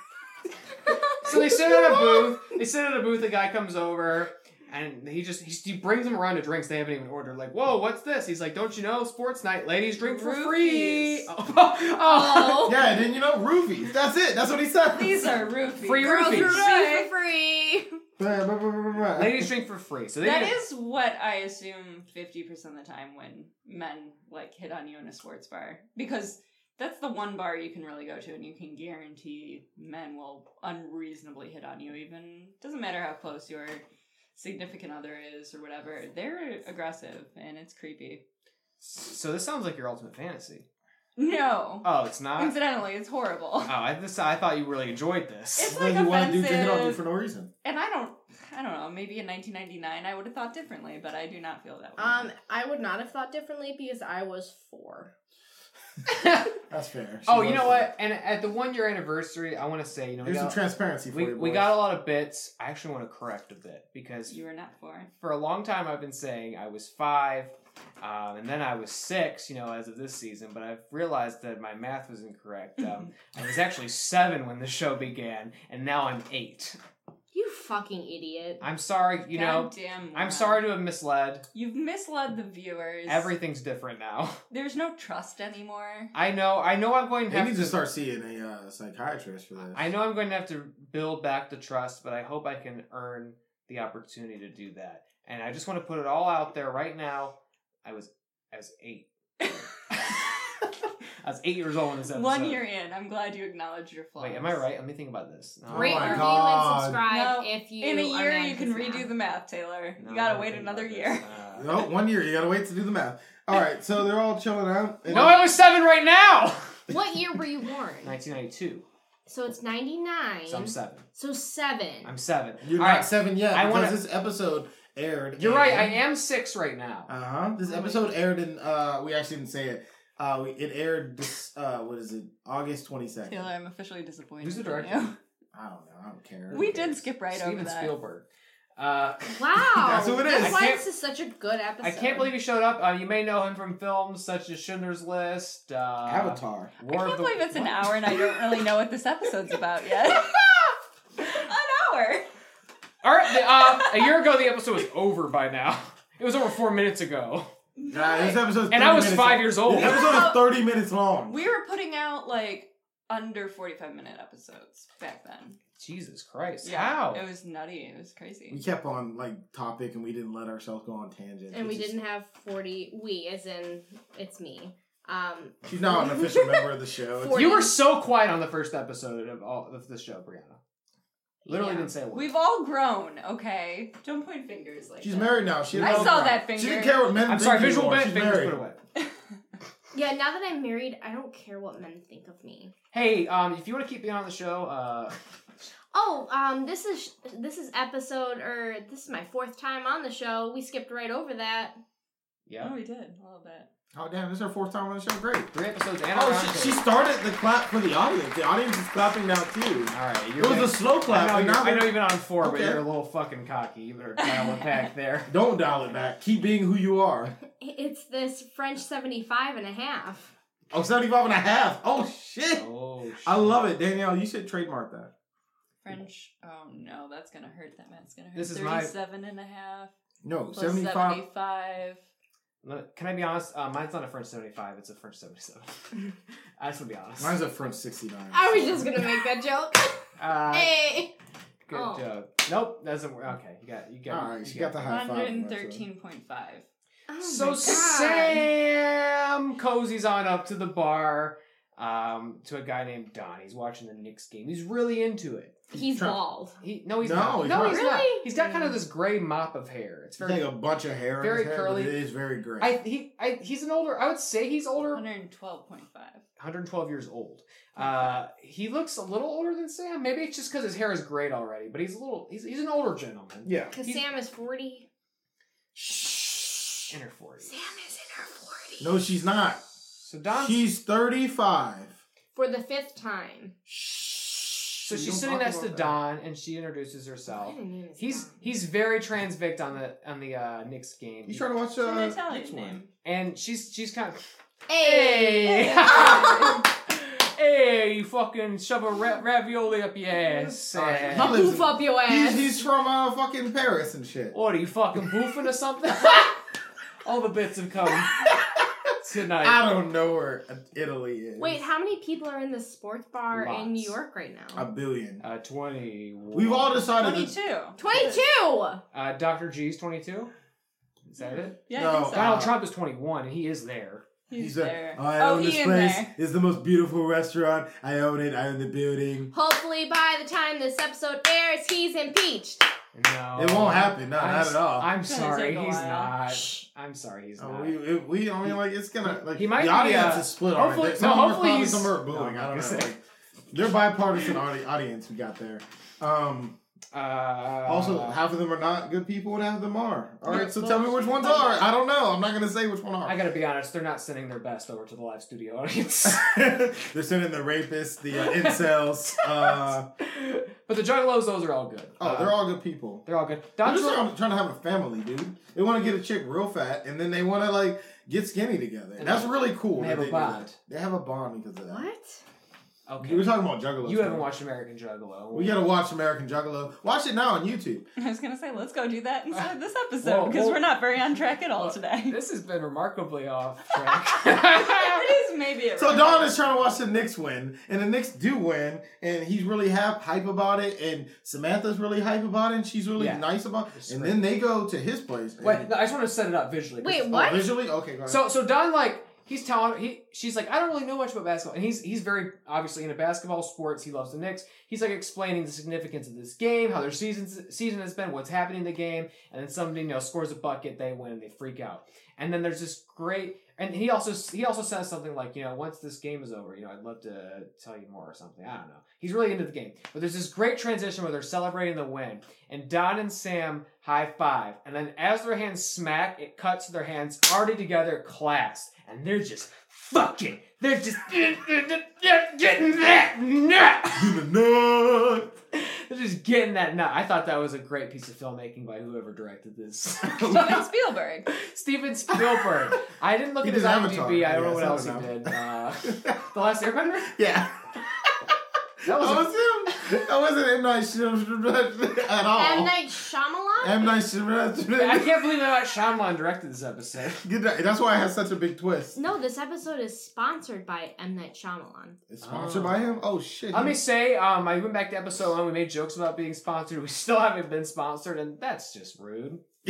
Speaker 2: So they sit at a booth. They sit at a booth. A guy comes over, and he just he, he brings them around to drinks they haven't even ordered. Like, whoa, what's this? He's like, don't you know, sports night, ladies drink for free.
Speaker 3: Roofies.
Speaker 2: Oh, oh.
Speaker 4: Oh,
Speaker 1: Yeah, didn't you know roofies? That's it. That's what he said.
Speaker 3: These are roofies.
Speaker 2: Free
Speaker 4: girls
Speaker 2: roofies.
Speaker 4: are free for free.
Speaker 1: Bah, bah, bah, bah, bah.
Speaker 2: ladies drink for free. So they
Speaker 3: That
Speaker 2: didn't-
Speaker 3: is what I assume fifty percent of the time when men like hit on you in a sports bar because that's the one bar you can really go to and you can guarantee men will unreasonably hit on you. Even doesn't matter how close your significant other is or whatever, they're aggressive and it's creepy.
Speaker 2: So this sounds like your ultimate fantasy.
Speaker 3: No,
Speaker 2: Oh, it's not. Oh,
Speaker 3: incidentally, it's horrible.
Speaker 2: I, this, I thought you really enjoyed this.
Speaker 3: It's
Speaker 1: That's what
Speaker 3: like
Speaker 1: you want to do to hit on you
Speaker 3: offensive.
Speaker 1: for no reason.
Speaker 3: And I don't, I don't know. Maybe in 1999, I would have thought differently, but I do not feel that way.
Speaker 4: Um, I would not have thought differently because I was four.
Speaker 1: That's fair. She
Speaker 2: oh, you know
Speaker 1: loves
Speaker 2: what? And at the one year anniversary, I want to say, you know,
Speaker 1: it.
Speaker 2: we
Speaker 1: Here's some
Speaker 2: got,
Speaker 1: transparency for
Speaker 2: we,
Speaker 1: you.
Speaker 2: we
Speaker 1: boys.
Speaker 2: got a lot of bits. I actually want to correct a bit because
Speaker 3: you were not four.
Speaker 2: for a long time I've been saying I was five, um, and then I was six, you know, as of this season. But I've realized that my math was incorrect. Um, I was actually seven when the show began, and now I'm eight.
Speaker 4: You fucking idiot.
Speaker 2: I'm sorry, you know.
Speaker 3: Goddamn
Speaker 2: I'm
Speaker 3: woman.
Speaker 2: sorry to have misled.
Speaker 3: You've misled the viewers.
Speaker 2: Everything's different now.
Speaker 3: There's no trust anymore.
Speaker 2: I know. I know. I'm going to
Speaker 1: They
Speaker 2: have
Speaker 1: need to
Speaker 2: to.
Speaker 1: start seeing a uh, psychiatrist for this.
Speaker 2: I know I'm going to have to build back the trust, but I hope I can earn the opportunity to do that. And I just want to put it all out there right now. I was I was eight. I was eight years old when this episode.
Speaker 3: One year in, I'm glad you acknowledged your flaws.
Speaker 2: Wait, am I right? Let me think about this. No,
Speaker 4: Rate,
Speaker 1: my
Speaker 4: review,
Speaker 1: God.
Speaker 4: and subscribe
Speaker 3: No.
Speaker 4: if you.
Speaker 3: In a
Speaker 4: are
Speaker 3: year,
Speaker 4: mad
Speaker 3: you
Speaker 4: at
Speaker 3: can
Speaker 4: this
Speaker 3: redo
Speaker 4: now.
Speaker 3: the math, Taylor.
Speaker 2: no,
Speaker 3: you gotta
Speaker 2: I'm
Speaker 3: wait
Speaker 2: thinking about
Speaker 3: another
Speaker 2: this.
Speaker 3: year.
Speaker 2: Uh,
Speaker 1: No, one year. You gotta wait to do the math. All right, so they're all chilling out. and-
Speaker 2: No, I was seven right now.
Speaker 4: What year were you born?
Speaker 2: 1992.
Speaker 4: so it's ninety nine.
Speaker 2: So I'm seven.
Speaker 4: So seven.
Speaker 2: I'm seven.
Speaker 1: you're
Speaker 2: All
Speaker 1: not
Speaker 2: right.
Speaker 1: seven yet.
Speaker 2: I
Speaker 1: because
Speaker 2: wanna-
Speaker 1: this episode aired.
Speaker 2: You're right. I
Speaker 1: in-
Speaker 2: am six right now.
Speaker 1: Uh huh. This episode aired in. Uh, we actually didn't say it. Uh, we, it aired this. Uh, what is it? August twenty second.
Speaker 3: Taylor, I'm officially disappointed.
Speaker 2: Who's the
Speaker 3: in
Speaker 2: director?
Speaker 3: you.
Speaker 1: I don't know. I don't care.
Speaker 3: We did skip right
Speaker 2: Steven
Speaker 3: over that.
Speaker 2: Spielberg. Uh,
Speaker 4: Wow.
Speaker 1: That's who it is.
Speaker 4: That's
Speaker 2: I
Speaker 4: why
Speaker 2: can't-
Speaker 4: this is such a good episode.
Speaker 2: I can't believe he showed up. Uh, you may know him from films such as Schindler's List, uh,
Speaker 1: Avatar.
Speaker 2: War
Speaker 3: I
Speaker 2: of
Speaker 3: can't
Speaker 2: the-
Speaker 3: believe it's an
Speaker 2: What?
Speaker 3: hour and I don't really know what this episode's about yet. an hour.
Speaker 2: All right, the, uh, a year ago the episode was over by now. It was over four minutes ago,
Speaker 1: Nah, this episode's
Speaker 2: and I
Speaker 1: 30
Speaker 2: was
Speaker 1: minutes
Speaker 2: five
Speaker 1: long.
Speaker 2: years old.
Speaker 1: This episode is thirty minutes long.
Speaker 3: We were putting out like under 45 minute episodes back then.
Speaker 2: Jesus Christ! How?
Speaker 3: It was nutty. It was
Speaker 1: we
Speaker 3: crazy.
Speaker 1: kept on like topic and we didn't let ourselves go on tangents.
Speaker 4: And we
Speaker 1: which is-
Speaker 4: didn't have forty. We, as in, it's me. Um,
Speaker 1: She's now an official member of the show. It's-
Speaker 4: Forty.
Speaker 2: you were so quiet on the first episode of all of this show, Brianna. Literally
Speaker 4: Yeah.
Speaker 2: didn't say a word.
Speaker 3: We've all grown, okay? Don't point fingers like
Speaker 1: She's
Speaker 3: that.
Speaker 1: married now. She
Speaker 3: I
Speaker 1: don't
Speaker 3: saw
Speaker 1: care.
Speaker 3: that
Speaker 1: She
Speaker 3: finger.
Speaker 1: didn't care what men.
Speaker 2: I'm
Speaker 1: think
Speaker 2: sorry, visual
Speaker 1: anymore.
Speaker 2: bit,
Speaker 1: She's
Speaker 2: fingers
Speaker 1: married.
Speaker 2: put away.
Speaker 4: yeah. Now that I'm married, I don't care what men think of me.
Speaker 2: Hey, um, if you want to keep being on the show, uh,
Speaker 4: Oh, um, this is this is episode or this is my fourth time on the show. We skipped right over that.
Speaker 2: yeah,
Speaker 3: Oh, we did a little bit.
Speaker 1: Oh damn! This is her fourth time on the show. Great.
Speaker 2: three episodes and a
Speaker 1: Oh,
Speaker 2: round
Speaker 1: she, she
Speaker 2: table.
Speaker 1: started the clap for the audience. The audience is clapping now too.
Speaker 2: All right,
Speaker 1: It
Speaker 2: you're
Speaker 1: was a slow clap.
Speaker 2: I
Speaker 1: and
Speaker 2: know,
Speaker 1: now
Speaker 2: you're, I
Speaker 1: they're-
Speaker 2: know you've been on four, but
Speaker 1: Okay.
Speaker 2: you're a little fucking cocky. You better dial it back there.
Speaker 1: Don't dial it back. Keep being who you are.
Speaker 4: It's this French 75 and a half.
Speaker 1: Oh, 75 and a half. Oh, shit.
Speaker 2: Oh,
Speaker 1: I love it, Danielle. You should trademark that.
Speaker 3: French. Oh no, that's gonna hurt. That man's gonna hurt.
Speaker 2: This is my-
Speaker 3: 37 and a half
Speaker 1: No,
Speaker 3: plus
Speaker 1: 75.
Speaker 3: 75.
Speaker 2: Look, Can I be honest? Uh, mine's not a French 75, it's a French 77. I just want to be honest.
Speaker 1: Mine's a French 69.
Speaker 4: I was just gonna make that joke.
Speaker 2: uh,
Speaker 4: hey,
Speaker 2: Good
Speaker 4: Oh.
Speaker 2: job. Nope, doesn't work. Okay, you got you got
Speaker 1: All right,
Speaker 2: you
Speaker 1: she got the high five.
Speaker 3: 113.5.
Speaker 4: Oh my
Speaker 2: so
Speaker 4: God.
Speaker 2: Sam cozies on up to the bar um, to a guy named Don. He's watching the Knicks game. He's really into it.
Speaker 4: He's
Speaker 1: Trump.
Speaker 4: bald.
Speaker 2: He no, he's
Speaker 1: No,
Speaker 2: not.
Speaker 1: he's
Speaker 2: no,
Speaker 1: not.
Speaker 2: he's not.
Speaker 4: Really?
Speaker 2: He's got kind of this gray mop of hair. It's
Speaker 1: It's like
Speaker 2: very.
Speaker 1: a bunch of hair.
Speaker 2: very
Speaker 1: in his hair, but
Speaker 2: curly.
Speaker 1: It is very gray.
Speaker 2: I he I, he's an older. I would say he's older.
Speaker 3: 112.5.
Speaker 2: 112 years old. Uh, he looks a little older than Sam. Maybe it's just because his hair is great already, but he's a little. He's, he's an older gentleman.
Speaker 1: yeah.
Speaker 4: Because
Speaker 2: He's-
Speaker 4: Sam is 40.
Speaker 2: in her 40s.
Speaker 4: Sam is in her 40s.
Speaker 1: No, she's not.
Speaker 2: So Don's
Speaker 1: She's thirty-five.
Speaker 4: For the fifth time.
Speaker 2: So
Speaker 1: So
Speaker 2: she's sitting next to Don, and she introduces herself.
Speaker 4: My name is
Speaker 2: He's
Speaker 4: Don.
Speaker 2: he's very transvict on the on the uh, Knicks game,
Speaker 1: You trying to watch
Speaker 3: It's an
Speaker 1: uh,
Speaker 3: Italian
Speaker 1: Knicks
Speaker 3: name.
Speaker 2: and she's she's kind of
Speaker 4: Hey!
Speaker 2: hey hey you fucking shove a ra- ravioli up your ass.
Speaker 1: Sorry.
Speaker 2: eh.
Speaker 1: He lives
Speaker 4: Poof up your
Speaker 1: one?
Speaker 4: ass.
Speaker 1: He's, he's from uh, fucking Paris and shit.
Speaker 2: What are you fucking boofing or something? All the bits have come tonight.
Speaker 1: I don't know where Italy is.
Speaker 4: Wait, how many people are in this sports bar
Speaker 2: Lots.
Speaker 4: in New York right now?
Speaker 1: A billion.
Speaker 2: Uh, twenty.
Speaker 1: We've all decided.
Speaker 3: 22.
Speaker 4: 22!
Speaker 2: Uh, Doctor G's twenty-two. Is that it?
Speaker 3: Yeah,
Speaker 1: No,
Speaker 3: I think so.
Speaker 1: I
Speaker 2: Donald
Speaker 1: Uh,
Speaker 2: Trump is twenty-one, and he is there.
Speaker 1: that
Speaker 3: He's, there.
Speaker 1: I
Speaker 3: oh,
Speaker 1: own
Speaker 3: he
Speaker 1: this
Speaker 3: in
Speaker 1: place.
Speaker 3: there.
Speaker 1: It's the most beautiful restaurant. I own it. I own the building.
Speaker 4: Hopefully, by the time this episode airs, he's impeached.
Speaker 2: No,
Speaker 1: It won't happen. No,
Speaker 2: I'm
Speaker 1: not
Speaker 2: s-
Speaker 1: at all.
Speaker 2: I'm
Speaker 3: gonna
Speaker 2: sorry,
Speaker 3: take a
Speaker 2: he's
Speaker 3: while.
Speaker 2: not.
Speaker 4: Shh.
Speaker 2: I'm sorry, he's
Speaker 1: Oh,
Speaker 2: not.
Speaker 1: we, we, we, I mean, like, it's gonna, like,
Speaker 2: He might be,
Speaker 1: the audience
Speaker 2: uh,
Speaker 1: is split
Speaker 2: hopefully-
Speaker 1: on it.
Speaker 2: no,
Speaker 1: Some of them are
Speaker 2: hopefully
Speaker 1: probably,
Speaker 2: he's- Oh,
Speaker 1: some are
Speaker 2: No,
Speaker 1: booing.
Speaker 2: I'm
Speaker 1: I don't
Speaker 2: gonna
Speaker 1: know.
Speaker 2: say.
Speaker 1: Like, they're bipartisan audi- audience we got there. Um,
Speaker 2: Uh,
Speaker 1: also, half of them are not good people and half of them are. All right, so
Speaker 3: well,
Speaker 1: tell me which ones are. I don't know. I'm not gonna say which one
Speaker 2: I
Speaker 1: are.
Speaker 2: gotta be honest, they're not sending their best over to the live studio audience.
Speaker 1: they're sending the rapists, the uh, incels. Uh,
Speaker 2: but the Juggalos, those are all good. Uh,
Speaker 1: oh, they're all good people.
Speaker 2: they're all good.
Speaker 1: I'm just
Speaker 2: Don's
Speaker 1: trying, trying to have a family, dude. They want to get a chick real fat, and then they want to like get skinny together.
Speaker 2: And
Speaker 1: That's
Speaker 2: they-
Speaker 1: really cool.
Speaker 2: they
Speaker 1: that
Speaker 2: have a
Speaker 1: do
Speaker 2: bond.
Speaker 1: that. They have a bond because of that.
Speaker 4: What?
Speaker 1: We were
Speaker 2: okay.
Speaker 1: talking about Juggalo.
Speaker 2: You haven't watched American Juggalo.
Speaker 1: We gotta watch American Juggalo. Watch it now on YouTube.
Speaker 3: I was going to say, let's go do that inside this
Speaker 2: Whoa,
Speaker 3: episode because
Speaker 2: whoa.
Speaker 3: we're not very on track at all
Speaker 2: Well,
Speaker 3: today.
Speaker 2: This has been remarkably off track.
Speaker 3: it is maybe a
Speaker 1: So Don is trying to watch the Knicks win, and the Knicks do win, and he's really hap- hype about it, and Samantha's really hype about it, and she's really
Speaker 2: Yeah.
Speaker 1: nice about
Speaker 2: It's
Speaker 1: it. And
Speaker 2: great.
Speaker 1: then they go to his place. and-
Speaker 2: Wait, no, I just want to set it up visually. 'cause-
Speaker 4: Wait,
Speaker 1: Oh,
Speaker 4: what?
Speaker 1: visually? Okay, go ahead.
Speaker 2: So so Don like he's telling he she's like I don't really know much about basketball and he's he's very obviously into basketball sports he loves the Knicks he's like explaining the significance of this game how their season season has been what's happening in the game and then somebody you know scores a bucket they win and they freak out and then there's this great and he also he also says something like you know once this game is over you know I'd love to tell you more or something I don't know he's really into the game but there's this great transition where they're celebrating the win and Don and Sam high five. And then as their hands smack, it cuts to their hands already together, clasped. And they're just fucking, they're just getting that nut.
Speaker 1: No.
Speaker 2: They're just getting that nut. I thought that was a great piece of filmmaking by whoever directed this.
Speaker 3: Steven Spielberg.
Speaker 2: Steven Spielberg. I didn't look
Speaker 1: He
Speaker 2: at his
Speaker 1: did Avatar.
Speaker 2: IMDb. I don't know
Speaker 1: Yeah,
Speaker 2: what
Speaker 1: so
Speaker 2: else
Speaker 1: I
Speaker 2: he
Speaker 1: don't
Speaker 2: did. Uh, the Last Airbender?
Speaker 1: yeah.
Speaker 2: Oh,
Speaker 1: That
Speaker 2: That was a-
Speaker 1: was him. That wasn't M Night Shyamalan at all.
Speaker 4: M. Night Shyamalan?
Speaker 1: M Night
Speaker 2: I
Speaker 1: Shyamalan.
Speaker 2: can't believe that Shyamalan directed this episode.
Speaker 1: Good night. That's why I had such a big twist.
Speaker 4: no, this episode is sponsored by M. Night Shyamalan.
Speaker 1: It's sponsored
Speaker 2: Oh.
Speaker 1: by him. Oh shit.
Speaker 2: Let
Speaker 1: He-
Speaker 2: me say, um, I went back to episode one. We made jokes about being sponsored. We still haven't been sponsored, and that's just rude.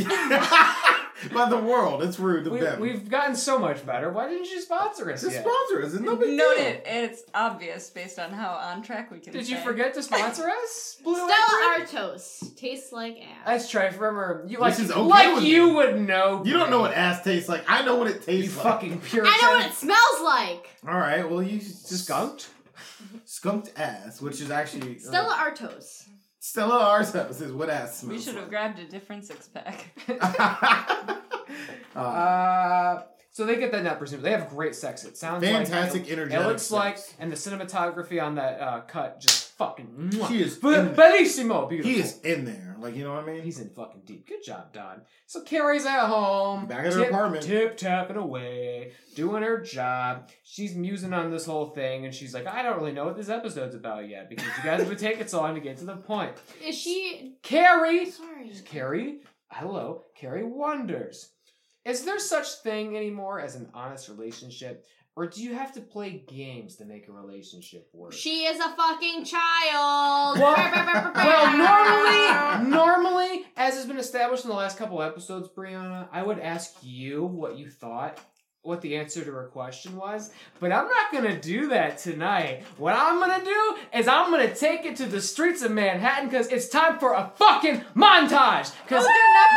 Speaker 1: by the world. It's rude of
Speaker 2: We,
Speaker 1: them.
Speaker 2: we've gotten so much better. Why didn't you sponsor us
Speaker 1: Just
Speaker 2: yet?
Speaker 1: sponsor us. It's no big
Speaker 3: Note
Speaker 1: deal.
Speaker 3: it. It's obvious based on how on track we can
Speaker 2: Did you
Speaker 3: stay.
Speaker 2: forget to sponsor us? Blue
Speaker 4: Stella Artos. Tastes like ass.
Speaker 2: That's true. Remember, you like
Speaker 1: Which is okay
Speaker 2: like
Speaker 1: with
Speaker 2: you
Speaker 1: me.
Speaker 2: would know.
Speaker 1: You don't know what ass tastes like. I know what it
Speaker 2: you
Speaker 1: tastes like.
Speaker 2: fucking Puritan.
Speaker 4: I know what it smells like.
Speaker 1: All right. Well, you just
Speaker 2: skunked.
Speaker 1: skunked ass, which is actually uh,
Speaker 4: Stella Artos.
Speaker 1: Stella Artois is what ass
Speaker 3: We
Speaker 1: smells.
Speaker 3: should have grabbed a different six pack.
Speaker 1: have.
Speaker 2: Uh, so they get that nut, presumably. They have great sex. It sounds
Speaker 1: Fantastic,
Speaker 2: like, It
Speaker 1: energetic
Speaker 2: looks
Speaker 1: sex.
Speaker 2: like, and the cinematography on that uh, cut just fucking. mwah.
Speaker 1: He is
Speaker 2: Be-
Speaker 1: in-
Speaker 2: bellissimo, beautiful.
Speaker 1: he is in there. Like you know what I mean.
Speaker 2: He's in fucking deep. Good job, Don. So Carrie's at home.
Speaker 1: Back at her apartment.
Speaker 2: Tip tapping away, doing her job. She's musing on this whole thing, and she's like, I don't really know what this episode's about yet because you guys have been taking so long to get to the point.
Speaker 4: Is she.
Speaker 2: Carrie!
Speaker 4: Sorry.
Speaker 2: Carrie, hello. Carrie wonders. Is there such thing anymore as an honest relationship? Or do you have to play games to make a relationship work?
Speaker 4: She is a fucking child.
Speaker 2: Well- well, normally, normally, as has been established in the last couple episodes, Brianna, I would ask you what you thought, what the answer to her question was, but I'm not gonna do that tonight. What I'm gonna do is I'm gonna take it to the streets of Manhattan because it's time for a fucking montage. Because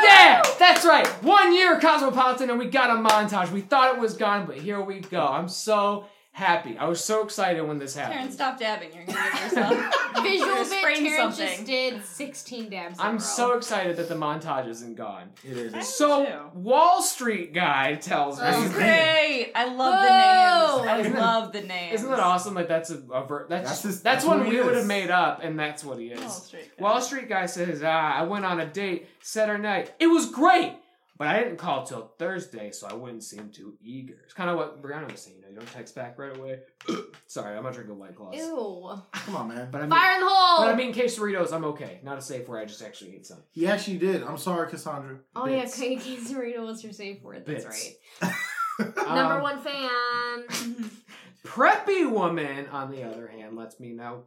Speaker 2: yeah, that's right. One year of Cosmopolitan, and we got a montage. We thought it was gone, but here we go. I'm so happy. I was so excited when this happened.
Speaker 3: Taryn, stop dabbing. You're gonna give yourself
Speaker 4: visual
Speaker 3: You're
Speaker 4: bit.
Speaker 3: gonna sprain
Speaker 4: Terrence just
Speaker 3: something.
Speaker 4: did 16 dabs. in a
Speaker 2: I'm
Speaker 4: row.
Speaker 2: so excited that the montage isn't gone.
Speaker 1: It is.
Speaker 3: I am
Speaker 2: So
Speaker 3: too.
Speaker 2: Wall Street guy tells me,
Speaker 1: Oh,
Speaker 3: Great! I
Speaker 4: Whoa.
Speaker 3: love the names.
Speaker 2: Isn't
Speaker 3: I
Speaker 2: it-
Speaker 3: love the names.
Speaker 2: "Isn't that awesome? Like that's a, a ver- that's
Speaker 1: That's
Speaker 2: that's,
Speaker 1: just- that's
Speaker 2: one
Speaker 1: what he
Speaker 2: we would
Speaker 1: is.
Speaker 2: have made up, and that's what he is."
Speaker 3: Wall Street. guy.
Speaker 2: Wall Street guy says, "Ah, I went on a date Saturday night. It was great, but I didn't call till Thursday, so I wouldn't seem too eager." It's kind of what Brianna was saying. You know, you don't text back right away. Sorry, I'm not drinking white claws,
Speaker 4: Ew.
Speaker 1: Come on, man.
Speaker 2: but I mean,
Speaker 4: Fire in the hole.
Speaker 2: but I mean quesadillas. I'm okay. Not a safe word. I just actually ate some.
Speaker 1: He actually did. I'm sorry, Cassandra.
Speaker 4: oh yeah,
Speaker 2: bits.
Speaker 4: Craig Quesarito was your safe word. That's
Speaker 2: Bits.
Speaker 4: right. Number
Speaker 2: Um,
Speaker 4: one fan.
Speaker 2: Preppy woman, on the other hand, lets me know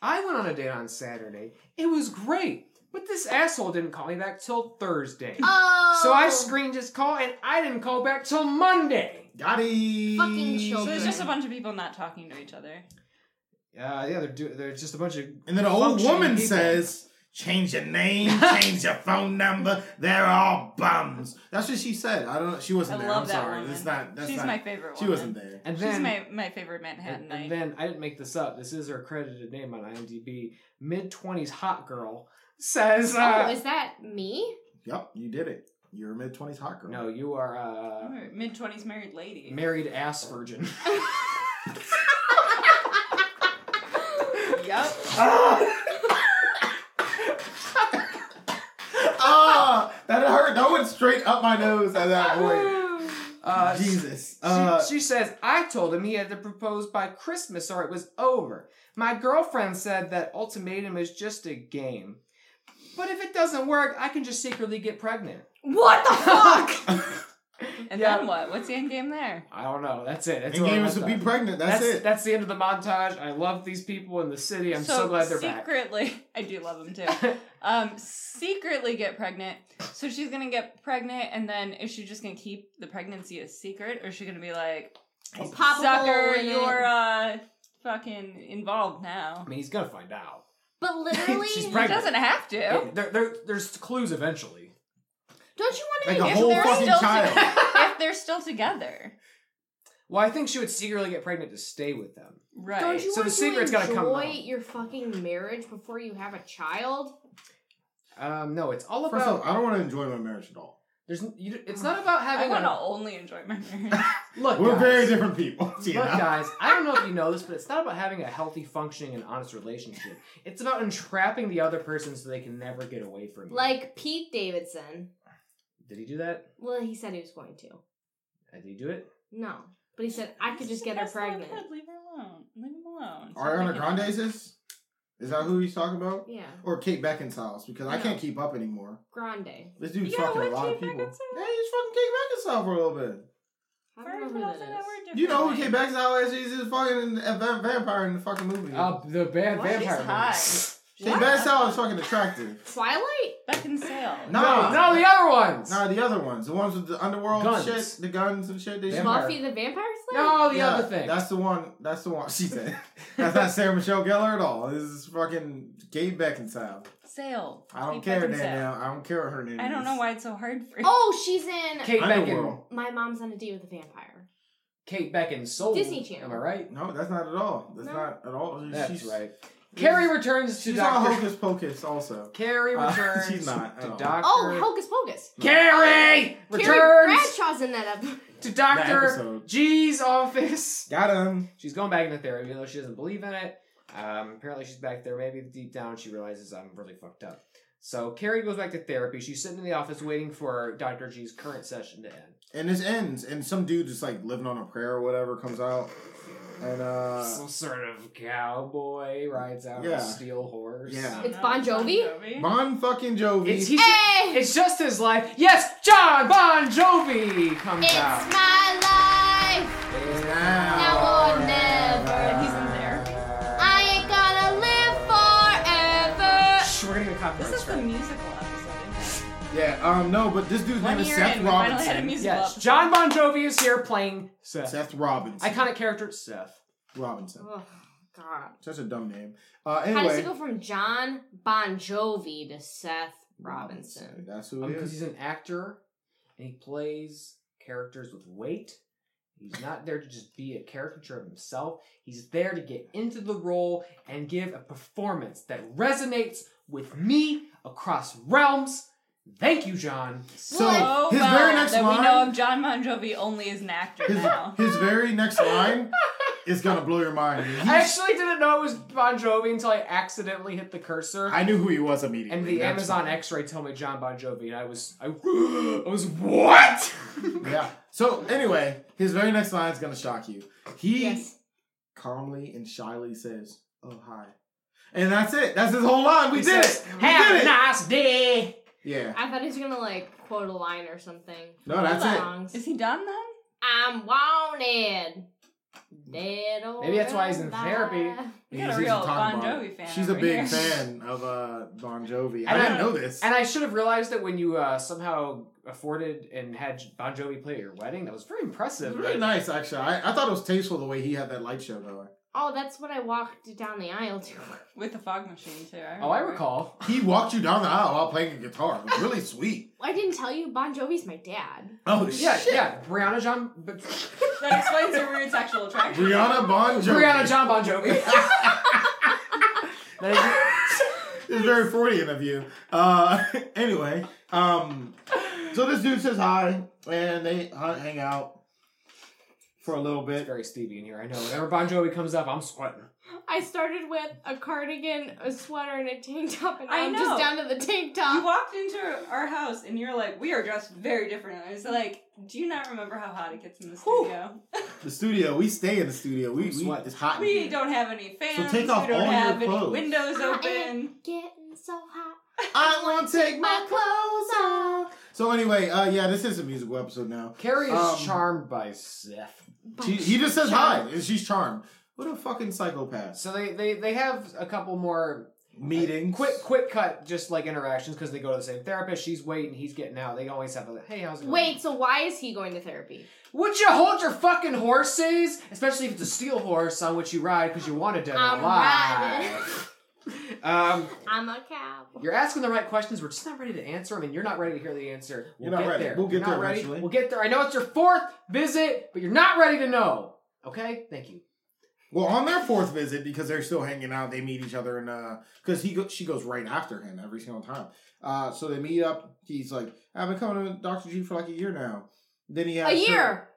Speaker 2: I went on a date on Saturday. It was great, but this asshole didn't call me back till Thursday.
Speaker 4: Oh.
Speaker 2: So I screened his call and I didn't call back till Monday.
Speaker 1: Got it.
Speaker 4: Fucking
Speaker 3: So
Speaker 4: children.
Speaker 3: there's just a bunch of people not talking to each other.
Speaker 2: Uh, yeah, they're, do- they're just a bunch of.
Speaker 1: And then an old
Speaker 2: Functioning
Speaker 1: woman
Speaker 2: people.
Speaker 1: says, "Change your name, change your phone number. They're all bums." That's what she said. I don't. She
Speaker 3: I
Speaker 1: wasn't there.
Speaker 3: love
Speaker 1: I'm
Speaker 3: that
Speaker 1: sorry.
Speaker 3: woman.
Speaker 1: That's not. That's
Speaker 3: She's
Speaker 1: not.
Speaker 3: my favorite.
Speaker 1: she
Speaker 3: woman.
Speaker 1: wasn't there.
Speaker 2: And
Speaker 3: She's
Speaker 2: then,
Speaker 3: my my favorite Manhattanite.
Speaker 2: and, and then I didn't make this up. This is her credited name on IMDb. Mid 20s hot girl says.
Speaker 4: Oh,
Speaker 2: Uh,
Speaker 4: is that me?
Speaker 1: Yep, you did it. You're a mid twenties hot girl.
Speaker 2: no, you are a
Speaker 3: Mid twenties married lady.
Speaker 2: married ass virgin.
Speaker 3: Yep.
Speaker 1: ah, that hurt. That went straight up my nose at that point.
Speaker 2: Uh,
Speaker 1: Jesus.
Speaker 2: She,
Speaker 1: Uh,
Speaker 2: she says, I told him he had to propose by Christmas or it was over. My girlfriend said that ultimatum is just a game. But if it doesn't work, I can just secretly get pregnant.
Speaker 4: What the fuck?
Speaker 3: And
Speaker 2: Yeah.
Speaker 3: then what? What's the end game there?
Speaker 2: I don't know. That's it. That's
Speaker 1: and
Speaker 2: what I
Speaker 1: gave us
Speaker 2: left
Speaker 1: to be
Speaker 2: on.
Speaker 1: pregnant. That's, it.
Speaker 2: That's the end of the montage. I love these people in the city. I'm so, glad they're
Speaker 3: secretly, I do love them too.
Speaker 2: back.
Speaker 3: Um, secretly get pregnant. So she's gonna get pregnant, and then is she just gonna keep the pregnancy a secret, or is she gonna be like,
Speaker 4: Pop a hole
Speaker 3: "Sucker,
Speaker 4: in it.
Speaker 3: you're uh fucking involved now"?
Speaker 2: I mean, he's gonna find out.
Speaker 4: But literally,
Speaker 2: She's
Speaker 3: She
Speaker 2: pregnant.
Speaker 3: doesn't have to.
Speaker 2: There, there, there's clues eventually.
Speaker 4: don't you want to
Speaker 1: Like
Speaker 4: be
Speaker 1: a
Speaker 3: if
Speaker 1: whole
Speaker 3: they're
Speaker 1: fucking
Speaker 3: still
Speaker 1: child.
Speaker 3: if they're still together,
Speaker 2: Well, I think she would secretly get pregnant to stay with them.
Speaker 3: right?
Speaker 4: Don't you
Speaker 2: So the
Speaker 4: want
Speaker 2: secret's
Speaker 4: to
Speaker 2: gotta
Speaker 4: enjoy
Speaker 2: come out.
Speaker 4: your fucking marriage before you have a child?
Speaker 2: Um, no, it's all
Speaker 1: First
Speaker 2: about.
Speaker 1: off, I don't want to enjoy my marriage at all.
Speaker 2: There's, n- you, it's not about
Speaker 3: I
Speaker 2: having.
Speaker 3: want to
Speaker 2: a,
Speaker 3: only enjoy my marriage.
Speaker 2: look,
Speaker 1: We're
Speaker 2: guys.
Speaker 1: very different people. you
Speaker 2: Look,
Speaker 1: know?
Speaker 2: guys, I don't know if you know this, but it's not about having a healthy, functioning, and honest relationship. It's about entrapping the other person so they can never get away from you.
Speaker 4: Like Pete Davidson.
Speaker 2: did he do that?
Speaker 4: Well, he said he was going to.
Speaker 2: Uh, Did he do it?
Speaker 4: No, but he said I could just get her
Speaker 3: That's not
Speaker 4: pregnant.
Speaker 3: good. Leave her alone. Leave him alone.
Speaker 1: Ariana Grande's is? Is that who he's talking about?
Speaker 4: Yeah,
Speaker 1: Or Kate Beckinsale's? Because I
Speaker 4: No.
Speaker 1: can't keep up anymore.
Speaker 4: Grande.
Speaker 1: This dude's
Speaker 3: Yeah,
Speaker 1: fucking a
Speaker 3: what
Speaker 1: lot of
Speaker 3: Kate
Speaker 1: people.
Speaker 3: Beckinsale?
Speaker 1: Yeah, he's fucking Kate Beckinsale for a little bit.
Speaker 4: I don't know who that is.
Speaker 1: You know who Kate Beckinsale is? She's this fucking a va- vampire in the fucking movie.
Speaker 2: Uh, the bad
Speaker 3: Why
Speaker 2: vampire.
Speaker 3: she's high?
Speaker 2: movies.
Speaker 1: Kate Beckinsale is fucking attractive.
Speaker 4: Twilight.
Speaker 3: Beckinsale.
Speaker 1: No.
Speaker 2: No, no, the other ones.
Speaker 1: Nah, the other ones, the ones with the underworld
Speaker 2: Guns.
Speaker 1: shit, the guns and shit. They
Speaker 2: Vampire.
Speaker 4: Buffy the Vampire Slayer.
Speaker 2: No, the
Speaker 1: Yeah,
Speaker 2: other thing.
Speaker 1: That's the one. That's the one. She said. That's not Sarah Michelle Gellar at all. This is fucking Kate Beckinsale.
Speaker 3: Sale.
Speaker 1: I don't
Speaker 3: Kate
Speaker 1: care,
Speaker 3: Beckinsale.
Speaker 1: Danielle. I don't care what her name.
Speaker 3: I don't
Speaker 1: is.
Speaker 3: know why it's so hard for you.
Speaker 4: Oh, she's in.
Speaker 2: Kate
Speaker 1: Underworld.
Speaker 2: Beckin.
Speaker 4: My mom's on a date with a vampire.
Speaker 2: Kate Beckin. Soul.
Speaker 4: Disney Channel.
Speaker 2: Am I right?
Speaker 1: No, that's not at all. That's
Speaker 4: No.
Speaker 1: not at all.
Speaker 2: That's
Speaker 1: she's,
Speaker 2: right. Carrie returns to
Speaker 1: She's on
Speaker 2: Doctor.
Speaker 1: Hocus Pocus also.
Speaker 2: Carrie
Speaker 1: Uh,
Speaker 2: returns
Speaker 1: she's not at
Speaker 2: to
Speaker 1: all.
Speaker 2: Doctor.
Speaker 4: Oh, Hocus Pocus.
Speaker 2: Carrie returns
Speaker 4: Carrie Bradshaw's in that episode.
Speaker 2: to
Speaker 1: That
Speaker 2: Doctor
Speaker 1: episode.
Speaker 2: G's office.
Speaker 1: Got him.
Speaker 2: She's going back into therapy, even though she doesn't believe in it. Um, apparently, she's back there. Maybe deep down, she realizes I'm really fucked up. So Carrie goes back to therapy. She's sitting in the office waiting for Doctor G's current session to end.
Speaker 1: And this ends, and some dude just like living on a prayer or whatever comes out, and uh,
Speaker 2: Some sort of cowboy rides out
Speaker 1: Yeah.
Speaker 2: on a steel horse.
Speaker 1: Yeah.
Speaker 4: It's Bon Jovi?
Speaker 1: Bon fucking Jovi.
Speaker 2: it's he's,
Speaker 4: Hey,
Speaker 2: it's just his life. Yes, John Bon Jovi comes
Speaker 4: it's
Speaker 2: out.
Speaker 4: my
Speaker 6: life.
Speaker 4: life.
Speaker 6: Now or never.
Speaker 3: He's in there.
Speaker 2: Uh,
Speaker 6: I ain't gonna live forever.
Speaker 2: Shh, we're gonna get a copyright
Speaker 3: This is the
Speaker 2: strike.
Speaker 3: musical episode.
Speaker 1: Yeah, um, no, but this dude's
Speaker 3: One
Speaker 1: name is
Speaker 3: year
Speaker 1: Seth
Speaker 3: in, we finally had a
Speaker 1: Robinson.
Speaker 3: musical
Speaker 2: Yes,
Speaker 3: episode.
Speaker 2: John Bon Jovi is here playing Seth.
Speaker 1: Seth Robinson.
Speaker 2: Iconic character Seth.
Speaker 1: Robinson.
Speaker 4: Oh, God.
Speaker 1: Such a dumb name. Uh,
Speaker 4: How does it
Speaker 1: anyway.
Speaker 4: go from John Bon Jovi to Seth Robinson?
Speaker 1: That's who it
Speaker 2: Because
Speaker 1: is.
Speaker 2: Um, he's an actor and he plays characters with weight. He's not there to just be a caricature of himself. He's there to get into the role and give a performance that resonates with me across realms. Thank you, John.
Speaker 1: So
Speaker 3: Oh,
Speaker 1: his
Speaker 3: well,
Speaker 1: very next
Speaker 3: that
Speaker 1: line.
Speaker 3: we know of John Bon Jovi only as an actor
Speaker 1: his,
Speaker 3: now.
Speaker 1: his very next line is gonna blow your mind. He-
Speaker 2: I actually didn't know it was Bon Jovi until I accidentally hit the cursor.
Speaker 1: I knew who he was immediately.
Speaker 2: and the
Speaker 1: That's-
Speaker 2: Amazon X-ray told me John Bon Jovi, and I was, I, I was what?
Speaker 1: Yeah. So anyway, his very next line is gonna shock you. He
Speaker 4: Yes.
Speaker 1: calmly and shyly says, "Oh hi," and that's it. That's his whole line. We
Speaker 2: He
Speaker 1: did
Speaker 2: says,
Speaker 1: it. We
Speaker 2: Have
Speaker 1: did
Speaker 2: a
Speaker 1: it.
Speaker 2: nice day.
Speaker 1: Yeah.
Speaker 4: I thought he was gonna like quote a line or something.
Speaker 2: Oh,
Speaker 1: No, that's
Speaker 3: Hold
Speaker 1: it.
Speaker 4: Songs.
Speaker 3: Is he done then?
Speaker 4: I'm wanted. Dead or
Speaker 2: Maybe that's why he's in
Speaker 4: alive.
Speaker 2: therapy.
Speaker 3: We got a
Speaker 1: He's- he's
Speaker 3: real
Speaker 1: talking
Speaker 3: Bon
Speaker 1: about-
Speaker 3: Jovi fan
Speaker 1: She's a
Speaker 3: over
Speaker 1: big
Speaker 3: here.
Speaker 1: fan of uh, Bon Jovi. I,
Speaker 2: And I-
Speaker 1: didn't know this.
Speaker 2: And I should have realized that when you uh, somehow afforded and had Bon Jovi play at your wedding. That was very
Speaker 1: It
Speaker 2: impressive.
Speaker 1: was really nice, actually. I, I thought it was tasteful the way he had that light show going.
Speaker 4: Oh, that's what I walked down the aisle to.
Speaker 3: With the fog machine too. I
Speaker 2: Oh, I
Speaker 3: remember.
Speaker 2: recall.
Speaker 1: He walked you down the aisle while playing a guitar. It was really sweet.
Speaker 4: I didn't tell you Bon Jovi's my dad.
Speaker 1: Oh,
Speaker 2: Yeah, yeah. Brianna John, but
Speaker 3: That explains your weird sexual attraction.
Speaker 1: Brianna Bon Jovi.
Speaker 2: Brianna John Bon Jovi. That is-
Speaker 1: It's very Freudian of you. Uh, anyway, um, so this dude says hi, and they uh, hang out for a little
Speaker 2: it's
Speaker 1: bit.
Speaker 2: very Stevie in here. I know. Whenever Bon Jovi comes up, I'm sweating.
Speaker 4: I started with a cardigan, a sweater, and a tank top, and now
Speaker 3: I
Speaker 4: I'm just
Speaker 3: know.
Speaker 4: down to the tank
Speaker 3: You
Speaker 4: top.
Speaker 3: walked into our house and you're like, we are dressed very differently. It's like, do you not remember how hot it gets in the
Speaker 2: Whew.
Speaker 3: studio?
Speaker 1: The studio. We stay in the studio. We, we
Speaker 2: Sweat.
Speaker 1: it's hot. in
Speaker 3: We
Speaker 1: here.
Speaker 3: don't have any fans.
Speaker 1: take off
Speaker 3: we don't
Speaker 1: all your
Speaker 3: have any
Speaker 1: clothes.
Speaker 3: windows
Speaker 4: I
Speaker 3: open.
Speaker 4: Getting so hot.
Speaker 1: I won't take my
Speaker 4: clothes off.
Speaker 1: So anyway, uh, yeah, this is a musical episode now.
Speaker 2: Carrie is
Speaker 1: Um,
Speaker 2: charmed by Seth.
Speaker 1: She, he just says hi, and she's charmed. What a fucking psychopath.
Speaker 2: So they, they, they have a couple more
Speaker 1: Meeting.
Speaker 2: quick quick cut just like interactions because they go to the same therapist. She's waiting, he's getting out. They always have a hey, how's it going?
Speaker 4: Wait, so why is he going to therapy?
Speaker 2: Would you hold your fucking horses? Especially if it's a steel horse on which you ride because you want to dead or
Speaker 4: I'm
Speaker 2: alive. Um,
Speaker 4: I'm a cow.
Speaker 2: you're asking the right questions. We're just not ready to answer them, and you're not ready to hear the answer. We'll
Speaker 1: You're not
Speaker 2: get
Speaker 1: ready.
Speaker 2: there.
Speaker 1: We'll get
Speaker 2: You're not
Speaker 1: there
Speaker 2: ready.
Speaker 1: eventually.
Speaker 2: We'll get there. I know it's your fourth visit, but you're not ready to know. Okay, thank you.
Speaker 1: Well, on their fourth visit, because they're still hanging out, they meet each other, and uh, because he go- she goes right after him every single time. Uh, so they meet up. He's like, I've been coming to Doctor G for like a year now. Then he
Speaker 4: A
Speaker 1: asks her-
Speaker 4: year.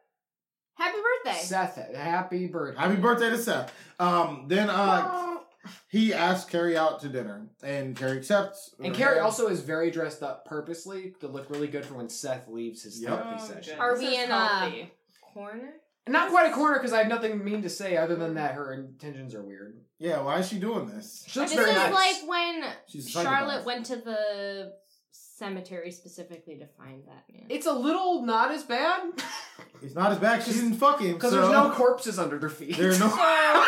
Speaker 4: Happy birthday.
Speaker 2: Seth, happy birthday.
Speaker 1: Happy birthday to Seth. Um, then uh, he asks Carrie out to dinner, and Carrie accepts.
Speaker 2: And Carrie also is very dressed up purposely to look really good for when Seth leaves his
Speaker 1: Yep.
Speaker 2: therapy
Speaker 3: Oh,
Speaker 2: session.
Speaker 3: good.
Speaker 4: Are
Speaker 3: This
Speaker 4: we
Speaker 3: is
Speaker 4: in, uh,
Speaker 3: healthy.
Speaker 4: Corner.
Speaker 2: Not quite a corner because I have nothing mean to say other than that her intentions are weird.
Speaker 1: yeah. Why is she doing this?
Speaker 2: She looks
Speaker 4: This
Speaker 2: very
Speaker 4: is
Speaker 2: nice.
Speaker 4: like when
Speaker 1: She's a
Speaker 4: Charlotte
Speaker 1: psychopath.
Speaker 4: went to the cemetery specifically to find that man.
Speaker 2: it's a little not as bad
Speaker 1: It's not as bad. She didn't fuck him.
Speaker 2: because
Speaker 1: so
Speaker 2: there's no corpses under their feet.
Speaker 1: There are no.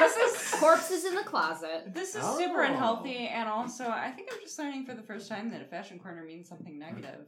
Speaker 3: This is
Speaker 4: Corpses in the closet.
Speaker 3: This is
Speaker 2: Oh.
Speaker 3: super unhealthy, and also I think I'm just learning for the first time that a fashion corner means something negative.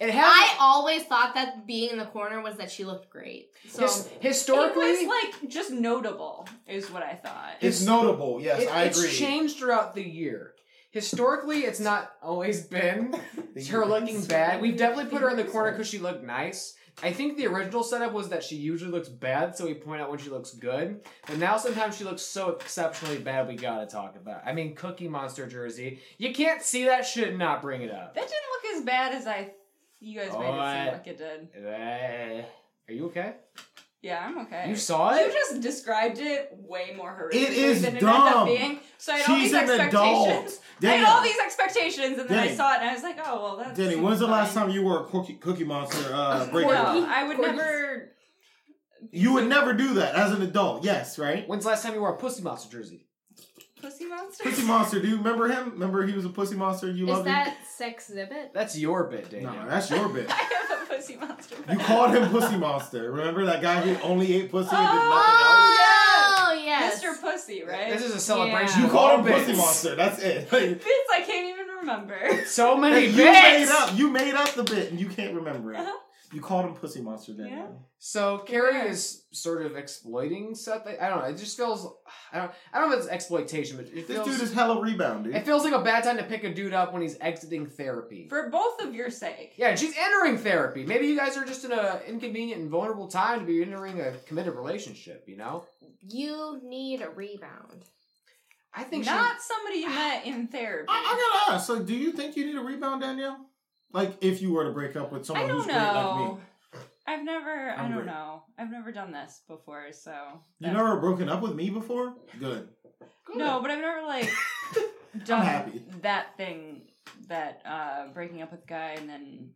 Speaker 2: It
Speaker 4: I
Speaker 2: has
Speaker 4: always thought that being in the corner was that she looked great. So
Speaker 2: his, historically.
Speaker 3: it was like just notable, is what I thought.
Speaker 1: It's notable. Yes,
Speaker 2: it-
Speaker 1: I agree.
Speaker 2: It's changed throughout the year. Historically, it's not always been her looking bad. We've definitely put her in the corner because she looked nice. I think the original setup was that she usually looks bad, so we point out when she looks good. But now sometimes she looks so exceptionally bad, we gotta talk about. It. I mean, Cookie Monster jersey. You can't see that shit and not bring it up.
Speaker 3: that didn't look as bad as I you guys made it
Speaker 2: Alright.
Speaker 3: seem like it did.
Speaker 2: Eh, Are you okay?
Speaker 3: Yeah, I'm okay.
Speaker 2: You saw
Speaker 3: You
Speaker 2: it.
Speaker 3: just described it way more horrific
Speaker 1: It is
Speaker 3: than it ended
Speaker 1: dumb.
Speaker 3: up being. So I had all
Speaker 1: She's
Speaker 3: these
Speaker 1: an
Speaker 3: expectations.
Speaker 1: adult.
Speaker 3: I had all
Speaker 1: Damn.
Speaker 3: these expectations, and then I
Speaker 1: Dang.
Speaker 3: saw it, and I was like, oh well, that's.
Speaker 1: Danny, when's the last time you wore a Cookie, cookie Monster uh, breaker?
Speaker 3: No, I would
Speaker 4: Corgis.
Speaker 3: never.
Speaker 1: You would never do that as an adult. Yes, right?
Speaker 2: When's the last time you wore a Pussy Monster jersey?
Speaker 3: Pussy monster.
Speaker 1: Pussy monster. Do you remember him? Remember he was a pussy monster. You
Speaker 4: Is
Speaker 1: love him.
Speaker 4: that sex exhibit?
Speaker 2: That's your bit,
Speaker 1: No,
Speaker 2: Daniel.
Speaker 1: that's your bit.
Speaker 3: I have a pussy monster.
Speaker 1: You called him pussy monster. Remember that guy who only ate pussy and did nothing else.
Speaker 4: Oh, yes.
Speaker 3: Mr. Pussy, right?
Speaker 2: This is a celebration.
Speaker 4: Yeah.
Speaker 1: You
Speaker 2: of all
Speaker 1: called him
Speaker 2: bits.
Speaker 1: pussy monster. That's it.
Speaker 3: Bits I can't even remember.
Speaker 2: So many
Speaker 1: you made
Speaker 2: bits.
Speaker 1: up. You made up the bit, and you can't remember it. You called him pussy monster, Daniel.
Speaker 3: Uh-huh. Yeah.
Speaker 2: So Carrie
Speaker 3: Yeah.
Speaker 2: is sort of exploiting Seth. I I don't know. It just feels. I don't. I don't know if it's exploitation, but
Speaker 1: This
Speaker 2: it feels.
Speaker 1: dude is hella rebound, dude.
Speaker 2: it feels like a bad time to pick a dude up when he's exiting therapy.
Speaker 3: For both of your sake.
Speaker 2: Yeah, and she's entering therapy. Maybe you guys are just in a inconvenient and vulnerable time to be entering a committed relationship. You know.
Speaker 4: You need a rebound.
Speaker 2: I think
Speaker 3: Not somebody you met in therapy.
Speaker 1: I, I gotta ask, like, do you think you need a rebound, Danielle? Like, if you were to break up with
Speaker 3: I
Speaker 1: someone
Speaker 3: don't
Speaker 1: who's
Speaker 3: know.
Speaker 1: great like me,
Speaker 3: I've never. I'm I
Speaker 1: I'm
Speaker 3: do not
Speaker 1: great.
Speaker 3: know. I've never done this before, so.
Speaker 1: you
Speaker 3: that-
Speaker 1: never broken up with me before. Good.
Speaker 2: she.
Speaker 3: No, but I've never like
Speaker 1: I'm
Speaker 3: done
Speaker 1: happy.
Speaker 3: that thing that uh breaking up with a guy and then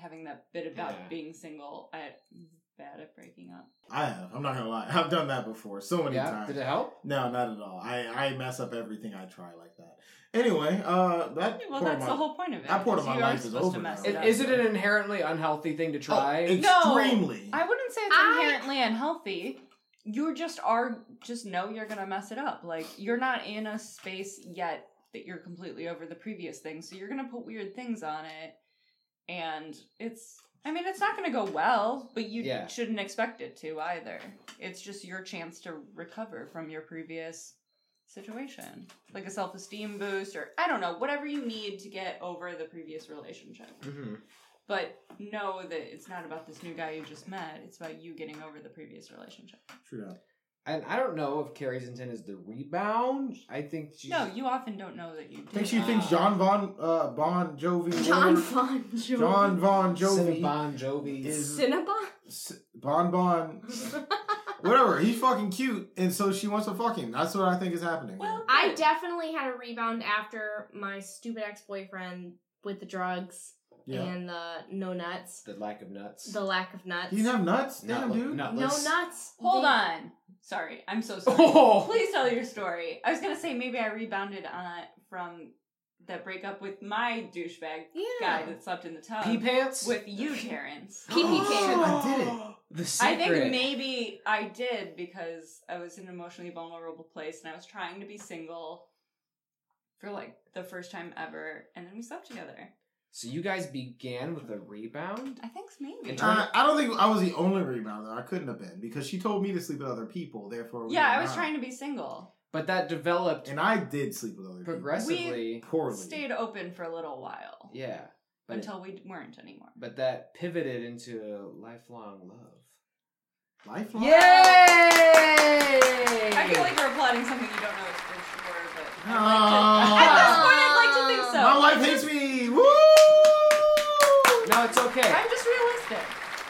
Speaker 3: having that bit about
Speaker 2: Yeah.
Speaker 3: being single. I I'm bad at breaking up.
Speaker 1: I have. I'm not gonna lie. I've done that before so many
Speaker 2: Yeah.
Speaker 1: times.
Speaker 2: Did it help?
Speaker 1: No, not at all. I, I mess up everything I try like that. Anyway, uh, that
Speaker 3: Well,
Speaker 1: part
Speaker 3: that's
Speaker 1: of
Speaker 3: the
Speaker 1: my-
Speaker 3: whole point of it.
Speaker 1: that part of
Speaker 3: because
Speaker 1: my
Speaker 3: you are
Speaker 1: life is
Speaker 3: supposed
Speaker 1: over
Speaker 3: To mess
Speaker 1: now.
Speaker 3: it
Speaker 2: Is
Speaker 1: It
Speaker 3: up.
Speaker 2: is it an inherently unhealthy thing to try?
Speaker 1: Oh, extremely.
Speaker 3: I wouldn't say it's
Speaker 4: I-
Speaker 3: inherently unhealthy. You just are just know you're gonna mess it up. Like you're not in a space yet that you're completely over the previous thing, so you're gonna put weird things on it, and it's. I mean, it's not gonna go well, but you
Speaker 2: Yeah.
Speaker 3: shouldn't expect it to either. It's just your chance to recover from your previous situation, like a self esteem boost, or I don't know, whatever you need to get over the previous relationship.
Speaker 1: Mm-hmm.
Speaker 2: hmm
Speaker 3: But know that it's not about this new guy you just met. It's about you getting over the previous relationship.
Speaker 1: True that.
Speaker 2: And I don't know if Carrie's intent is the rebound. I think she's.
Speaker 3: No, you often don't know that you
Speaker 1: Think
Speaker 3: did.
Speaker 1: she
Speaker 2: Ah.
Speaker 1: thinks John Von uh, Bon Jovi.
Speaker 4: John
Speaker 1: whatever-
Speaker 4: Bon Jovi.
Speaker 1: John Bon
Speaker 2: Jovi.
Speaker 1: Jovi.
Speaker 2: Bon Jovi.
Speaker 1: Is-
Speaker 4: Cinnabon?
Speaker 1: S- Bon Bon. Whatever. He's fucking cute, and so she wants to fuck him. That's what I think is happening.
Speaker 3: Well,
Speaker 4: I
Speaker 3: good.
Speaker 4: definitely had a rebound after my stupid ex boyfriend with the drugs
Speaker 1: yeah.
Speaker 4: and the no nuts,
Speaker 2: the lack of nuts.
Speaker 4: the lack of nuts.
Speaker 1: He didn't have nuts?
Speaker 2: Not
Speaker 1: Damn,
Speaker 2: look-
Speaker 1: dude.
Speaker 2: not
Speaker 4: no
Speaker 2: less.
Speaker 4: nuts.
Speaker 3: Hold
Speaker 4: They-
Speaker 3: on. Sorry, I'm so sorry.
Speaker 2: Oh.
Speaker 3: Please tell your story. I was gonna say maybe I rebounded on from that breakup with my douchebag guy
Speaker 4: Yeah.
Speaker 3: that slept in the tub
Speaker 2: Pee pants.
Speaker 3: with you, Terrence.
Speaker 4: Pee pee
Speaker 1: Shit,
Speaker 4: can.
Speaker 1: I did it.
Speaker 2: The
Speaker 3: I
Speaker 2: secret.
Speaker 3: think maybe I did because I was in an emotionally vulnerable place and I was trying to be single for like the first time ever, and then we slept together.
Speaker 2: So you guys began with a rebound.
Speaker 3: I think maybe.
Speaker 2: And
Speaker 1: Uh, I don't think I was the only rebounder. I couldn't have been because she told me to sleep with other people. Therefore, we
Speaker 3: yeah,
Speaker 1: were
Speaker 3: I was
Speaker 1: not.
Speaker 3: trying to be single.
Speaker 2: But that developed
Speaker 1: And I did sleep with other
Speaker 2: progressively.
Speaker 1: people. Poorly.
Speaker 3: Stayed open for a little while
Speaker 2: Yeah. But it-
Speaker 3: until we weren't anymore.
Speaker 2: but that pivoted into lifelong love.
Speaker 1: Lifelong.
Speaker 2: Yay!
Speaker 3: I feel like we're applauding something you don't know is for sure, but
Speaker 1: No.
Speaker 3: I'd like to- at this point, I'd like to think so.
Speaker 1: My wife hates me. Woo!
Speaker 2: no, it's okay.
Speaker 3: I'm just realistic.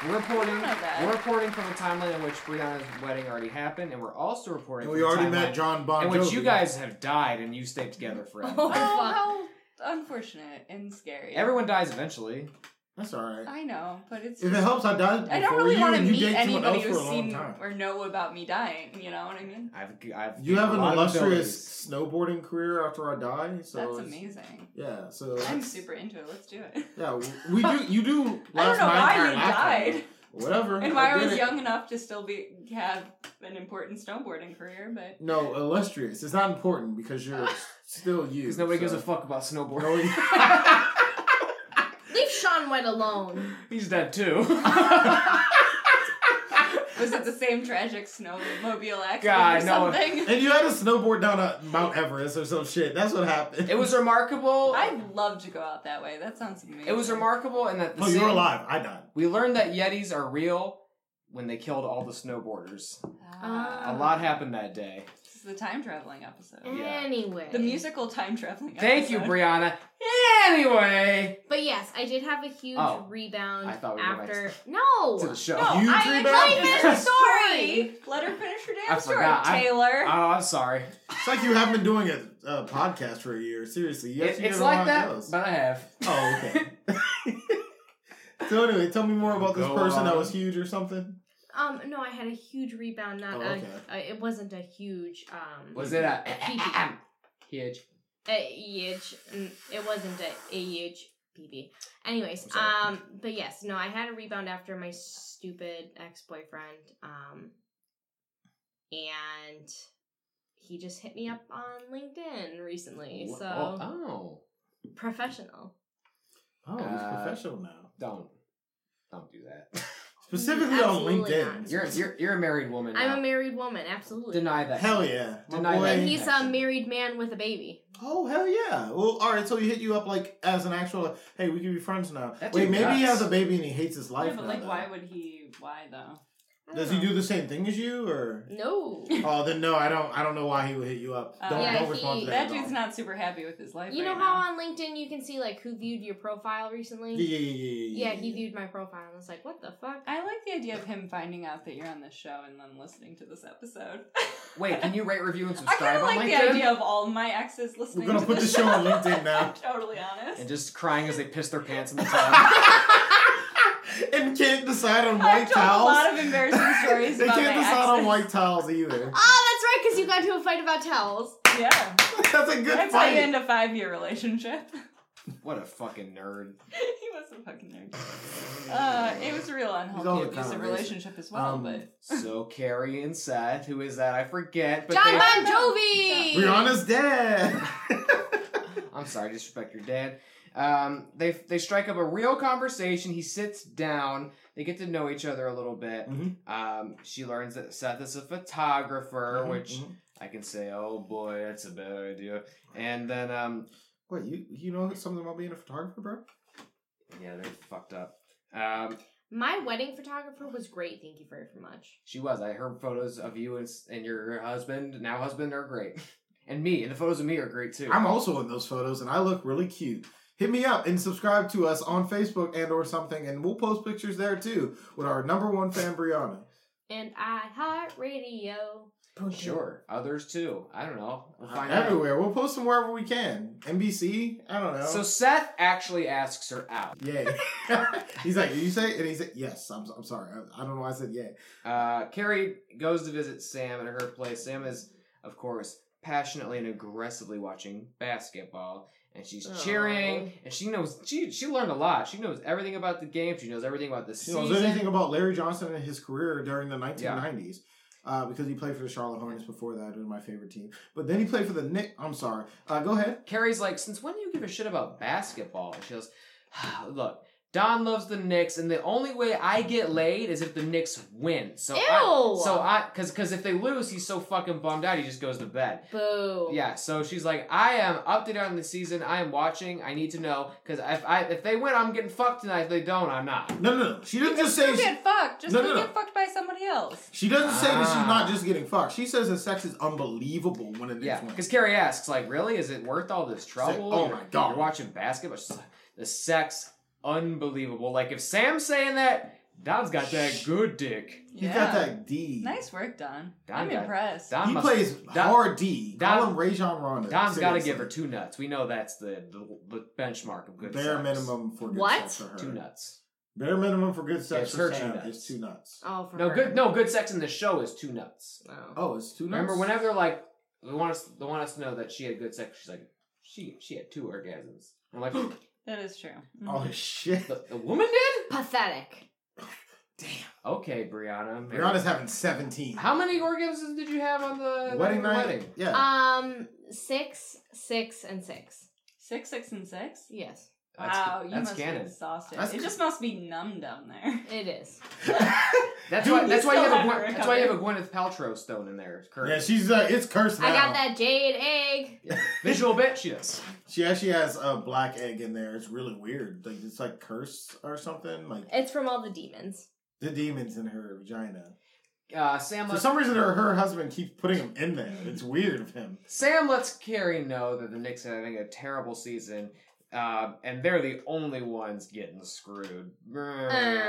Speaker 2: We're reporting.
Speaker 3: I know that.
Speaker 2: We're reporting from a timeline in which Brianna's wedding already happened, and we're also reporting.
Speaker 1: And
Speaker 2: from
Speaker 1: we
Speaker 2: a
Speaker 1: already
Speaker 2: timeline
Speaker 1: met John Bon
Speaker 2: in which you
Speaker 1: Jovi.
Speaker 2: guys have died and you stayed together forever.
Speaker 4: Oh,
Speaker 3: Oh, how unfortunate and scary.
Speaker 2: Everyone dies eventually.
Speaker 1: That's all right.
Speaker 3: I know, but it's.
Speaker 1: If it helps, I died.
Speaker 3: I don't
Speaker 1: before
Speaker 3: really
Speaker 1: you,
Speaker 3: want to
Speaker 1: and you
Speaker 3: meet
Speaker 1: dated someone
Speaker 3: anybody
Speaker 1: else for
Speaker 3: who's
Speaker 1: a long
Speaker 3: seen
Speaker 1: time.
Speaker 3: or know about me dying. You know what I mean?
Speaker 2: I've, I've
Speaker 1: You have
Speaker 2: a
Speaker 1: an
Speaker 2: lot of
Speaker 1: illustrious snowboarding career after I die. So
Speaker 3: That's
Speaker 1: it's-
Speaker 3: amazing.
Speaker 1: Yeah. So
Speaker 3: I'm
Speaker 1: that's-
Speaker 3: super into it. Let's do it.
Speaker 1: Yeah, w- we do. You do.
Speaker 3: I don't
Speaker 1: last
Speaker 3: know
Speaker 1: my
Speaker 3: why
Speaker 1: entire
Speaker 3: you
Speaker 1: lifetime.
Speaker 3: died
Speaker 1: Whatever.
Speaker 3: and why I
Speaker 1: did
Speaker 3: was
Speaker 1: it.
Speaker 3: young enough to still be have an important snowboarding career, but
Speaker 1: No, illustrious. It's not important because you're still you.
Speaker 2: Because nobody gives
Speaker 1: so-
Speaker 2: a fuck about snowboarding.
Speaker 4: Leave Sean White alone.
Speaker 2: He's dead too.
Speaker 3: was it the same tragic snowmobile accident
Speaker 2: God,
Speaker 3: or
Speaker 2: no.
Speaker 3: something?
Speaker 1: And you had to snowboard down a Mount Everest or some shit. That's what happened.
Speaker 2: it was remarkable.
Speaker 3: I'd love to go out that way. That sounds amazing.
Speaker 2: It was remarkable, and that the
Speaker 1: No, you
Speaker 2: same-
Speaker 1: were Oh, alive. I died.
Speaker 2: We learned that Yetis are real when they killed all the snowboarders. A
Speaker 3: Ah,
Speaker 2: lot happened that day.
Speaker 3: This is the time traveling episode.
Speaker 2: Yeah.
Speaker 4: Anyway.
Speaker 3: The musical time traveling.
Speaker 2: Thank you,
Speaker 3: episode.
Speaker 2: Brianna. Anyway,
Speaker 4: But yes, I did have a huge
Speaker 2: Oh.
Speaker 4: rebound
Speaker 2: I thought we were
Speaker 4: after.
Speaker 2: next.
Speaker 4: No!
Speaker 2: to the show.
Speaker 3: No,
Speaker 1: You
Speaker 3: I
Speaker 1: three
Speaker 3: would
Speaker 1: back?
Speaker 3: like
Speaker 1: Finish
Speaker 3: this
Speaker 4: the
Speaker 3: story. Let her finish her damn
Speaker 2: I
Speaker 3: story,
Speaker 2: forgot. I-
Speaker 3: Taylor.
Speaker 2: Oh, I'm sorry.
Speaker 1: It's like you haven't been doing a, a podcast for a year. Seriously, you
Speaker 2: It-
Speaker 1: actually
Speaker 2: it's
Speaker 1: did a
Speaker 2: like
Speaker 1: lot
Speaker 2: that,
Speaker 1: else.
Speaker 2: but I have.
Speaker 1: Oh, okay. so anyway, tell me more about this
Speaker 2: Go
Speaker 1: person that
Speaker 2: on.
Speaker 1: was huge or something.
Speaker 4: Um, no, I had a huge rebound. Not
Speaker 1: Oh,
Speaker 4: a,
Speaker 1: okay.
Speaker 4: uh, it wasn't a huge. Um,
Speaker 2: Was it a
Speaker 4: PB.
Speaker 2: huge?
Speaker 4: a huge. mm, It wasn't a, a huge PB. Anyways,
Speaker 1: I'm sorry.
Speaker 4: um, but yes, no, I had a rebound after my stupid ex boyfriend. Um, and he just hit me up on LinkedIn recently.
Speaker 1: Wha-
Speaker 4: So
Speaker 2: Oh,
Speaker 4: professional.
Speaker 1: Oh, he's
Speaker 2: Uh,
Speaker 1: professional now.
Speaker 2: don't, don't do that.
Speaker 1: Specifically on
Speaker 4: absolutely
Speaker 1: LinkedIn.
Speaker 4: not.
Speaker 2: You're you're you're a married woman.
Speaker 4: I'm a
Speaker 2: now.
Speaker 4: married woman, absolutely.
Speaker 2: Deny that.
Speaker 1: Hell yeah. My
Speaker 2: Deny
Speaker 1: boy-
Speaker 2: that.
Speaker 4: And he's a
Speaker 2: Action.
Speaker 4: married man with a baby.
Speaker 1: Oh hell yeah! Well, all right. So he hit you up like as an actual, like, hey, we can be friends now.
Speaker 2: That
Speaker 1: Wait,
Speaker 2: dude
Speaker 1: maybe he
Speaker 2: nuts.
Speaker 1: has a baby and he hates his life.
Speaker 3: yeah, but
Speaker 1: now,
Speaker 3: like,
Speaker 1: though.
Speaker 3: why would he? Why though?
Speaker 4: I don't
Speaker 1: Does he
Speaker 4: know.
Speaker 1: do the same thing as you, or?
Speaker 4: No.
Speaker 1: oh, then no, I don't. I don't know why he would hit you up.
Speaker 3: Uh,
Speaker 1: don't
Speaker 3: Yeah,
Speaker 1: don't
Speaker 4: he-
Speaker 1: respond to that.
Speaker 3: That
Speaker 1: at all.
Speaker 3: dude's not super happy with his life.
Speaker 4: You know
Speaker 3: right
Speaker 4: how
Speaker 3: now.
Speaker 4: on LinkedIn you can see like who viewed your profile recently?
Speaker 1: Yeah, yeah, yeah, yeah.
Speaker 4: Yeah, he viewed my profile and was like, "What the fuck?"
Speaker 3: I like the idea of him finding out that you're on this show and then listening to this episode.
Speaker 2: Wait, can you rate, review, and
Speaker 3: I kind
Speaker 2: subscribe
Speaker 3: of
Speaker 2: on
Speaker 3: like
Speaker 2: LinkedIn?
Speaker 3: the idea of all my exes listening.
Speaker 1: gonna
Speaker 3: to
Speaker 1: put
Speaker 3: this
Speaker 1: the show on LinkedIn now.
Speaker 3: I'm totally honest.
Speaker 2: And just crying as they piss their pants in the tub.
Speaker 1: and can't decide on
Speaker 3: I've
Speaker 1: white
Speaker 3: told a
Speaker 1: towels.
Speaker 3: lot of embarrassing stories
Speaker 1: they
Speaker 3: about
Speaker 1: can't
Speaker 3: my
Speaker 1: decide on
Speaker 3: exes.
Speaker 1: white towels either.
Speaker 4: Oh, that's right, because you got into a fight about towels.
Speaker 3: yeah,
Speaker 1: That's a good
Speaker 3: that's how
Speaker 1: fight.
Speaker 3: you end a five-year relationship.
Speaker 2: what a fucking nerd.
Speaker 3: he was a fucking nerd. Uh, it was a real
Speaker 1: all
Speaker 3: unhealthy,
Speaker 1: the
Speaker 3: abusive
Speaker 1: kind of
Speaker 3: relationship as well.
Speaker 1: Um,
Speaker 3: but
Speaker 2: So Carrie and Seth, who is that? I forget. But
Speaker 4: John
Speaker 2: they-
Speaker 4: Bon Jovi.
Speaker 1: Rihanna's dead.
Speaker 2: I'm sorry, disrespect your dad. Um, they they strike up a real conversation. He sits down. They get to know each other a little bit.
Speaker 1: Mhm.
Speaker 2: Um, she learns that Seth is a photographer, which
Speaker 1: Mhm.
Speaker 2: I can say, oh boy, that's a bad idea. And then, um,
Speaker 1: Wait, you you know something about being a photographer, bro?
Speaker 2: yeah, they're fucked up. Um,
Speaker 4: My wedding photographer was great. Thank you very much.
Speaker 2: she was. I heard photos of you and, s- and your husband, now husband, are great. And me, and the photos of me are great too.
Speaker 1: I'm also in those photos, and I look really cute. Hit me up and subscribe to us on Facebook and or something, and we'll post pictures there too with our number one fan Brianna.
Speaker 4: And I heart radio.
Speaker 2: sure. Others too. I don't know. We'll find out.
Speaker 1: Everywhere, we'll post them wherever we can. NBC, I don't know.
Speaker 2: So Seth actually asks her out.
Speaker 1: Yay. he's like, you say? And he said, yes, I'm, I'm sorry. I, I don't know why I said yay.
Speaker 2: Uh, Carrie goes to visit Sam at her place. Sam is, of course, passionately and aggressively watching basketball, and she's cheering. And she knows she she learned a lot. She knows everything about the game. She knows everything about the
Speaker 1: She
Speaker 2: season.
Speaker 1: knows anything about Larry Johnson and his career during the 1990s. Uh, because he played for the Charlotte Hornets before that, who was my favorite team. But then he played for the Knicks. I'm sorry. Uh, go ahead.
Speaker 2: Carrie's like, since when do you give a shit about basketball? And she goes, "Ah, look. Don loves the Knicks, and the only way I get laid is if the Knicks win. So I,
Speaker 4: Ew.
Speaker 2: so I, cause, cause if they lose, he's so fucking bummed out, he just goes to bed.
Speaker 4: Boo.
Speaker 2: Yeah, so she's like, I am updated on the season. I am watching. I need to know because if I if they win, I'm getting fucked tonight. If they don't, I'm not.
Speaker 1: No, no, no. She didn't just say.
Speaker 3: you
Speaker 1: She,
Speaker 3: get fucked. Just
Speaker 1: No,
Speaker 3: go
Speaker 1: no, no.
Speaker 3: get fucked by somebody else.
Speaker 1: she doesn't say that
Speaker 2: Ah.
Speaker 1: she's not just getting fucked. She says that sex is unbelievable when the Knicks
Speaker 2: Yeah,
Speaker 1: win.
Speaker 2: because Carrie asks, like, really, is it worth all this
Speaker 1: like,
Speaker 2: trouble?
Speaker 1: oh
Speaker 2: You're-
Speaker 1: my God.
Speaker 2: you're watching basketball. She's like, the sex, unbelievable. Like if Sam's saying that, Don's got that good dick.
Speaker 1: He got that D.
Speaker 3: Nice work, Don.
Speaker 2: Don
Speaker 3: I'm
Speaker 2: got-
Speaker 3: impressed.
Speaker 2: Don
Speaker 1: He
Speaker 2: must,
Speaker 1: plays
Speaker 2: Don-
Speaker 1: hard D. Call
Speaker 2: Don-
Speaker 1: him Rajon Rondo.
Speaker 2: Don's got to
Speaker 1: Seriously.
Speaker 2: give her two nuts. We know that's the the, the benchmark of good.
Speaker 1: bare
Speaker 2: sex.
Speaker 1: minimum for good
Speaker 4: What?
Speaker 1: sex for her.
Speaker 2: Two nuts.
Speaker 1: Bare minimum for good sex
Speaker 2: It's
Speaker 1: for
Speaker 2: her two
Speaker 1: Sam
Speaker 2: nuts.
Speaker 1: is two nuts.
Speaker 4: Oh, for
Speaker 2: No
Speaker 4: her.
Speaker 2: good. No good sex in the show is two nuts.
Speaker 4: No.
Speaker 1: Oh, it's two nuts.
Speaker 2: Remember, whenever they're like, they want us, they want us to know that she had good sex. She's like, she she had two orgasms. I'm like,
Speaker 3: That is true. Mhm.
Speaker 1: Oh shit!
Speaker 2: the, the woman did?
Speaker 4: Pathetic.
Speaker 2: Okay, Brianna. I'm married.
Speaker 1: Rihanna's having seventeen.
Speaker 2: How many orgasms did you have on the
Speaker 1: wedding
Speaker 2: the
Speaker 1: night?
Speaker 2: Wedding?
Speaker 1: Yeah.
Speaker 4: Um, six, six, and six.
Speaker 3: Six, six, and six.
Speaker 4: Yes,
Speaker 2: That's,
Speaker 3: wow, you
Speaker 2: that's
Speaker 3: must be
Speaker 2: canon.
Speaker 3: exhausted.
Speaker 1: That's
Speaker 3: it
Speaker 1: ca-
Speaker 3: just must be numb down there.
Speaker 4: it is.
Speaker 2: That's why.
Speaker 3: You
Speaker 2: That's why you
Speaker 3: still
Speaker 2: have a.
Speaker 3: haven't
Speaker 2: Gwen- That's why you have a Gwyneth Paltrow stone in there. Current.
Speaker 1: yeah, she's uh, it's cursed now.
Speaker 4: I got that jade egg.
Speaker 2: Visual bitch. She does.
Speaker 1: She actually has a black egg in there. It's really weird. Like it's like cursed or something. Like
Speaker 4: It's from all the demons.
Speaker 1: the demons in her vagina.
Speaker 2: Uh, Sam.
Speaker 1: For
Speaker 2: Lets,
Speaker 1: some reason, her, her husband keeps putting them in there. It's weird of him.
Speaker 2: Sam lets Carrie know that the Knicks are having a terrible season. Uh, and they're the only ones getting screwed.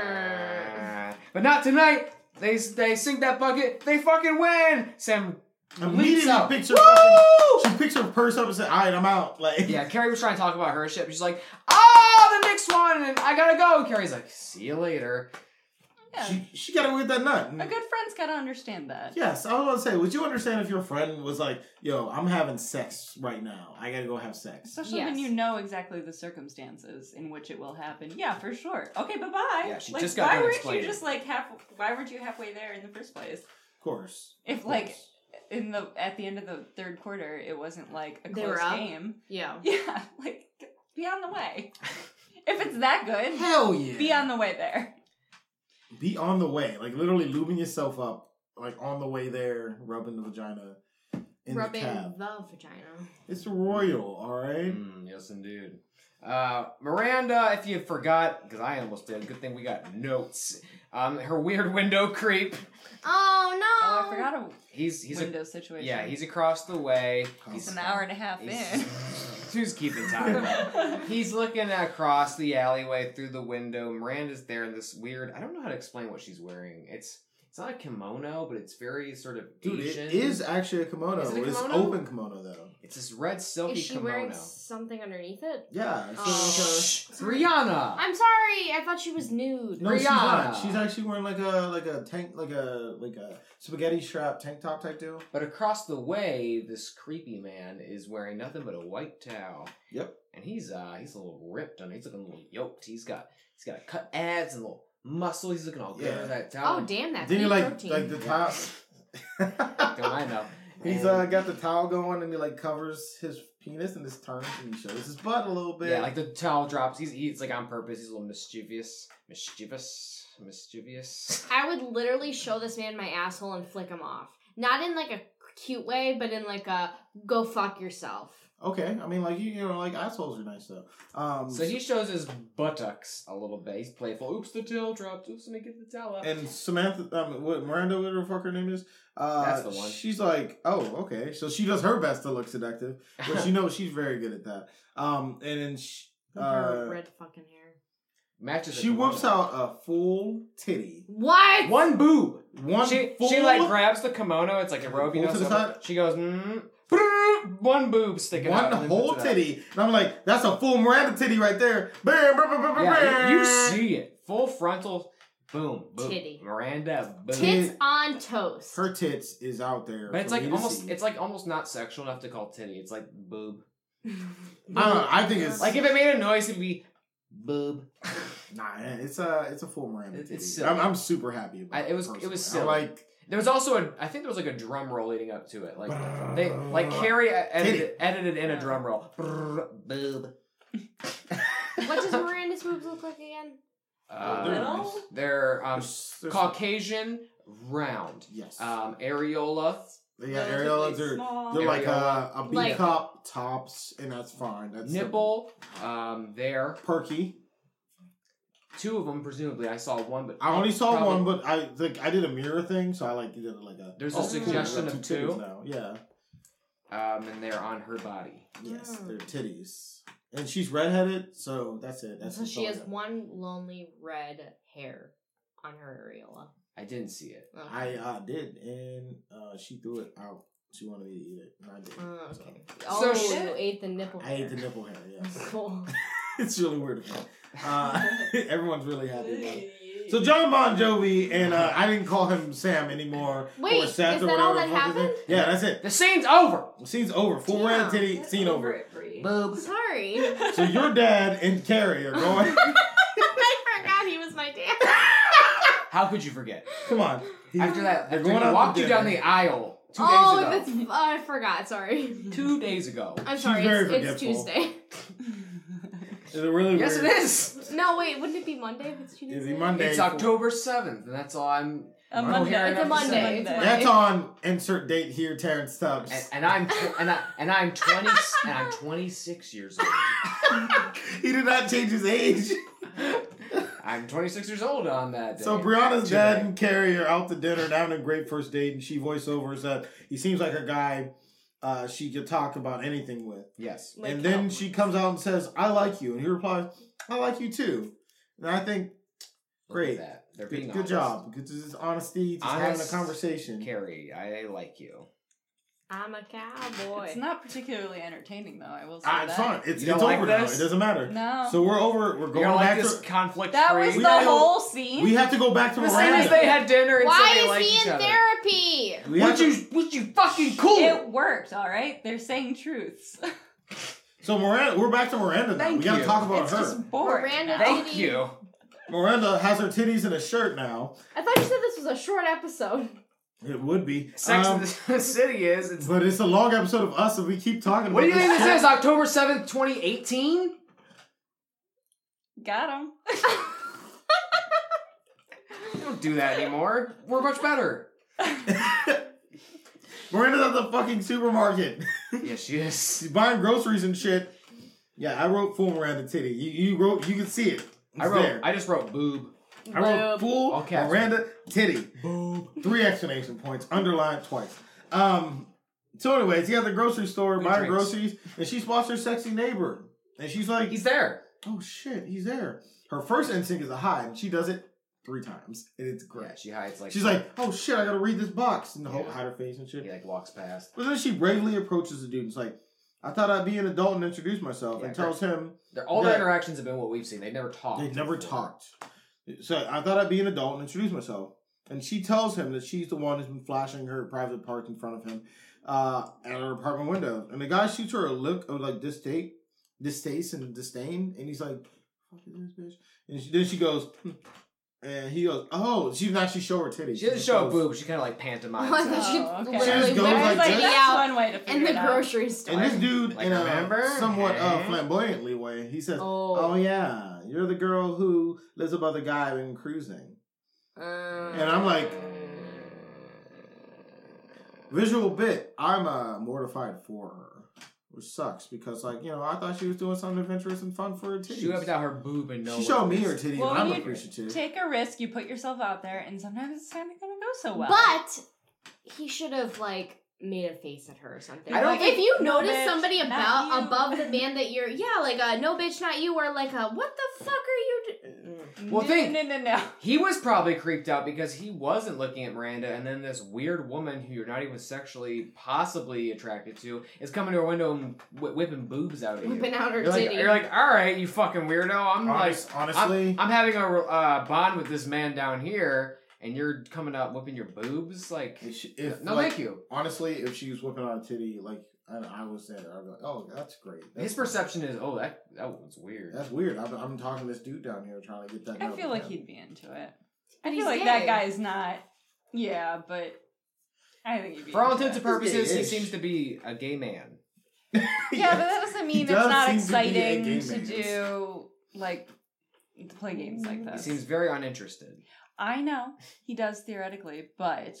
Speaker 4: Uh.
Speaker 2: But not tonight. They they sink that bucket. They fucking win. Sam leaps
Speaker 1: Immediately
Speaker 2: out.
Speaker 1: picks her fucking, she picks her purse up and says, "All right, I'm out." Like
Speaker 2: Yeah, Carrie was trying to talk about her ship. She's like, "Oh, the Knicks won, and I gotta go." And Carrie's like, "See you later."
Speaker 3: Yeah.
Speaker 1: She she got away with that nut.
Speaker 3: A good friend's gotta understand that.
Speaker 1: Yes, I was going to say, would you understand if your friend was like, yo, I'm having sex right now. I gotta go have sex.
Speaker 3: Especially when
Speaker 4: Yes.
Speaker 3: you know exactly the circumstances in which it will happen. Yeah, for sure. Okay, bye bye.
Speaker 2: Yeah, she
Speaker 3: like,
Speaker 2: just got
Speaker 3: why
Speaker 2: done
Speaker 3: weren't
Speaker 2: explaining.
Speaker 3: you just like half? Why weren't you halfway there in the first place?
Speaker 1: Of course.
Speaker 3: If
Speaker 1: Of
Speaker 3: like
Speaker 1: course.
Speaker 3: in the at the end of the third quarter, it wasn't like a
Speaker 4: They
Speaker 3: close
Speaker 4: were up?
Speaker 3: game.
Speaker 4: Yeah.
Speaker 3: Yeah, like be on the way. if it's that good,
Speaker 1: Hell yeah.
Speaker 3: be on the way there.
Speaker 1: Be on the way. Like literally lubing yourself up, like on the way there, rubbing the vagina in
Speaker 4: Rubbing
Speaker 1: the
Speaker 4: the,
Speaker 1: cab.
Speaker 4: vagina.
Speaker 1: It's royal, alright?
Speaker 2: Mm, yes, indeed. Uh, Miranda, if you forgot, because I almost did. Good thing we got notes. Um, her weird window creep.
Speaker 6: Oh no!
Speaker 3: Oh, I forgot a
Speaker 2: He's he's
Speaker 3: window
Speaker 2: a,
Speaker 3: situation.
Speaker 2: yeah. He's across the way.
Speaker 3: It's
Speaker 2: He's
Speaker 3: an hour and a half in.
Speaker 2: He's, who's keeping time? He's looking across the alleyway through the window. Miranda's there in this weird. I don't know how to explain what she's wearing. It's it's not a kimono, but it's very sort of
Speaker 1: Dude,
Speaker 2: Asian.
Speaker 1: it is actually a kimono.
Speaker 2: Is it a
Speaker 1: It's
Speaker 2: kimono?
Speaker 1: open kimono though.
Speaker 2: It's this red silky
Speaker 4: Is she
Speaker 2: kimono.
Speaker 4: wearing something underneath it?
Speaker 1: Yeah. it's
Speaker 4: Oh.
Speaker 2: Shh, Rihanna.
Speaker 4: I'm sorry. I thought she was nude.
Speaker 1: No, she's not.
Speaker 2: Rihanna.
Speaker 1: She's actually wearing like a like a tank like a like a spaghetti strap tank top type deal.
Speaker 2: But across the way, this creepy man is wearing nothing but a white towel.
Speaker 1: Yep.
Speaker 2: And he's uh he's a little ripped on. He's looking a little yoked. He's got he's got cut abs and a little muscle. He's looking all good
Speaker 1: Yeah.
Speaker 2: in that towel.
Speaker 4: Oh damn, that's
Speaker 1: then you
Speaker 4: meat
Speaker 1: like
Speaker 4: protein.
Speaker 1: like the top.
Speaker 2: Don't I know?
Speaker 1: He's
Speaker 2: And-
Speaker 1: uh, got the towel going and he like covers his penis and just turns and he shows his butt a little bit.
Speaker 2: yeah, like the towel drops. He's he's like on purpose. He's a little mischievous, mischievous, mischievous.
Speaker 4: I would literally show this man my asshole and flick him off. Not in like a cute way, but in like a go fuck yourself.
Speaker 1: okay, I mean like you, you know like assholes are nice though. Um,
Speaker 2: So he shows his buttocks a little bit. He's playful. Oops, the towel dropped. Oops, let me get the towel up.
Speaker 1: and Samantha, um, what Miranda, whatever the fuck her name is, uh,
Speaker 2: That's the one.
Speaker 1: She's like, oh okay, so she does her best to look seductive, but you know she's very good at that. Um, and then she,
Speaker 4: With her
Speaker 1: Uh,
Speaker 4: red fucking hair.
Speaker 2: Matches. a
Speaker 1: she whips
Speaker 2: kimono.
Speaker 1: out a full titty.
Speaker 4: What?
Speaker 2: one boob.
Speaker 1: One
Speaker 2: she,
Speaker 1: full
Speaker 2: she like grabs the kimono. It's like a robe, you
Speaker 1: Pull
Speaker 2: know.
Speaker 1: to the
Speaker 2: so
Speaker 1: side.
Speaker 2: she goes, mm, brrr, one boob sticking out.
Speaker 1: one
Speaker 2: and then
Speaker 1: whole
Speaker 2: puts it out.
Speaker 1: titty, and I'm like, that's a full Miranda titty right there. Bam, bam, bam, bam, bam,
Speaker 2: Yeah,
Speaker 1: bam.
Speaker 2: you, you see it full frontal. Boom, boom.
Speaker 4: Titty.
Speaker 2: Miranda. Boom.
Speaker 4: Tits on toast.
Speaker 1: her tits is out there.
Speaker 2: But it's
Speaker 1: for
Speaker 2: like
Speaker 1: me to
Speaker 2: almost,
Speaker 1: see.
Speaker 2: it's like almost not sexual enough to call titty. It's like boob.
Speaker 1: I don't know. I think it's
Speaker 2: Like if it made a noise, it'd be boob.
Speaker 1: nah. It's a it's a full Miranda.
Speaker 2: It-
Speaker 1: titty.
Speaker 2: it's silly.
Speaker 1: I'm, I'm super happy about
Speaker 2: I- it was- it
Speaker 1: personally.
Speaker 2: was
Speaker 1: I
Speaker 2: silly.
Speaker 1: like
Speaker 2: There was also a, I think there was like a drum roll leading up to it. Like they,
Speaker 1: Uh,
Speaker 2: like Carrie e-, edited, edited in a drum roll. Brrr, boob.
Speaker 4: what does Miranda's boobs look like again?
Speaker 2: Uh,
Speaker 1: They're
Speaker 3: nice.
Speaker 2: They're um,
Speaker 1: there's- there's-
Speaker 2: Caucasian, round,
Speaker 1: Yes.
Speaker 2: um, areola.
Speaker 1: they got areolas. They're,
Speaker 3: small.
Speaker 1: they're like a, a B
Speaker 4: Like-
Speaker 1: cup tops, and that's fine. That's
Speaker 2: nipple um there
Speaker 1: perky.
Speaker 2: two of them presumably i saw one but
Speaker 1: I only saw
Speaker 2: probably-
Speaker 1: one, but I like I did a mirror thing, so I like did like a.
Speaker 2: there's a
Speaker 1: oh, cool,
Speaker 2: suggestion
Speaker 1: we got
Speaker 2: of two
Speaker 1: titties Now. Yeah.
Speaker 2: um and they're on her body
Speaker 1: Yes,
Speaker 4: Mm.
Speaker 1: they're titties, and she's redheaded, so that's it. That's
Speaker 4: so
Speaker 1: the
Speaker 4: she has
Speaker 1: photo.
Speaker 4: one lonely red hair on her areola.
Speaker 2: i didn't see it
Speaker 4: Okay.
Speaker 1: I uh, did, and uh, she threw it out. She wanted me to eat it, and I did.
Speaker 4: Oh, okay.
Speaker 1: So-
Speaker 4: Oh,
Speaker 2: So-
Speaker 4: you ate the nipple.
Speaker 1: I ate the
Speaker 4: hair.
Speaker 1: nipple hair. Yes,
Speaker 4: Cool.
Speaker 1: it's really weird. Uh, everyone's really happy about it. So John Bon Jovi, and uh, I didn't call him Sam anymore.
Speaker 4: Wait,
Speaker 1: or Seth
Speaker 4: is
Speaker 1: or
Speaker 4: that
Speaker 1: whatever
Speaker 4: all
Speaker 1: the
Speaker 4: that
Speaker 1: fuck his name-
Speaker 4: happened?
Speaker 1: Yeah, that's it.
Speaker 2: the scene's over
Speaker 1: The scene's over. Full
Speaker 4: Damn,
Speaker 1: round titty.
Speaker 3: Get
Speaker 1: Scene over.
Speaker 3: it, Bree.
Speaker 2: boob
Speaker 4: Sorry.
Speaker 1: So your dad and Carrie are going.
Speaker 4: I forgot he was my dad.
Speaker 2: how could you forget
Speaker 1: Come on.
Speaker 2: after that
Speaker 1: They're
Speaker 2: after
Speaker 1: going
Speaker 2: he
Speaker 1: out to
Speaker 2: walked you
Speaker 1: dinner.
Speaker 2: down the aisle two
Speaker 4: oh,
Speaker 2: days
Speaker 4: that's.
Speaker 2: ago
Speaker 4: Uh, I forgot. Sorry.
Speaker 2: two days ago
Speaker 4: I'm
Speaker 1: She's
Speaker 4: sorry.
Speaker 1: very
Speaker 4: It's, it's
Speaker 1: forgetful.
Speaker 4: Tuesday.
Speaker 1: Is it really
Speaker 2: yes
Speaker 1: weird?
Speaker 2: it is
Speaker 4: No, wait. Wouldn't it be Monday? If it's Tuesday.
Speaker 1: Is it Monday?
Speaker 2: it's october 7th and that's all i'm
Speaker 3: A
Speaker 2: Well,
Speaker 3: Monday.
Speaker 2: here
Speaker 4: It's a
Speaker 2: It's
Speaker 4: Monday.
Speaker 3: Monday.
Speaker 4: It's a Monday.
Speaker 1: That's on insert date here, Terrence Stubbs.
Speaker 2: and, and i'm tw- and, I, and i'm 20 and i'm 26 years old
Speaker 1: he did not change his age.
Speaker 2: i'm 26 years old on that day
Speaker 1: So Brianna's
Speaker 2: Today.
Speaker 1: dad and Carrie are out to dinner, down a great first date, and she voiceovers that he seems like a guy uh, she could talk about anything with.
Speaker 2: yes
Speaker 4: Like
Speaker 1: and then
Speaker 4: how-
Speaker 1: she comes out and says, "I like you," and he replies, "I like you too." And I think
Speaker 2: Look at
Speaker 1: Great.
Speaker 2: that. They're being
Speaker 1: good, good
Speaker 2: honest.
Speaker 1: job, good this is honesty, just
Speaker 2: Honest
Speaker 1: having a conversation.
Speaker 2: Carrie, I like you.
Speaker 4: I'm a cowboy.
Speaker 3: It's not particularly entertaining, though. I will say
Speaker 1: Ah,
Speaker 3: that.
Speaker 1: it's fine. It's,
Speaker 2: You don't
Speaker 1: it's
Speaker 2: like
Speaker 1: over now.
Speaker 2: this?
Speaker 1: It doesn't matter.
Speaker 3: No,
Speaker 1: So we're over. We're going
Speaker 2: You're like
Speaker 1: back
Speaker 2: this
Speaker 1: to.
Speaker 2: conflict
Speaker 3: that
Speaker 2: free.
Speaker 3: was
Speaker 1: We
Speaker 3: the
Speaker 1: gotta-
Speaker 3: whole scene.
Speaker 1: We have to go back to
Speaker 2: the same as
Speaker 1: Miranda.
Speaker 2: they had dinner and said
Speaker 6: Why
Speaker 2: they
Speaker 6: is
Speaker 2: liked
Speaker 6: he
Speaker 2: each
Speaker 6: in
Speaker 2: other.
Speaker 6: therapy?
Speaker 1: We have
Speaker 2: Would
Speaker 1: to-
Speaker 2: you? Would you fucking cool?
Speaker 3: It worked, all right. They're saying truths.
Speaker 1: so Miranda, we're back to Miranda now.
Speaker 2: Thank
Speaker 1: we got to
Speaker 2: you.
Speaker 1: talk about
Speaker 3: it's
Speaker 1: her.
Speaker 3: just boring.
Speaker 4: Miranda
Speaker 3: now.
Speaker 2: Thank you.
Speaker 1: Um, Miranda has her titties in a shirt now.
Speaker 4: I thought you said this was a short episode.
Speaker 1: It would be.
Speaker 2: Sex
Speaker 1: Um,
Speaker 2: in the City is. It's,
Speaker 1: But it's a long episode of us if we keep talking
Speaker 2: what do
Speaker 1: about
Speaker 2: you think this
Speaker 1: shit.
Speaker 2: is? October seventh, twenty eighteen.
Speaker 3: Got him.
Speaker 2: We don't do that anymore. We're much better.
Speaker 1: Miranda's at the fucking supermarket.
Speaker 2: yes, she is.
Speaker 1: She's buying groceries and shit. Yeah, I wrote full Miranda titty. You, you wrote, you can see it. It's
Speaker 2: I wrote.
Speaker 1: there.
Speaker 2: I just wrote boob.
Speaker 1: I wrote full
Speaker 2: All caps.
Speaker 1: Miranda titty. Three explanation points, underlined twice. Um. So, anyways, he at the grocery store
Speaker 2: Who
Speaker 1: buying
Speaker 2: drinks?
Speaker 1: groceries, and she spots her sexy neighbor, and she's like,
Speaker 2: He's there.
Speaker 1: "Oh shit, he's there." Her first instinct is a hide, and she does it three times, and it's
Speaker 2: Yeah,
Speaker 1: great.
Speaker 2: she hides like
Speaker 1: She's like, "Oh shit, I gotta read this box," and the whole
Speaker 2: Yeah.
Speaker 1: hide her face and shit.
Speaker 2: He like walks past.
Speaker 1: But then she bravely approaches the dude and is like, I thought I'd be an adult and introduce myself
Speaker 2: Yeah,
Speaker 1: and tells him
Speaker 2: Their, all their
Speaker 1: Yeah.
Speaker 2: interactions have been what we've seen. They never talked.
Speaker 1: they never
Speaker 2: before.
Speaker 1: talked. So I thought I'd be an adult and introduce myself. And she tells him that she's the one who's been flashing her private parts in front of him uh, at her apartment window. And the guy shoots her a look of like distaste, distaste and disdain. And he's like, fuck is this bitch? And she, then she goes, hmm. and he goes, oh, she didn't actually show her titties.
Speaker 2: She doesn't
Speaker 1: just
Speaker 2: show a
Speaker 1: goes-
Speaker 2: boob. She kind of like pantomimes.
Speaker 4: Oh, I
Speaker 2: it.
Speaker 4: thought
Speaker 3: Oh, okay.
Speaker 4: she literally
Speaker 1: She just goes
Speaker 4: whipped
Speaker 1: like
Speaker 4: somebody
Speaker 1: this?
Speaker 3: That's
Speaker 4: out
Speaker 3: one way to figure
Speaker 4: in the
Speaker 3: it out.
Speaker 4: grocery store.
Speaker 1: And this dude,
Speaker 2: Like,
Speaker 1: in a
Speaker 2: remember?
Speaker 1: somewhat uh,
Speaker 2: Hey.
Speaker 1: flamboyantly way, he says, Oh
Speaker 4: oh.
Speaker 1: yeah, you're the girl who lives above the guy I've been cruising.
Speaker 4: Um,
Speaker 1: And I'm like, visual bit. I'm uh, mortified for her, which sucks because like you know I thought she was doing something adventurous and fun for her titties.
Speaker 2: She whipped out her boob and no.
Speaker 1: she showed me her
Speaker 2: her.
Speaker 1: titties.
Speaker 3: Well,
Speaker 1: and I'm
Speaker 3: when you
Speaker 1: appreciative.
Speaker 3: Take a risk. You put yourself out there, and sometimes it's not gonna go so well.
Speaker 4: But he should have like made a face at her or something.
Speaker 2: I don't
Speaker 4: Like,
Speaker 2: think-
Speaker 4: if you
Speaker 3: No,
Speaker 4: notice
Speaker 3: bitch,
Speaker 4: somebody
Speaker 3: not
Speaker 4: about
Speaker 3: you.
Speaker 4: above the man that you're, yeah, like a no bitch, not you, or like a what the fuck are you? Mm. Do-?
Speaker 2: Well,
Speaker 3: no,
Speaker 2: think-
Speaker 3: no, no, no.
Speaker 2: He was probably creeped out because he wasn't looking at Miranda, and then this weird woman who you're not even sexually possibly attracted to is coming to her window and whi whipping boobs out at you.
Speaker 4: Whipping out her
Speaker 2: You're like,
Speaker 4: titty.
Speaker 2: you're like, all right, you fucking weirdo. I'm like,
Speaker 1: Honest, honestly,
Speaker 2: I'm having a uh, bond with this man down here, and you're coming out whipping your boobs. Like,
Speaker 1: if, she, if
Speaker 2: no,
Speaker 1: like,
Speaker 2: thank you.
Speaker 1: honestly, if she was whipping out a titty, like and I was there, I'd be like, oh, that's great. That's,
Speaker 2: His perception is, oh, that that was weird.
Speaker 1: That's weird. I'm, I'm talking to this dude down here trying to get that.
Speaker 3: I
Speaker 1: girl
Speaker 3: feel
Speaker 1: to
Speaker 3: like
Speaker 1: him.
Speaker 3: he'd be into it. I
Speaker 4: But
Speaker 3: feel
Speaker 4: he's
Speaker 3: like that
Speaker 4: gay.
Speaker 3: guy is not. Yeah, but I think he'd be.
Speaker 2: For all
Speaker 3: into
Speaker 2: intents
Speaker 3: it.
Speaker 2: and purposes, he
Speaker 1: He's gay-ish.
Speaker 2: seems to be a gay man.
Speaker 3: Yeah, but that doesn't mean it's
Speaker 1: does
Speaker 3: not
Speaker 1: seem to be a
Speaker 3: exciting
Speaker 1: gay
Speaker 3: to,
Speaker 1: man.
Speaker 3: do like to play games like
Speaker 2: He
Speaker 3: this.
Speaker 2: seems very uninterested.
Speaker 3: I know he does theoretically, but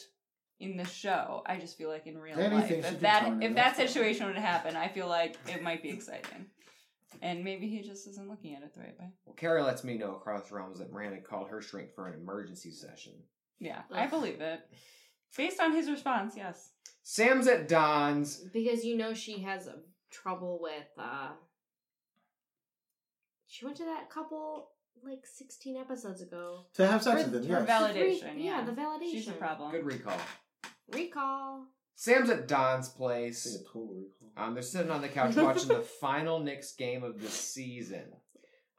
Speaker 3: in the show, I just feel like in real
Speaker 1: Anything
Speaker 3: life,
Speaker 1: she
Speaker 3: if
Speaker 1: can
Speaker 3: that
Speaker 1: turn it
Speaker 3: if that
Speaker 1: up for.
Speaker 3: situation would happen, I feel like it might be exciting. And maybe he just isn't looking at it the right way.
Speaker 2: Well, Carrie lets me know across realms that Miranda called her shrink for an emergency session.
Speaker 3: Yeah, I believe it. Based on his response, yes.
Speaker 2: Sam's at Don's.
Speaker 4: because you know she has um, trouble with. uh She went to that couple like 16 episodes ago.
Speaker 1: to have sex
Speaker 3: For-
Speaker 1: with him.
Speaker 3: for
Speaker 1: Yes.
Speaker 3: valid-
Speaker 4: The three-
Speaker 3: Validation,
Speaker 4: yeah,
Speaker 3: yeah.
Speaker 4: the validation.
Speaker 3: She's the problem.
Speaker 2: Good recall.
Speaker 4: Recall.
Speaker 2: Sam's at Don's
Speaker 1: Yeah,
Speaker 2: place.
Speaker 1: totally cool.
Speaker 2: Um, they're sitting on the couch watching the final Knicks game of the season.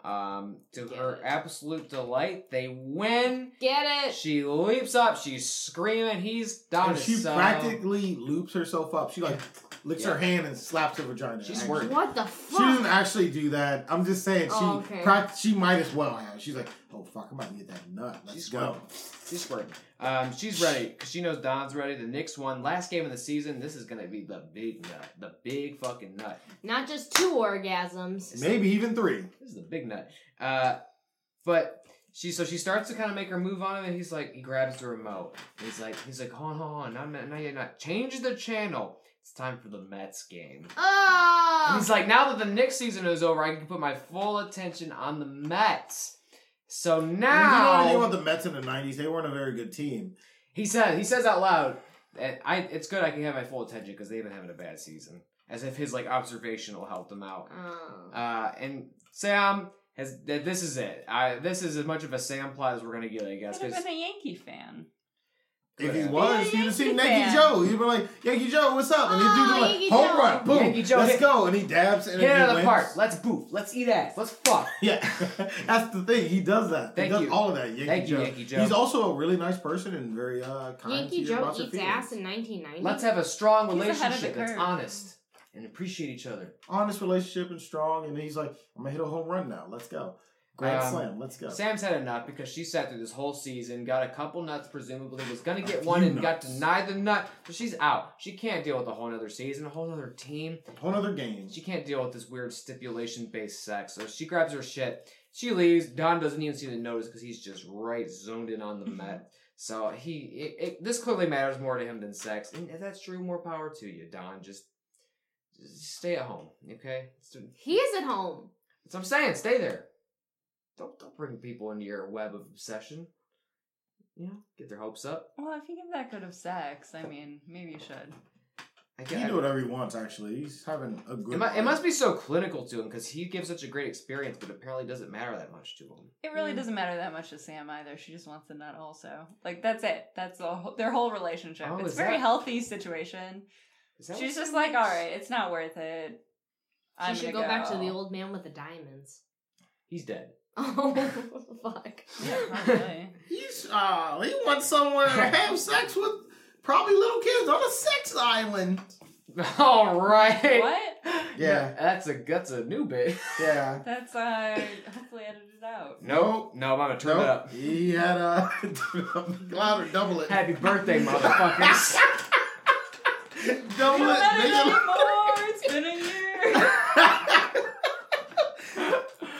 Speaker 2: Um, to her absolute delight, they win.
Speaker 4: Get it.
Speaker 2: She leaps up. She's screaming. He's down.
Speaker 1: And she
Speaker 2: to some-
Speaker 1: practically loops herself up. She like licks her hand and slaps her vagina.
Speaker 2: She's
Speaker 1: Actually.
Speaker 2: worried.
Speaker 4: What the
Speaker 1: She didn't
Speaker 4: fuck?
Speaker 1: actually do that. I'm just saying she
Speaker 4: Oh, okay.
Speaker 1: prac- she might as well have. She's like, oh fuck, I'm about to get that nut. Let's
Speaker 2: She's
Speaker 1: go.
Speaker 2: She's squirting. Um, she's ready because she knows Don's ready. The Knicks won last game of the season. This is gonna be the big nut, the big fucking nut.
Speaker 4: Not just two orgasms.
Speaker 1: Maybe even three.
Speaker 2: This is the big nut. Uh, but she so she starts to kind of make her move on him, and he's like, he grabs the remote. He's like, he's like, hold on, hold on, not not yet, not change the channel. It's time for the Mets game. And
Speaker 4: Oh,
Speaker 2: he's like, now that the Knicks season is over, I can put my full attention on the Mets. So
Speaker 1: You know anything
Speaker 2: now
Speaker 1: about the Mets in the '90s? They weren't a very good team.
Speaker 2: he says, he says out loud, and I, it's good I can have my full attention because they've been having a bad season. As if his like observation will help them out.
Speaker 4: Oh.
Speaker 2: Uh, and Sam has that. This is it. I, this is as much of a Sam plot as we're gonna get, I guess.
Speaker 3: Could have
Speaker 2: 'cause-
Speaker 3: been a Yankee fan.
Speaker 1: If he
Speaker 2: Yeah.
Speaker 1: was,
Speaker 6: Be a
Speaker 1: he'd have seen
Speaker 6: Yankee fan.
Speaker 1: Yankee Joe. He'd be like, Yankee Joe, what's up? And he'd do
Speaker 6: Aw,
Speaker 1: the like,
Speaker 6: Yankee
Speaker 1: home
Speaker 6: Joe.
Speaker 1: run, boom,
Speaker 2: Yankee Joe
Speaker 1: let's
Speaker 2: hit-
Speaker 1: go. And he dabs and
Speaker 2: Hit
Speaker 1: then
Speaker 2: it
Speaker 1: he
Speaker 2: out of the
Speaker 1: wins.
Speaker 2: park. Let's boof. Let's eat ass. Let's fuck.
Speaker 1: Yeah, that's the thing. He does that.
Speaker 2: Thank
Speaker 1: he does
Speaker 2: you.
Speaker 1: all of that. Yankee
Speaker 2: Thank you,
Speaker 1: Joe.
Speaker 2: Yankee Joe.
Speaker 1: He's also a really nice person and very uh, kind. to
Speaker 4: Yankee
Speaker 1: you
Speaker 4: Joe
Speaker 1: about your
Speaker 4: eats
Speaker 1: feelings.
Speaker 4: ass in 1990.
Speaker 2: Let's have a strong
Speaker 3: He's ahead of the
Speaker 2: relationship that's
Speaker 3: curve.
Speaker 2: honest and appreciate each other.
Speaker 1: Honest relationship and strong. And he's like, I'm gonna hit a home run now. Let's go. Grand
Speaker 2: Um,
Speaker 1: slam. Let's go.
Speaker 2: Sam's had enough because she sat through this whole season, got a couple nuts, presumably was gonna
Speaker 1: A
Speaker 2: get one
Speaker 1: few
Speaker 2: and got
Speaker 1: nuts.
Speaker 2: denied the nut, so she's out. She can't deal with a whole nother season, a whole nother team.
Speaker 1: Whole other game.
Speaker 2: She can't deal with this weird stipulation based sex, so she grabs her shit. She leaves. Don doesn't even seem to notice because he's just right zoned in on the
Speaker 1: Mm-hmm.
Speaker 2: Met. So he, it, it, this clearly matters more to him than sex. And if that's true, more power to you, Don. Just, just stay at home, okay? That's
Speaker 4: He is at home.
Speaker 2: what I'm saying. Stay there. Don't don't bring people into your web of obsession. You know, get their hopes up.
Speaker 3: Well, if you give that good of sex, I mean, maybe you should.
Speaker 2: I
Speaker 1: He
Speaker 2: get.
Speaker 1: can do whatever he wants. Actually, he's having a good.
Speaker 2: it, mu- it
Speaker 1: life.
Speaker 2: must be so clinical to him because he gives such a great experience, but apparently doesn't matter that much to him.
Speaker 3: It really
Speaker 4: Mm.
Speaker 3: doesn't matter that much to Sam either. She just wants the nut also. Like that's it. That's the whole, their whole relationship.
Speaker 2: Oh,
Speaker 3: it's
Speaker 2: is
Speaker 3: a very
Speaker 2: that-
Speaker 3: healthy situation.
Speaker 2: Is that
Speaker 3: She's
Speaker 2: what-
Speaker 3: just like, all right, it's not worth it.
Speaker 4: She
Speaker 3: I'm
Speaker 4: should go,
Speaker 3: gonna
Speaker 4: back to the old man with the diamonds.
Speaker 2: He's dead.
Speaker 4: Oh fuck.
Speaker 3: Yeah, probably.
Speaker 1: He's uh, he went somewhere to have sex with probably little kids on a sex island.
Speaker 2: All right.
Speaker 3: what?
Speaker 1: Yeah.
Speaker 2: That's a that's a new bit.
Speaker 1: Yeah.
Speaker 3: That's uh, hopefully edited out.
Speaker 1: Nope.
Speaker 2: No, I'm gonna turn it
Speaker 1: Nope.
Speaker 2: up.
Speaker 1: He had a glad or double it.
Speaker 2: Happy birthday, motherfuckers.
Speaker 1: double
Speaker 3: Don't
Speaker 1: it.
Speaker 3: let it
Speaker 1: nigga.
Speaker 3: anymore. It's been a year.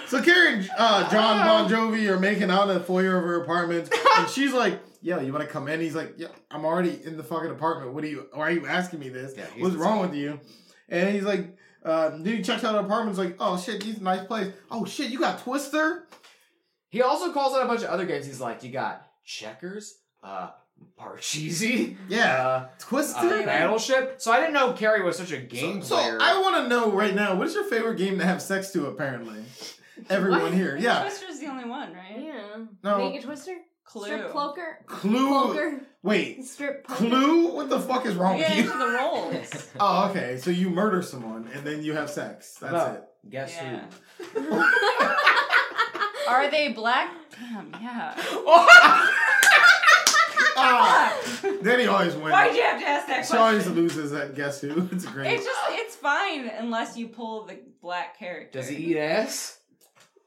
Speaker 1: so Karen, uh,
Speaker 2: Oh.
Speaker 1: John Bon Jovi are making out in the foyer of her apartment, and she's like, "Yo, you want to come in?" He's like, "Yeah, I'm already in the fucking apartment. What are you? Why are you asking me this?
Speaker 2: Yeah, he's
Speaker 1: What's
Speaker 2: the
Speaker 1: wrong with you?" And he's like, uh, "Dude, he checks out the apartment's like, oh shit, these are nice place. Oh shit, you got Twister?
Speaker 2: he also calls out a bunch of other games. He's like, you got checkers, uh, Parcheesi,
Speaker 1: Yeah,
Speaker 2: uh,
Speaker 1: Twister."
Speaker 2: uh, Battleship. So I didn't know Carrie was such a game
Speaker 1: so, so
Speaker 2: player.
Speaker 1: I want to know right now, what's your favorite game to have sex to? Apparently, everyone
Speaker 4: What?
Speaker 1: here, yeah,
Speaker 3: Twister's the only one, right?
Speaker 4: Yeah.
Speaker 1: No.
Speaker 4: Make a twister?
Speaker 3: Clue.
Speaker 4: Strip poker?
Speaker 1: Clue.
Speaker 4: Poker?
Speaker 1: Wait,
Speaker 4: Strip poker?
Speaker 1: Clue? What the fuck is wrong
Speaker 3: You get
Speaker 1: with Oh, you?
Speaker 3: into the roles.
Speaker 1: Oh, okay. So you murder someone and then you have sex. That's
Speaker 2: Well,
Speaker 1: it.
Speaker 2: Guess
Speaker 3: Yeah.
Speaker 2: who?
Speaker 3: Are they black? Damn, yeah.
Speaker 1: Ah, then he always wins.
Speaker 3: Why'd you have to ask that
Speaker 1: She always
Speaker 3: question?
Speaker 1: loses at Guess Who. It's great.
Speaker 3: It's just, it's fine unless you pull the black character.
Speaker 2: Does he eat ass?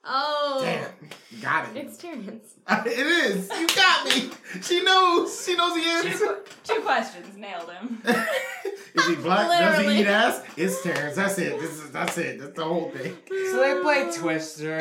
Speaker 4: Oh.
Speaker 1: Damn. Got it.
Speaker 4: It's Terrence.
Speaker 1: it is. You got me. She knows. She knows the answer.
Speaker 3: Two, two questions, nailed him.
Speaker 1: is he black? Does he
Speaker 4: Literally.
Speaker 1: eat ass? It's Terrence. That's it. This is that's it. That's the whole thing.
Speaker 2: So they play Twister.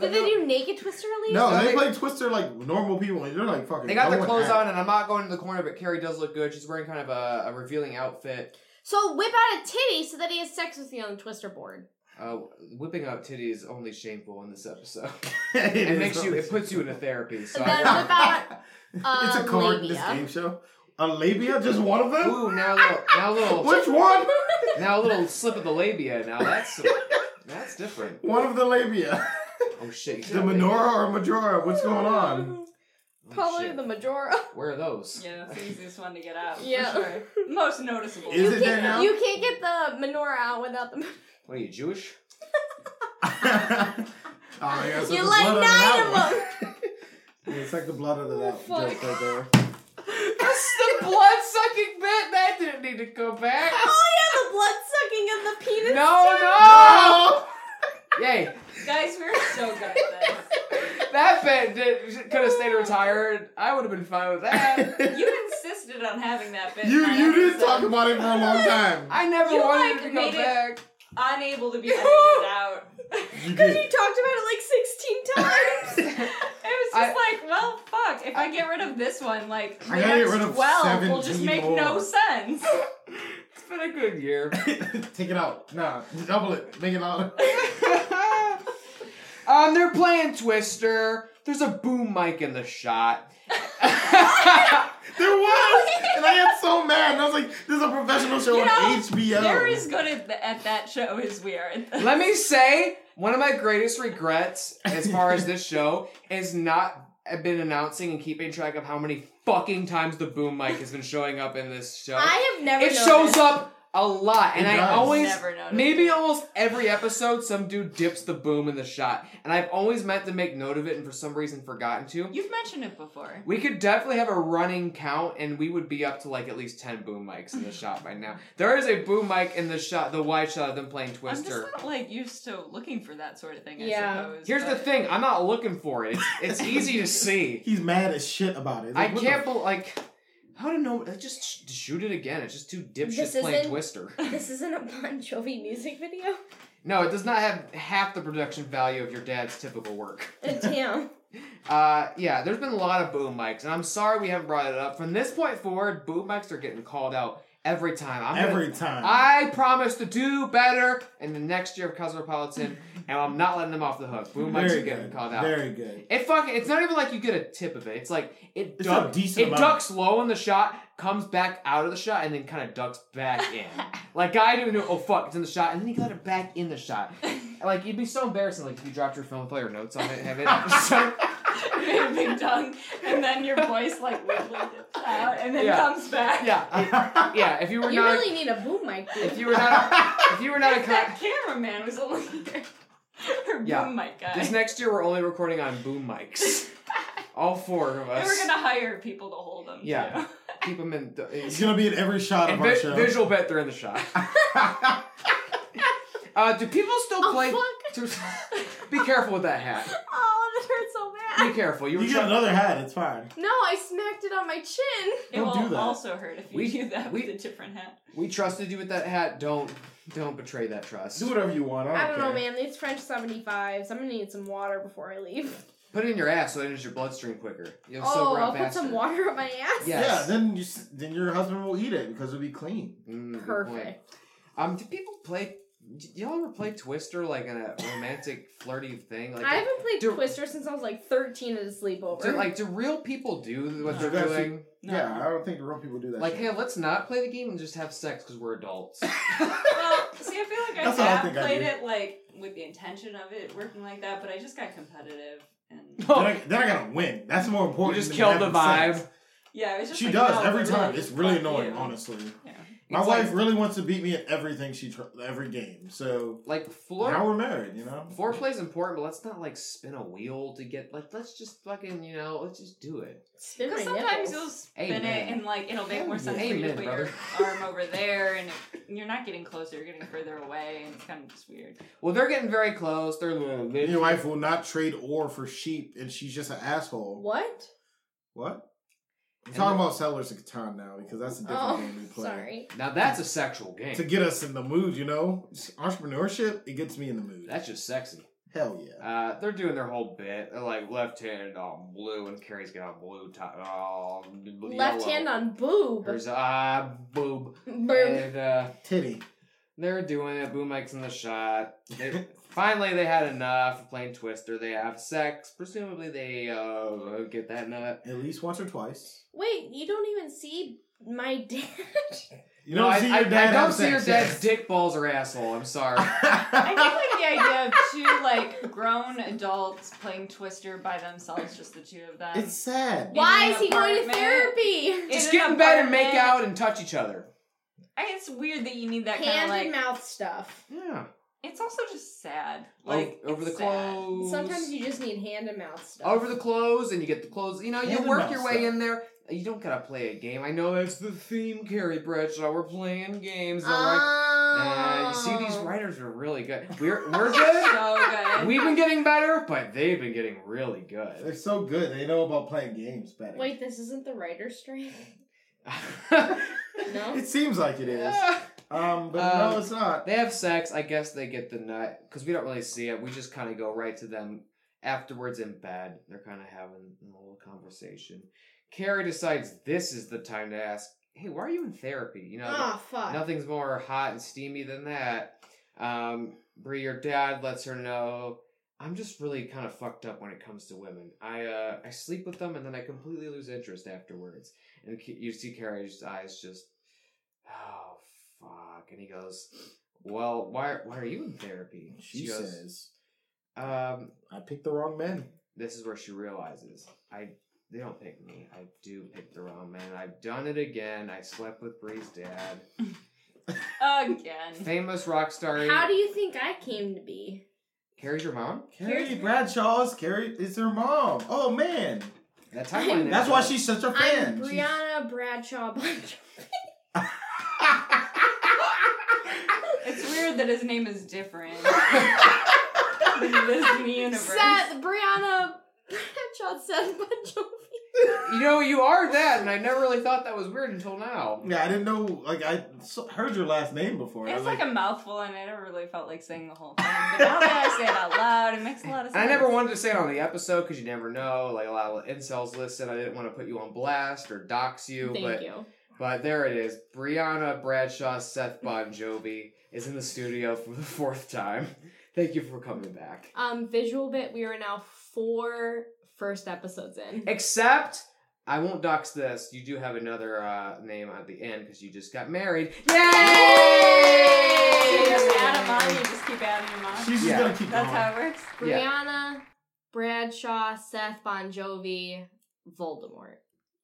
Speaker 4: Did they do naked twister at least?
Speaker 1: No,
Speaker 2: No,
Speaker 1: they
Speaker 2: they-
Speaker 1: play Twister like normal people, and they're like fucking.
Speaker 2: They got their
Speaker 1: going
Speaker 2: clothes
Speaker 1: at it.
Speaker 2: on, and I'm not going to the corner, but Carrie does look good. She's wearing kind of a, a revealing outfit.
Speaker 4: So whip out a titty so that he has sex with you on the twister board.
Speaker 2: Uh, whipping out titty is only shameful in this episode.
Speaker 1: it
Speaker 2: It
Speaker 1: is
Speaker 2: makes you,
Speaker 1: really
Speaker 2: it puts you into therapy. So
Speaker 4: And then
Speaker 2: I,
Speaker 4: about,
Speaker 1: it's a
Speaker 4: um,
Speaker 1: card in this
Speaker 4: labia?
Speaker 1: game show. A labia, just one of them.
Speaker 2: ooh, now a little, now a little,
Speaker 1: Which one?
Speaker 2: now a little slip of the labia. Now that's that's different.
Speaker 1: one of the labia.
Speaker 2: Oh shit! you
Speaker 1: The
Speaker 2: said labia.
Speaker 1: menorah or majora? What's going on?
Speaker 2: Oh,
Speaker 4: Probably
Speaker 2: shit.
Speaker 4: the Majora.
Speaker 2: Where are those?
Speaker 3: Yeah, that's the easiest one to get out.
Speaker 4: Yeah.
Speaker 3: For sure. Most noticeable.
Speaker 1: Is
Speaker 4: you,
Speaker 1: it
Speaker 4: can't,
Speaker 1: Danielle?
Speaker 4: you can't get the menorah out without the.
Speaker 2: What are you Jewish?
Speaker 1: oh, yeah, it's
Speaker 4: You
Speaker 1: the
Speaker 4: like
Speaker 1: blood
Speaker 4: nine
Speaker 1: that
Speaker 4: of
Speaker 1: one. Yeah, it's like the blood of that
Speaker 4: fuck.
Speaker 1: joke right there.
Speaker 2: That's the blood sucking bit. That didn't need to go back.
Speaker 4: Oh yeah, the blood sucking of the penis.
Speaker 2: No,
Speaker 4: too.
Speaker 2: no. Yay!
Speaker 3: Guys, we're so good at
Speaker 2: That bit did, could have stayed retired. I would have been fine with that.
Speaker 3: this. You insisted on having that bit.
Speaker 1: you
Speaker 3: on
Speaker 1: you did
Speaker 3: episode.
Speaker 1: talk about it for a long time.
Speaker 2: I never
Speaker 3: You,
Speaker 2: wanted
Speaker 3: like,
Speaker 2: it to
Speaker 3: made
Speaker 2: go
Speaker 3: it-
Speaker 2: back.
Speaker 3: Unable to be edited out.
Speaker 1: You
Speaker 4: Because you
Speaker 1: did.
Speaker 4: talked about it like 16 times.
Speaker 3: It was just like, well, fuck. If I get rid of this one, like the
Speaker 1: I gotta get
Speaker 3: next
Speaker 1: rid of
Speaker 3: twelve will just
Speaker 1: 17
Speaker 3: make no
Speaker 1: more.
Speaker 3: sense.
Speaker 2: It's been a good year.
Speaker 1: Take it out. Nah, double it. Make it out.
Speaker 2: um, they're playing Twister. There's a boom mic in the shot.
Speaker 1: There was, and I got so mad. And I was like, "This is a professional show
Speaker 3: You
Speaker 1: on
Speaker 3: know,
Speaker 1: HBO."
Speaker 3: They're as good at, th- at that show as we are. At this.
Speaker 2: Let me say, one of my greatest regrets as far as this show is not have been announcing and keeping track of how many fucking times the boom mic has been showing up in this show.
Speaker 6: I have never.
Speaker 2: it
Speaker 6: noticed.
Speaker 2: shows up a lot, and
Speaker 1: It
Speaker 2: I
Speaker 1: does.
Speaker 2: always
Speaker 3: Never noticed.
Speaker 2: Maybe almost every episode, some dude dips the boom in the shot, and I've always meant to make note of it, and for some reason forgotten to.
Speaker 3: You've mentioned it before.
Speaker 2: We could definitely have a running count, and we would be up to like at least ten boom mics in the shot by now. There is a boom mic in the shot, the wide shot of them playing
Speaker 3: I'm just
Speaker 2: Twister.
Speaker 3: not like used to looking for that sort of thing. I
Speaker 4: Yeah.
Speaker 3: Suppose,
Speaker 2: Here's the
Speaker 3: but-
Speaker 2: thing: I'm not looking for it. It's, it's easy to see.
Speaker 1: He's mad as shit about it.
Speaker 2: I
Speaker 1: Like, what the
Speaker 2: can't believe like how to know. Just sh- shoot it again. It's just two
Speaker 6: This
Speaker 2: dipshits playing
Speaker 6: isn't-
Speaker 2: Twister.
Speaker 6: This isn't a Bon Jovi music video.
Speaker 2: No, it does not have half the production value of your dad's typical work.
Speaker 6: Damn.
Speaker 2: Uh, yeah, there's been a lot of boom mics, and I'm sorry we haven't brought it up. From this point forward, boom mics are getting called out every time. I'm gonna-
Speaker 1: Every time.
Speaker 2: I promise to do better in the next year of Cosmopolitan, and I'm not letting them off the hook. Boom mics
Speaker 1: Very
Speaker 2: are getting
Speaker 1: good.
Speaker 2: called out.
Speaker 1: Very good.
Speaker 2: It fucking, it's not even like you get a tip of it. It's like it
Speaker 1: It's a
Speaker 2: ducks,
Speaker 1: decent
Speaker 2: it
Speaker 1: amount.
Speaker 2: ducks low in the shot, comes back out of the shot, and then kind of ducks back in. like I didn't know. Oh fuck, it's in the shot, and then he got it back in the shot. Like you'd be so embarrassing. Like if you dropped your phone player notes on it, have it. so-
Speaker 3: Made a big dunk, and then your voice like weirdly dips out, and then
Speaker 2: Yeah.
Speaker 3: comes back.
Speaker 2: yeah, it- yeah. If you were
Speaker 4: You
Speaker 2: not,
Speaker 4: really need a boom mic, dude.
Speaker 2: if you were not, if you were not a con-
Speaker 3: that cameraman was only here. Her
Speaker 2: Yeah.
Speaker 3: boom mic guy.
Speaker 2: this next year, we're only recording on boom mics. All four of
Speaker 3: And
Speaker 2: us.
Speaker 3: we're gonna hire people to hold them.
Speaker 2: Yeah.
Speaker 3: too.
Speaker 2: keep them in. The,
Speaker 1: It's gonna be in every shot
Speaker 2: and
Speaker 1: of our
Speaker 2: vi-
Speaker 1: show.
Speaker 2: visual bet they're in the shot. Uh, do people still
Speaker 6: Oh,
Speaker 2: play?
Speaker 6: fuck.
Speaker 2: to- be careful with that hat.
Speaker 6: Oh, that hurts so bad.
Speaker 2: Be careful. You were
Speaker 1: you
Speaker 2: trying-
Speaker 1: got another hat. It's fine.
Speaker 6: No, I smacked it on my chin.
Speaker 3: It
Speaker 1: Don't
Speaker 3: will
Speaker 1: do that.
Speaker 3: also hurt if you
Speaker 2: We-
Speaker 3: do that
Speaker 2: we-
Speaker 3: with a different hat.
Speaker 2: we trusted you with that hat. Don't don't betray that trust.
Speaker 1: Do whatever you want. I don't,
Speaker 4: I don't know,
Speaker 1: care.
Speaker 4: man. These French 75s. I'm gonna need some water before I leave.
Speaker 2: Put it in your ass so it enters your bloodstream quicker. You'll
Speaker 4: oh,
Speaker 2: sober up
Speaker 4: I'll put
Speaker 2: faster.
Speaker 4: some water up my ass.
Speaker 2: Yes.
Speaker 1: Yeah. Then you s- then your husband will eat it because it'll be clean.
Speaker 2: Mm, good point.
Speaker 4: Perfect.
Speaker 2: Um, do people play? d- Y'all ever play Twister like in a romantic, flirty thing? Like,
Speaker 4: I haven't played
Speaker 2: do-
Speaker 4: Twister since I was like 13 at a sleepover.
Speaker 2: do, like do real people do what
Speaker 1: No.
Speaker 2: they're
Speaker 1: That's-
Speaker 2: doing?
Speaker 3: No.
Speaker 1: Yeah. I don't think real people do that.
Speaker 2: Like,
Speaker 1: shit.
Speaker 2: hey, let's not play the game and just have sex because we're adults.
Speaker 3: Well, see, I feel like I
Speaker 1: That's what I
Speaker 3: have
Speaker 1: think I
Speaker 3: played
Speaker 1: do.
Speaker 3: it like with the intention of it working like that, but I just got competitive. And
Speaker 1: Then I, then I gotta win. That's more
Speaker 2: you
Speaker 1: important.
Speaker 2: just
Speaker 1: than
Speaker 2: kill the
Speaker 1: having
Speaker 2: vibe.
Speaker 1: sex.
Speaker 3: yeah, it was just
Speaker 1: She
Speaker 3: like,
Speaker 1: does
Speaker 3: no,
Speaker 1: every
Speaker 3: but
Speaker 1: time.
Speaker 3: really,
Speaker 1: It's really
Speaker 3: fuck
Speaker 1: annoying,
Speaker 3: you.
Speaker 1: honestly.
Speaker 3: Yeah.
Speaker 1: My
Speaker 2: It's like-
Speaker 1: wife really wants to beat me at everything she tr- every game. So
Speaker 2: Like floor
Speaker 1: now we're married, you know.
Speaker 2: Foreplay is important, but let's not like spin a wheel to get like. Let's just fucking you know. Let's just do it.
Speaker 4: Spin my
Speaker 3: Because sometimes
Speaker 4: nipples.
Speaker 3: you'll spin
Speaker 2: Amen.
Speaker 3: it and like it'll make more sense for you to
Speaker 2: Amen,
Speaker 3: put
Speaker 2: brother.
Speaker 3: your arm over there, and it- you're not getting closer; you're getting further away, and it's kind of just weird.
Speaker 2: Well, they're getting very close. They're
Speaker 1: Your wife will not trade ore for sheep, and she's just an asshole.
Speaker 4: What?
Speaker 1: What? I'm
Speaker 2: And
Speaker 1: talking
Speaker 2: the-
Speaker 1: about Settlers of Catan now because that's a different
Speaker 4: Oh,
Speaker 1: game we play.
Speaker 4: sorry.
Speaker 2: Now that's a sexual game.
Speaker 1: To get us in the mood, you know? It's entrepreneurship, it gets me in the mood.
Speaker 2: That's just sexy.
Speaker 1: Hell yeah.
Speaker 2: Uh, they're doing their whole bit. They're like left hand on blue, and Carrie's got a blue top. Oh,
Speaker 4: Left hand on boob.
Speaker 2: There's ah boob.
Speaker 4: Boob.
Speaker 2: And, uh,
Speaker 1: Titty.
Speaker 2: they're doing it. Boom mics in the shot. They, finally, they had enough of playing Twister. They have sex. Presumably, they uh, get that nut.
Speaker 1: At least once or twice.
Speaker 4: Wait, you don't even see my dad.
Speaker 1: You
Speaker 2: no,
Speaker 1: don't
Speaker 2: I,
Speaker 1: see
Speaker 2: I-
Speaker 1: your dad
Speaker 2: I don't
Speaker 1: have
Speaker 2: see your
Speaker 1: sex,
Speaker 2: dad's dick balls or asshole. I'm sorry.
Speaker 3: I
Speaker 1: yes.
Speaker 3: think like the idea of two like grown adults playing Twister by themselves, just the two of them.
Speaker 1: it's sad.
Speaker 4: Why
Speaker 3: an
Speaker 4: is he going to
Speaker 3: apartment.
Speaker 4: therapy?
Speaker 2: Just
Speaker 3: an
Speaker 2: get in bed and
Speaker 3: apartment.
Speaker 2: make out and touch each other.
Speaker 3: I think it's weird that you need that kind of
Speaker 4: Hand and
Speaker 3: like.
Speaker 4: mouth stuff.
Speaker 2: Yeah.
Speaker 3: It's also just sad.
Speaker 2: O-
Speaker 3: Like
Speaker 2: over the
Speaker 3: it's sad.
Speaker 2: clothes.
Speaker 4: Sometimes you just need hand and mouth stuff.
Speaker 2: over the clothes and you get the clothes. You know, you
Speaker 1: Hand and
Speaker 2: work
Speaker 1: mouth
Speaker 2: your way
Speaker 1: stuff.
Speaker 2: in there. You don't gotta play a game. I know that's the theme, Carrie Bradshaw. We're playing games. All right.
Speaker 3: Oh.
Speaker 2: Uh, you see,
Speaker 4: Oh.
Speaker 2: these writers are really good. We're we're good.
Speaker 3: So good.
Speaker 2: We've been getting better, but they've been getting really good.
Speaker 1: They're so good. They know about playing games better.
Speaker 4: Wait, this isn't the writer's strike? No?
Speaker 1: It seems like it is. Um, but no,
Speaker 2: Um,
Speaker 1: it's not.
Speaker 2: They have sex. I guess they get the nut because we don't really see it. We just kind of go right to them afterwards in bed. They're kind of having a little conversation. Carrie decides this is the time to ask, "Hey, why are you in therapy?" You know,
Speaker 4: Oh, fuck.
Speaker 2: nothing's more hot and steamy than that. Um, Brie, your dad lets her know. I'm just really kind of fucked up when it comes to women. I uh, I sleep with them and then I completely lose interest afterwards. And K- you see Carrie's eyes just, oh fuck. And he goes, Well, why why are you in therapy?
Speaker 1: She
Speaker 2: goes,
Speaker 1: says,
Speaker 2: Um,
Speaker 1: I picked the wrong men.
Speaker 2: this is where she realizes I they don't pick me. I do pick the wrong man. I've done it again. I slept with Bree's dad.
Speaker 3: Again.
Speaker 2: Famous rock star.
Speaker 4: How do you think I came to be?
Speaker 2: Carrie's your mom?
Speaker 1: Carrie Bradshaw's Carrie is her mom. Oh man,
Speaker 2: That timeline.
Speaker 1: that's why she's such a
Speaker 4: I'm
Speaker 1: fan. She's-
Speaker 4: Brianna Bradshaw Bunch.
Speaker 3: It's weird that his name is different. in this universe.
Speaker 4: Seth Brianna Bradshaw Seth Bunch.
Speaker 2: You know, you are that, and I never really thought that was weird until now.
Speaker 1: yeah, I didn't know. Like I s- heard your last name before. I
Speaker 3: It's
Speaker 1: was
Speaker 3: like a mouthful, and I never really felt like saying the whole thing. But now that I say it out loud, it makes a lot of
Speaker 2: And
Speaker 3: sense.
Speaker 2: I never wanted to say it on the episode because you never know. Like a lot of incels listed, I didn't want to put you on blast or dox you,
Speaker 7: Thank
Speaker 2: but
Speaker 7: you.
Speaker 2: but there it is. Brianna Bradshaw, Seth Bon Jovi is in the studio for the fourth time. Thank you for coming back.
Speaker 4: Um, visual bit. We are now four first episodes in.
Speaker 2: Except I won't dox this. You do have another uh, name at the end because you just got married. Yay!
Speaker 3: You just add 'em on, you just keep adding 'em on.
Speaker 1: She's just
Speaker 2: Yeah.
Speaker 1: gonna keep
Speaker 3: That's
Speaker 1: going.
Speaker 3: how it works.
Speaker 2: Yeah.
Speaker 4: Brianna Bradshaw Seth Bon Jovi Voldemort.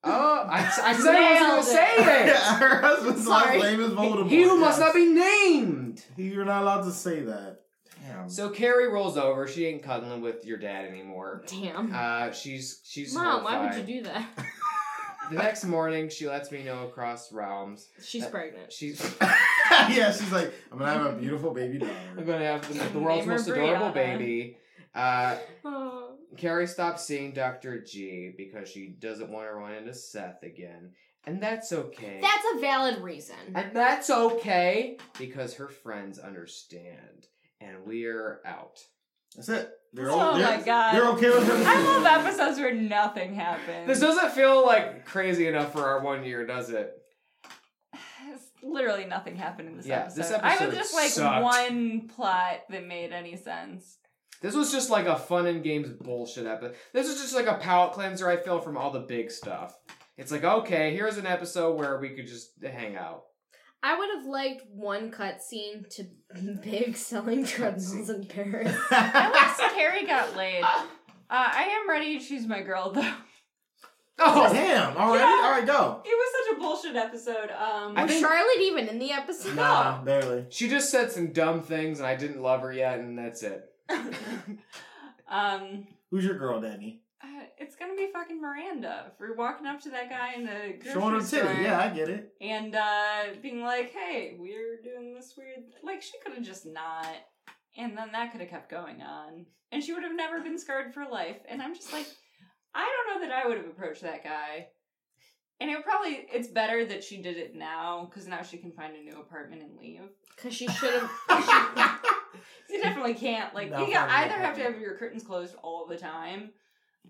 Speaker 2: Oh, I, I said I wasn't gonna say it.
Speaker 1: yeah, her husband's
Speaker 4: Sorry.
Speaker 1: last name is Voldemort.
Speaker 2: He who must
Speaker 1: yes.
Speaker 2: not be named.
Speaker 1: You're not allowed to say that. Damn.
Speaker 2: So Carrie rolls over. She ain't cuddling with your dad anymore.
Speaker 4: Damn.
Speaker 2: Uh, she's she's
Speaker 4: Mom, why
Speaker 2: horrified.
Speaker 4: would you do that?
Speaker 2: The next morning, she lets me know across realms.
Speaker 4: She's
Speaker 2: Uh,
Speaker 4: pregnant.
Speaker 2: She's
Speaker 1: yeah, she's like, I'm gonna have a beautiful baby
Speaker 2: I'm
Speaker 1: daughter.
Speaker 2: gonna have the, the world's
Speaker 3: Name her
Speaker 2: most adorable
Speaker 3: Brianna.
Speaker 2: baby. Uh,
Speaker 4: Oh.
Speaker 2: Carrie stops seeing Doctor G because she doesn't want to run into Seth again, and that's okay.
Speaker 4: That's a valid reason.
Speaker 2: and that's okay because her friends understand, and we're out.
Speaker 1: That's it. They're
Speaker 3: Oh
Speaker 1: all, they're,
Speaker 3: my God.
Speaker 1: They're okay with her.
Speaker 3: I love episodes where nothing happens.
Speaker 2: This doesn't feel like crazy enough for our one year, does it?
Speaker 3: Literally nothing happened in this
Speaker 2: Yeah,
Speaker 3: episode.
Speaker 2: this
Speaker 3: I was
Speaker 2: episode
Speaker 3: just like
Speaker 2: sucked.
Speaker 3: one plot that made any sense.
Speaker 2: This was just like a fun and games bullshit episode. This is just like a palate cleanser I feel from all the big stuff. It's like, okay, here's an episode where we could just hang out.
Speaker 7: I would have liked one cutscene to Big selling treadmills in Paris.
Speaker 3: At least Carrie got laid. Uh, I am ready to choose my girl though. It
Speaker 2: Oh,
Speaker 1: Damn. All right. All right. Go.
Speaker 3: was such a bullshit episode. Um,
Speaker 2: I
Speaker 4: Was
Speaker 2: think-
Speaker 4: Charlotte even in the episode?
Speaker 2: Nah.
Speaker 1: Barely.
Speaker 2: she just said some dumb things and I didn't love her yet, and that's it.
Speaker 3: um,
Speaker 1: Who's your girl, Danny?
Speaker 3: uh, it's gonna be fucking Miranda. If we're walking up to that guy in the grocery
Speaker 1: Showing her
Speaker 3: store
Speaker 1: titty. Yeah, I get it.
Speaker 3: and uh, being like, "Hey, we're doing this weird," like she could have just not, and then that could have kept going on, and she would have never been scarred for life. And I'm just like, I don't know that I would have approached that guy. And it probably it's better that she did it now because now she can find a new apartment and leave.
Speaker 7: Because she should have.
Speaker 3: You definitely can't. Like
Speaker 1: No,
Speaker 3: you got,
Speaker 1: probably
Speaker 3: either have to
Speaker 1: not.
Speaker 3: have your curtains closed all the time,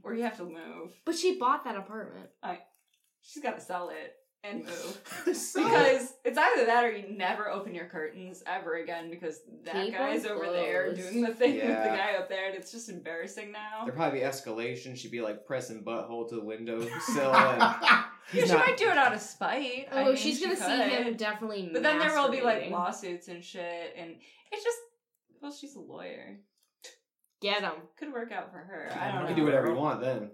Speaker 3: or you have to move.
Speaker 7: But she bought that apartment.
Speaker 3: She's got to sell it and move because it's either that or you never open your curtains ever again because that
Speaker 7: Keep 'em
Speaker 3: guy's over there
Speaker 7: closed.
Speaker 3: doing the thing with
Speaker 2: Yeah.
Speaker 3: the guy up there, and it's just embarrassing now.
Speaker 2: There'd probably be escalation. She'd be like pressing butthole to the window sill. And
Speaker 3: Yeah,
Speaker 2: he's
Speaker 3: she
Speaker 2: not-
Speaker 3: might do it out of spite.
Speaker 7: Oh,
Speaker 3: I mean,
Speaker 7: she's
Speaker 3: she
Speaker 7: gonna see
Speaker 3: could.
Speaker 7: him definitely.
Speaker 3: But then there will be like
Speaker 7: masturbating.
Speaker 3: lawsuits and shit, and it's just well, she's a lawyer.
Speaker 7: Get him.
Speaker 3: Could work out for her. I
Speaker 1: Yeah,
Speaker 2: You
Speaker 3: don't
Speaker 2: can
Speaker 3: know.
Speaker 2: do whatever you want then.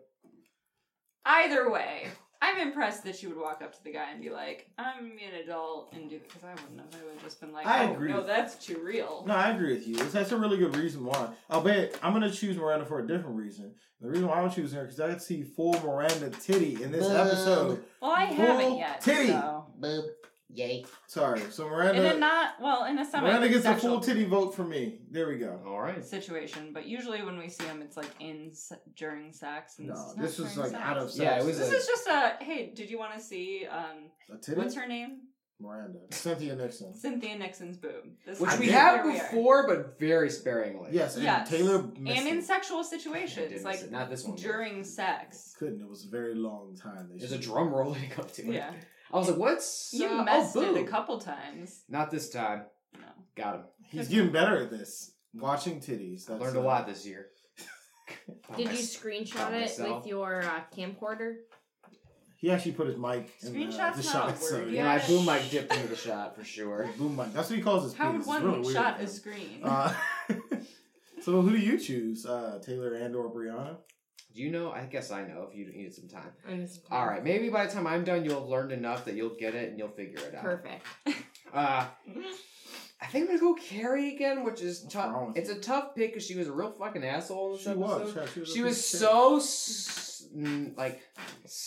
Speaker 3: Either way, I'm impressed that she would walk up to the guy and be like, "I'm an adult," and do because I wouldn't have. I would have just been like,
Speaker 1: I
Speaker 3: oh,
Speaker 1: agree.
Speaker 3: No, that's too real.
Speaker 1: No, I agree with you. That's- That's a really good reason why. I'll bet I'm gonna choose Miranda for a different reason. The reason why I'm choosing her because I can see full Miranda titty in this
Speaker 5: Boo.
Speaker 1: episode.
Speaker 3: Well, I haven't
Speaker 1: Full
Speaker 3: yet.
Speaker 1: titty.
Speaker 3: So.
Speaker 5: Boop. Yay.
Speaker 1: Sorry. So
Speaker 3: And then
Speaker 1: Miranda,
Speaker 3: not well in a semi.
Speaker 1: Miranda gets a full titty vote for me. There we go.
Speaker 2: All right.
Speaker 3: situation, but usually when we see them, it's like in se- during sex. And
Speaker 1: No,
Speaker 3: this
Speaker 1: this
Speaker 3: is
Speaker 1: was
Speaker 3: not
Speaker 1: like
Speaker 3: during sex.
Speaker 1: out of sex.
Speaker 2: Yeah, it was
Speaker 3: This
Speaker 2: a-
Speaker 3: is just a hey. Did you want to see um
Speaker 1: a titty.
Speaker 3: what's her name?
Speaker 1: Miranda, Cynthia Nixon.
Speaker 3: Cynthia Nixon's boob. This
Speaker 2: Which
Speaker 3: is
Speaker 2: we
Speaker 1: did-
Speaker 2: have
Speaker 3: where we are.
Speaker 2: before, but very sparingly.
Speaker 1: Yes, and
Speaker 3: Yes.
Speaker 1: Taylor
Speaker 3: and
Speaker 1: missed
Speaker 3: in
Speaker 1: it.
Speaker 3: sexual
Speaker 2: I did
Speaker 3: situations,
Speaker 2: miss
Speaker 3: like
Speaker 2: it. not this one. though.
Speaker 3: during sex.
Speaker 1: couldn't. It was a very long time. They
Speaker 2: There's a
Speaker 1: should-
Speaker 2: drum rolling up to it.
Speaker 3: Yeah,
Speaker 2: I was like, what's
Speaker 3: you
Speaker 2: uh,
Speaker 3: messed
Speaker 2: oh,
Speaker 3: it a
Speaker 2: boo.
Speaker 3: couple times.
Speaker 2: Not this time.
Speaker 3: No.
Speaker 2: Got him.
Speaker 1: He's getting better at this. Watching titties. That's uh,
Speaker 2: Learned a
Speaker 1: it.
Speaker 2: lot this year.
Speaker 7: Did you
Speaker 2: Nice.
Speaker 7: screenshot it
Speaker 2: myself.
Speaker 7: with your uh, camcorder?
Speaker 1: He actually put his mic in the,
Speaker 3: Screenshot's
Speaker 1: the
Speaker 3: not
Speaker 1: shot.
Speaker 3: a
Speaker 1: So
Speaker 3: word.
Speaker 2: Yeah,
Speaker 1: yeah.
Speaker 2: my boom mic dipped into the shot for sure.
Speaker 1: Boom mic. That's what he calls his.
Speaker 3: How
Speaker 1: penis.
Speaker 3: would
Speaker 1: It's
Speaker 3: one
Speaker 1: really weird.
Speaker 3: shot a screen?
Speaker 1: Uh, so who do you choose? Uh, Taylor and Uh, or Brianna?
Speaker 2: Do you know? I guess I know if you needed some time.
Speaker 8: I just-
Speaker 2: All right, maybe by the time I'm done, you'll have learned enough that you'll get it and you'll figure it out.
Speaker 8: Perfect.
Speaker 2: Uh, I think I'm gonna go Carrie again, which is
Speaker 1: What's wrong
Speaker 2: tough.
Speaker 1: with
Speaker 2: It's a tough pick because she was a real fucking asshole in this
Speaker 1: She was.
Speaker 2: episode.
Speaker 1: yeah, she was, a
Speaker 2: She
Speaker 1: piece
Speaker 2: was
Speaker 1: of shit.
Speaker 2: so s- n- like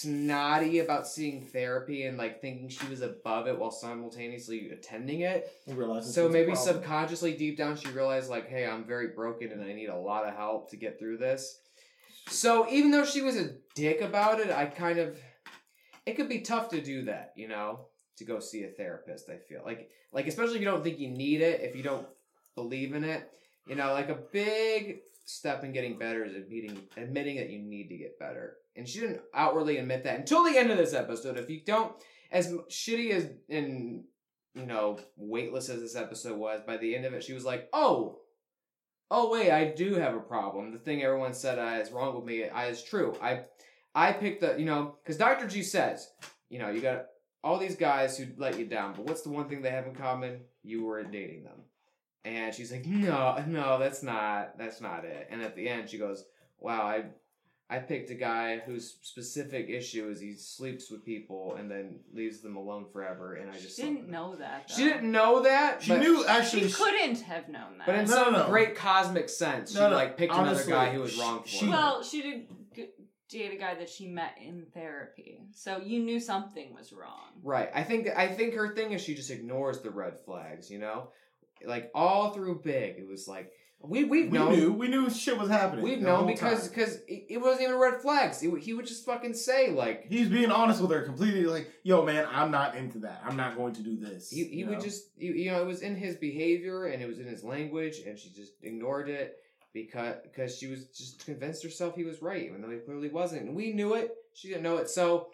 Speaker 2: snotty about seeing therapy and like thinking she was above it while simultaneously attending it.
Speaker 1: I realized this
Speaker 2: So
Speaker 1: was a
Speaker 2: maybe
Speaker 1: problem.
Speaker 2: subconsciously, deep down, she realized like, "Hey, I'm very broken and I need a lot of help to get through this." So even though she was a dick about it, I kind of it could be tough to do that, you know, to go see a therapist. I feel like like especially if you don't think you need it, if you don't believe in it, you know, like a big step in getting better is admitting admitting that you need to get better. And she didn't outwardly admit that until the end of this episode. If you don't, as m- shitty as and you know weightless as this episode was, by the end of it, she was like, "Oh, oh wait, I do have a problem. The thing everyone said I is wrong with me, I is true. I, I picked the you know because Doctor G says, you know, you got all these guys who let you down, but what's the one thing they have in common? You were dating them." And she's like, no, no, that's not, that's not it. And at the end, she goes, wow, I, I picked a guy whose specific issue is he sleeps with people and then leaves them alone forever. And I
Speaker 3: She
Speaker 2: just
Speaker 3: didn't know that.
Speaker 2: She
Speaker 3: though.
Speaker 2: didn't know that.
Speaker 1: She
Speaker 2: but-
Speaker 1: knew
Speaker 3: She
Speaker 1: actually. she-
Speaker 3: couldn't have known that.
Speaker 2: But in
Speaker 1: No,
Speaker 2: some
Speaker 1: no, no.
Speaker 2: great cosmic sense,
Speaker 1: No,
Speaker 2: she
Speaker 1: no,
Speaker 2: like picked
Speaker 1: honestly,
Speaker 2: another guy who was
Speaker 1: sh-
Speaker 2: wrong for
Speaker 1: she-
Speaker 2: it.
Speaker 3: well, she did g- date a guy that she met in therapy, so you knew something was wrong.
Speaker 2: Right. I think I think her thing is she just ignores the red flags, you know? Like all through big, it was like we we've
Speaker 1: we
Speaker 2: known
Speaker 1: knew. We knew shit was happening.
Speaker 2: we've
Speaker 1: the
Speaker 2: known
Speaker 1: whole
Speaker 2: because
Speaker 1: time.
Speaker 2: because it, it wasn't even red flags. He would- he would just fucking say like
Speaker 1: he's being honest with her completely. Like, yo, man, I'm not into that. I'm not going to do this.
Speaker 2: he, he
Speaker 1: you
Speaker 2: would
Speaker 1: know?
Speaker 2: just you, you know it was in his behavior and it was in his language and she just ignored it because because she was just convinced herself he was right even though he clearly wasn't and we knew it she didn't know it so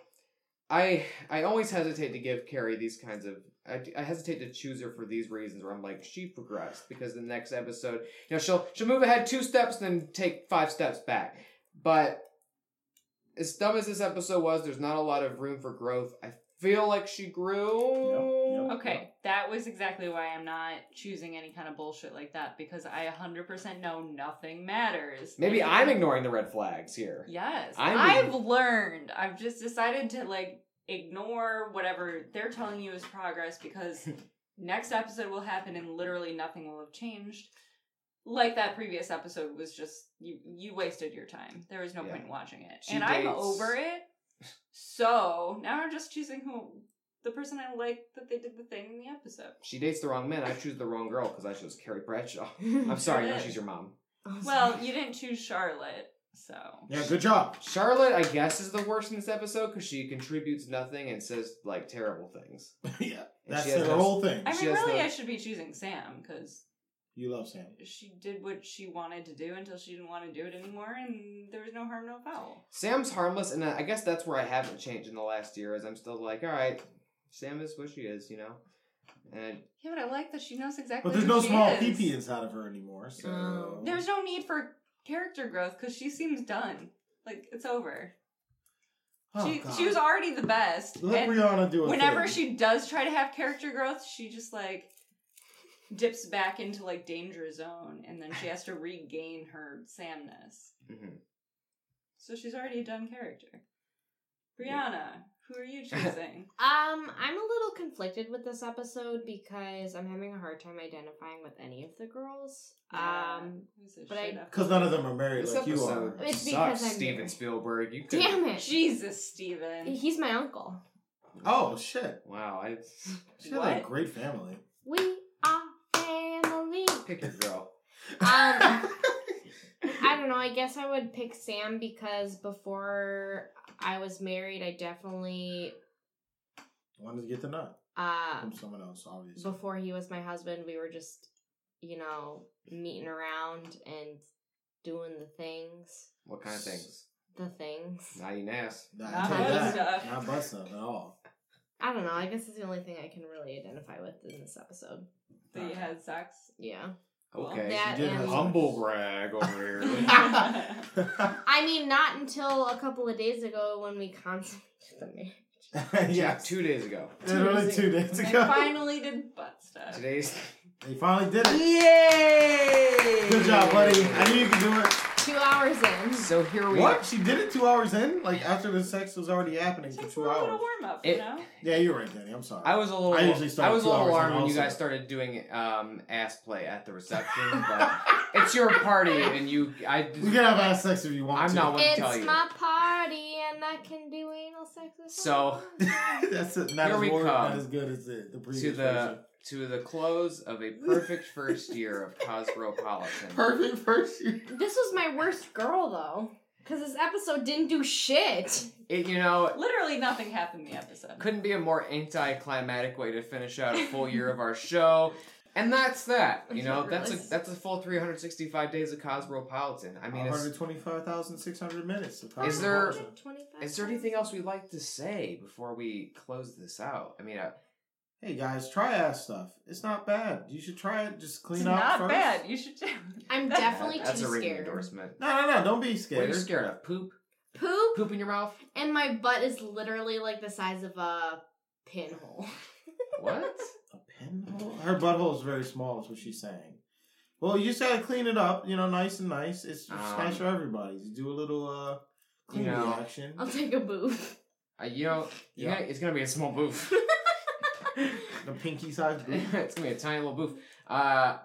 Speaker 2: i i always hesitate to give carrie these kinds of I, I hesitate to choose her for these reasons where i'm like she progressed because the next episode you know she'll she'll move ahead two steps then take five steps back but as dumb as this episode was there's not a lot of room for growth i feel like she grew
Speaker 1: Yep, yep.
Speaker 3: Okay, that was exactly why I'm not choosing any kind of bullshit like that because I 100% know nothing matters.
Speaker 2: Maybe
Speaker 3: And-
Speaker 2: I'm ignoring the red flags here.
Speaker 3: Yes.
Speaker 2: I'm
Speaker 3: i
Speaker 2: ign-
Speaker 3: have learned. I've just decided to like ignore whatever they're telling you is progress because next episode will happen and literally nothing will have changed. Like that previous episode was just you you wasted your time. There was no
Speaker 2: Yeah.
Speaker 3: point in watching it.
Speaker 2: She
Speaker 3: and I'm
Speaker 2: dates-
Speaker 3: over it. So now I'm just choosing who the person I like that they did the thing in the episode.
Speaker 2: She dates the wrong man. I choose the wrong girl because I chose Carrie Bradshaw. I'm
Speaker 8: I'm
Speaker 2: sorry,
Speaker 3: Sure
Speaker 2: no,
Speaker 3: did.
Speaker 2: she's your mom.
Speaker 3: Well, you didn't choose Charlotte, so
Speaker 1: yeah, good job.
Speaker 2: Charlotte, I guess, is the worst in this episode because she contributes nothing and says like terrible things.
Speaker 1: yeah,
Speaker 2: And
Speaker 1: that's
Speaker 2: she has
Speaker 1: their
Speaker 2: no-
Speaker 1: whole thing.
Speaker 3: I
Speaker 2: She
Speaker 3: mean,
Speaker 2: has
Speaker 3: really,
Speaker 2: no-
Speaker 3: I should be choosing Sam because
Speaker 1: You love Sam.
Speaker 3: she did what she wanted to do until she didn't want to do it anymore, and there was no harm, no foul.
Speaker 2: Sam's harmless, and uh, I guess that's where I haven't changed in the last year. Is I'm still like, all right, Sam is what she is, you know. And
Speaker 3: Yeah, but I like that she knows exactly.
Speaker 1: But there's
Speaker 3: who
Speaker 1: no
Speaker 3: she
Speaker 1: small
Speaker 3: is.
Speaker 1: PP inside of her anymore. So
Speaker 8: Oh.
Speaker 3: There's no need for character growth because she seems done. Like it's over.
Speaker 1: Oh,
Speaker 3: she
Speaker 1: God.
Speaker 3: she was already the best.
Speaker 1: Let
Speaker 3: and
Speaker 1: Rihanna do it.
Speaker 3: whenever she does try to have character growth, she just like dips back into like danger zone, and then she has to regain her Samness.
Speaker 2: Mhm.
Speaker 3: So she's already done character. Brianna, who are you choosing?
Speaker 4: Um, I'm a little conflicted with this episode because I'm having a hard time identifying with any of the girls.
Speaker 3: Yeah.
Speaker 4: Um,
Speaker 3: Who's
Speaker 4: But I-
Speaker 1: because none of them are married
Speaker 2: this
Speaker 1: like you are.
Speaker 2: episode
Speaker 4: It's
Speaker 2: sucks,
Speaker 4: because I'm
Speaker 2: Steven
Speaker 4: married.
Speaker 2: Spielberg. You could,
Speaker 4: damn it,
Speaker 3: Jesus, Steven.
Speaker 4: he's my uncle.
Speaker 1: Oh shit!
Speaker 2: Wow, I
Speaker 1: She had a
Speaker 3: What?
Speaker 1: great family.
Speaker 4: We are family.
Speaker 2: pick your girl.
Speaker 4: Um, I don't know. I guess I would pick Sam because before I was married, I definitely
Speaker 1: Wanted to get the nut
Speaker 4: uh
Speaker 1: from someone else, obviously.
Speaker 4: before he was my husband, we were just you know meeting around and doing the things,
Speaker 2: What kind of things?
Speaker 4: the things.
Speaker 2: Not eating ass.
Speaker 1: Nah,
Speaker 3: Not
Speaker 1: take
Speaker 3: butt
Speaker 1: that.
Speaker 3: stuff.
Speaker 1: Not butt stuff at all.
Speaker 4: I don't know. I guess it's the only thing I can really identify with in this episode.
Speaker 3: That you had sex.
Speaker 4: Yeah.
Speaker 2: Okay.
Speaker 4: That
Speaker 1: did
Speaker 4: and-
Speaker 1: have
Speaker 2: Humble brag over here.
Speaker 4: I mean, not until a couple of days ago when we consummated the marriage.
Speaker 1: yeah,
Speaker 2: Two two days ago.
Speaker 1: literally two days
Speaker 3: They
Speaker 1: ago.
Speaker 3: finally did butt stuff.
Speaker 2: Today's
Speaker 1: They finally did it.
Speaker 2: Yay!
Speaker 1: Good job, buddy. I knew you could do it.
Speaker 4: two hours in.
Speaker 2: So here we
Speaker 1: What?
Speaker 2: are.
Speaker 1: She did it two hours in? Like after the sex was already happening for
Speaker 3: Just
Speaker 1: two
Speaker 3: for a little
Speaker 1: hours.
Speaker 3: warm up,
Speaker 2: It-
Speaker 3: you know?
Speaker 1: Yeah, you're right, Danny. I'm sorry.
Speaker 2: I was a little.
Speaker 1: I
Speaker 2: I,
Speaker 1: usually start
Speaker 2: was a
Speaker 1: two
Speaker 2: little
Speaker 1: hours
Speaker 2: alarmed
Speaker 1: in
Speaker 2: when you
Speaker 1: also.
Speaker 2: guys started doing um, ass play at the reception. but it's your party, and you. I.
Speaker 1: we can have ass sex if you want
Speaker 2: I'm
Speaker 1: to.
Speaker 2: not one-
Speaker 4: It's
Speaker 2: tell you.
Speaker 4: my party and I can do anal sex with
Speaker 2: So-
Speaker 4: anyone.
Speaker 1: That's it. Not
Speaker 2: Here
Speaker 1: as
Speaker 2: we
Speaker 1: warm,
Speaker 2: come.
Speaker 1: not as good as the, the
Speaker 2: to
Speaker 1: previous
Speaker 2: the to the close of a perfect first year of
Speaker 1: version.
Speaker 2: Cosmopolitan.
Speaker 1: perfect first year.
Speaker 4: This was my worst girl though. Cause this episode didn't do shit.
Speaker 2: It, you know,
Speaker 3: Literally nothing happened in the episode.
Speaker 2: couldn't be a more anticlimactic way to finish out a full year of our show. And that's that. You know, that's a that's a full 365 days of Cosmopolitan. I mean, is,
Speaker 1: 125,600 minutes. of
Speaker 2: Is there-
Speaker 1: conversation.
Speaker 2: is there anything else we'd like to say before we close this out? I mean, uh, I,
Speaker 1: Hey guys, try ass stuff. It's not bad. You should try it. Just clean
Speaker 3: It's
Speaker 1: up
Speaker 3: not
Speaker 1: first.
Speaker 3: bad. You should.
Speaker 4: I'm
Speaker 3: That-
Speaker 4: definitely
Speaker 2: that's
Speaker 4: too
Speaker 2: a ringing
Speaker 4: scared.
Speaker 2: endorsement.
Speaker 1: No, no, no. Don't be
Speaker 2: What are you
Speaker 1: scared.
Speaker 2: scared of? Poop?
Speaker 4: Poop
Speaker 2: Poop in your mouth?
Speaker 4: and my butt is literally like the size of a pinhole.
Speaker 2: What?
Speaker 1: A pinhole? Her butthole is very small, is what she's saying. Well, you just gotta clean it up, you know, nice and nice. It's just
Speaker 2: Um,
Speaker 1: nice for everybody. You do a little uh clean
Speaker 2: you know.
Speaker 1: action.
Speaker 4: I'll take a boob.
Speaker 2: Uh, you know, yeah, it's gonna be a small booth.
Speaker 1: The pinky sized boob.
Speaker 2: it's gonna be a tiny little booth. Uh,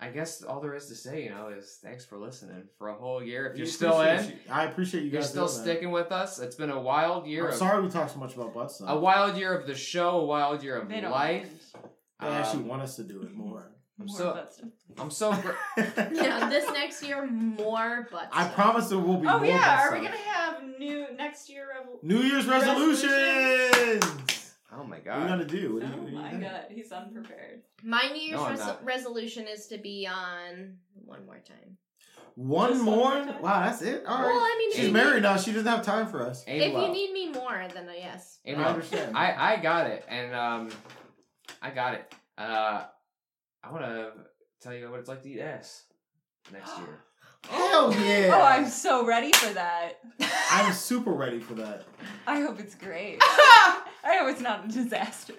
Speaker 2: I guess all there is to say, you know, is thanks for listening for a whole year. If
Speaker 1: We
Speaker 2: you're still in,
Speaker 1: appreciate you- I appreciate you
Speaker 2: you're
Speaker 1: guys.
Speaker 2: still
Speaker 1: doing that.
Speaker 2: sticking with us. It's been a wild year.
Speaker 1: I'm
Speaker 2: of,
Speaker 1: sorry we talked so much about butt stuff.
Speaker 2: A wild year of the show. A wild year of
Speaker 3: They don't
Speaker 2: life.
Speaker 1: they actually
Speaker 2: Um,
Speaker 1: want us to do it more.
Speaker 2: I'm
Speaker 3: More
Speaker 2: so-
Speaker 3: butt stuff.
Speaker 2: I'm so. Gr-
Speaker 4: yeah, this next year more butt.
Speaker 1: I
Speaker 4: stuff.
Speaker 1: promise there will be
Speaker 3: Oh
Speaker 1: more
Speaker 3: yeah,
Speaker 1: butt
Speaker 3: are we
Speaker 1: stuff.
Speaker 3: gonna have new next year? Revel-
Speaker 1: New Year's resolutions?
Speaker 3: Resolutions?
Speaker 2: oh my
Speaker 1: What are you
Speaker 2: god.
Speaker 1: gonna do? What do you,
Speaker 3: oh
Speaker 1: what do you
Speaker 3: my
Speaker 1: think?
Speaker 3: god, he's unprepared.
Speaker 4: My New Year's
Speaker 2: No, I'm
Speaker 4: res-
Speaker 2: not.
Speaker 4: resolution is to be on one more time.
Speaker 1: One
Speaker 3: Just one
Speaker 1: more?
Speaker 3: more time?
Speaker 1: Wow, that's it. All right.
Speaker 4: Well, I mean, if
Speaker 1: She's
Speaker 4: you
Speaker 1: married now. She doesn't have time for us.
Speaker 2: Aim
Speaker 4: Need, if
Speaker 2: low.
Speaker 4: you need me more, then uh, yes.
Speaker 2: Aim
Speaker 1: I
Speaker 2: low.
Speaker 1: understand.
Speaker 2: I I got it, and um, I got it. Uh, I want to tell you what it's like to eat ass next year.
Speaker 1: Hell yeah!
Speaker 3: Oh, I'm so ready for that.
Speaker 1: I'm super ready for that.
Speaker 3: I hope it's great. I hope it's not a disaster.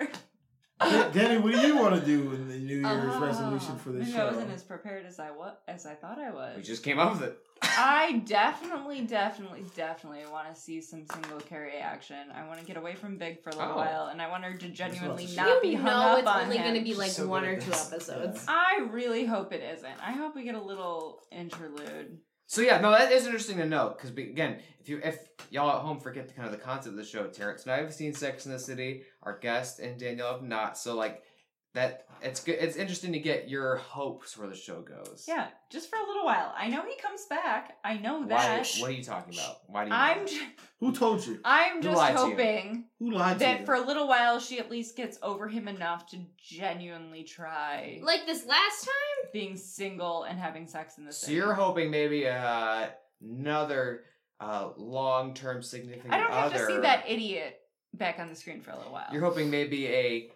Speaker 1: Da- Danny, what do you want to do in the New Year's
Speaker 3: Ah,
Speaker 1: resolution for this
Speaker 3: maybe
Speaker 1: show?
Speaker 3: I wasn't as prepared as I was as I thought I was.
Speaker 2: We just came up with it.
Speaker 3: I definitely, definitely, definitely want to see some single carry action. I want to get away from Big for a little
Speaker 2: Oh.
Speaker 3: while, and I want her to genuinely
Speaker 1: You
Speaker 3: not be
Speaker 4: you
Speaker 3: hung
Speaker 4: know
Speaker 3: up
Speaker 4: it's
Speaker 3: on
Speaker 4: only
Speaker 3: him.
Speaker 4: going to be like
Speaker 2: so
Speaker 4: one
Speaker 2: good
Speaker 4: or
Speaker 2: at
Speaker 4: two
Speaker 2: this.
Speaker 4: episodes.
Speaker 3: I really hope it isn't. I hope we get a little interlude.
Speaker 2: So yeah, no, that is interesting to know because again, if you if y'all at home forget the kind of the concept of the show, Terrence and I have seen Sex in the City. Our guest and Danielle have not. So like that, it's good. It's interesting to get your hopes where the show goes.
Speaker 3: Yeah, just for a little while. I know he comes back. I know
Speaker 2: Why?
Speaker 3: that.
Speaker 2: What are you talking about? Why do you?
Speaker 3: I'm
Speaker 2: know?
Speaker 3: j-
Speaker 1: Who told you?
Speaker 3: I'm
Speaker 2: Who
Speaker 3: just
Speaker 2: lied to you?
Speaker 3: hoping
Speaker 1: Who lied to
Speaker 3: that
Speaker 1: you?
Speaker 3: for a little while she at least gets over him enough to genuinely try
Speaker 4: Like this last time?
Speaker 3: being single and having sex in the
Speaker 2: So
Speaker 3: city.
Speaker 2: you're hoping maybe uh, another uh, long-term significant
Speaker 3: I don't have
Speaker 2: other.
Speaker 3: to see that idiot back on the screen for a little while.
Speaker 2: You're hoping maybe a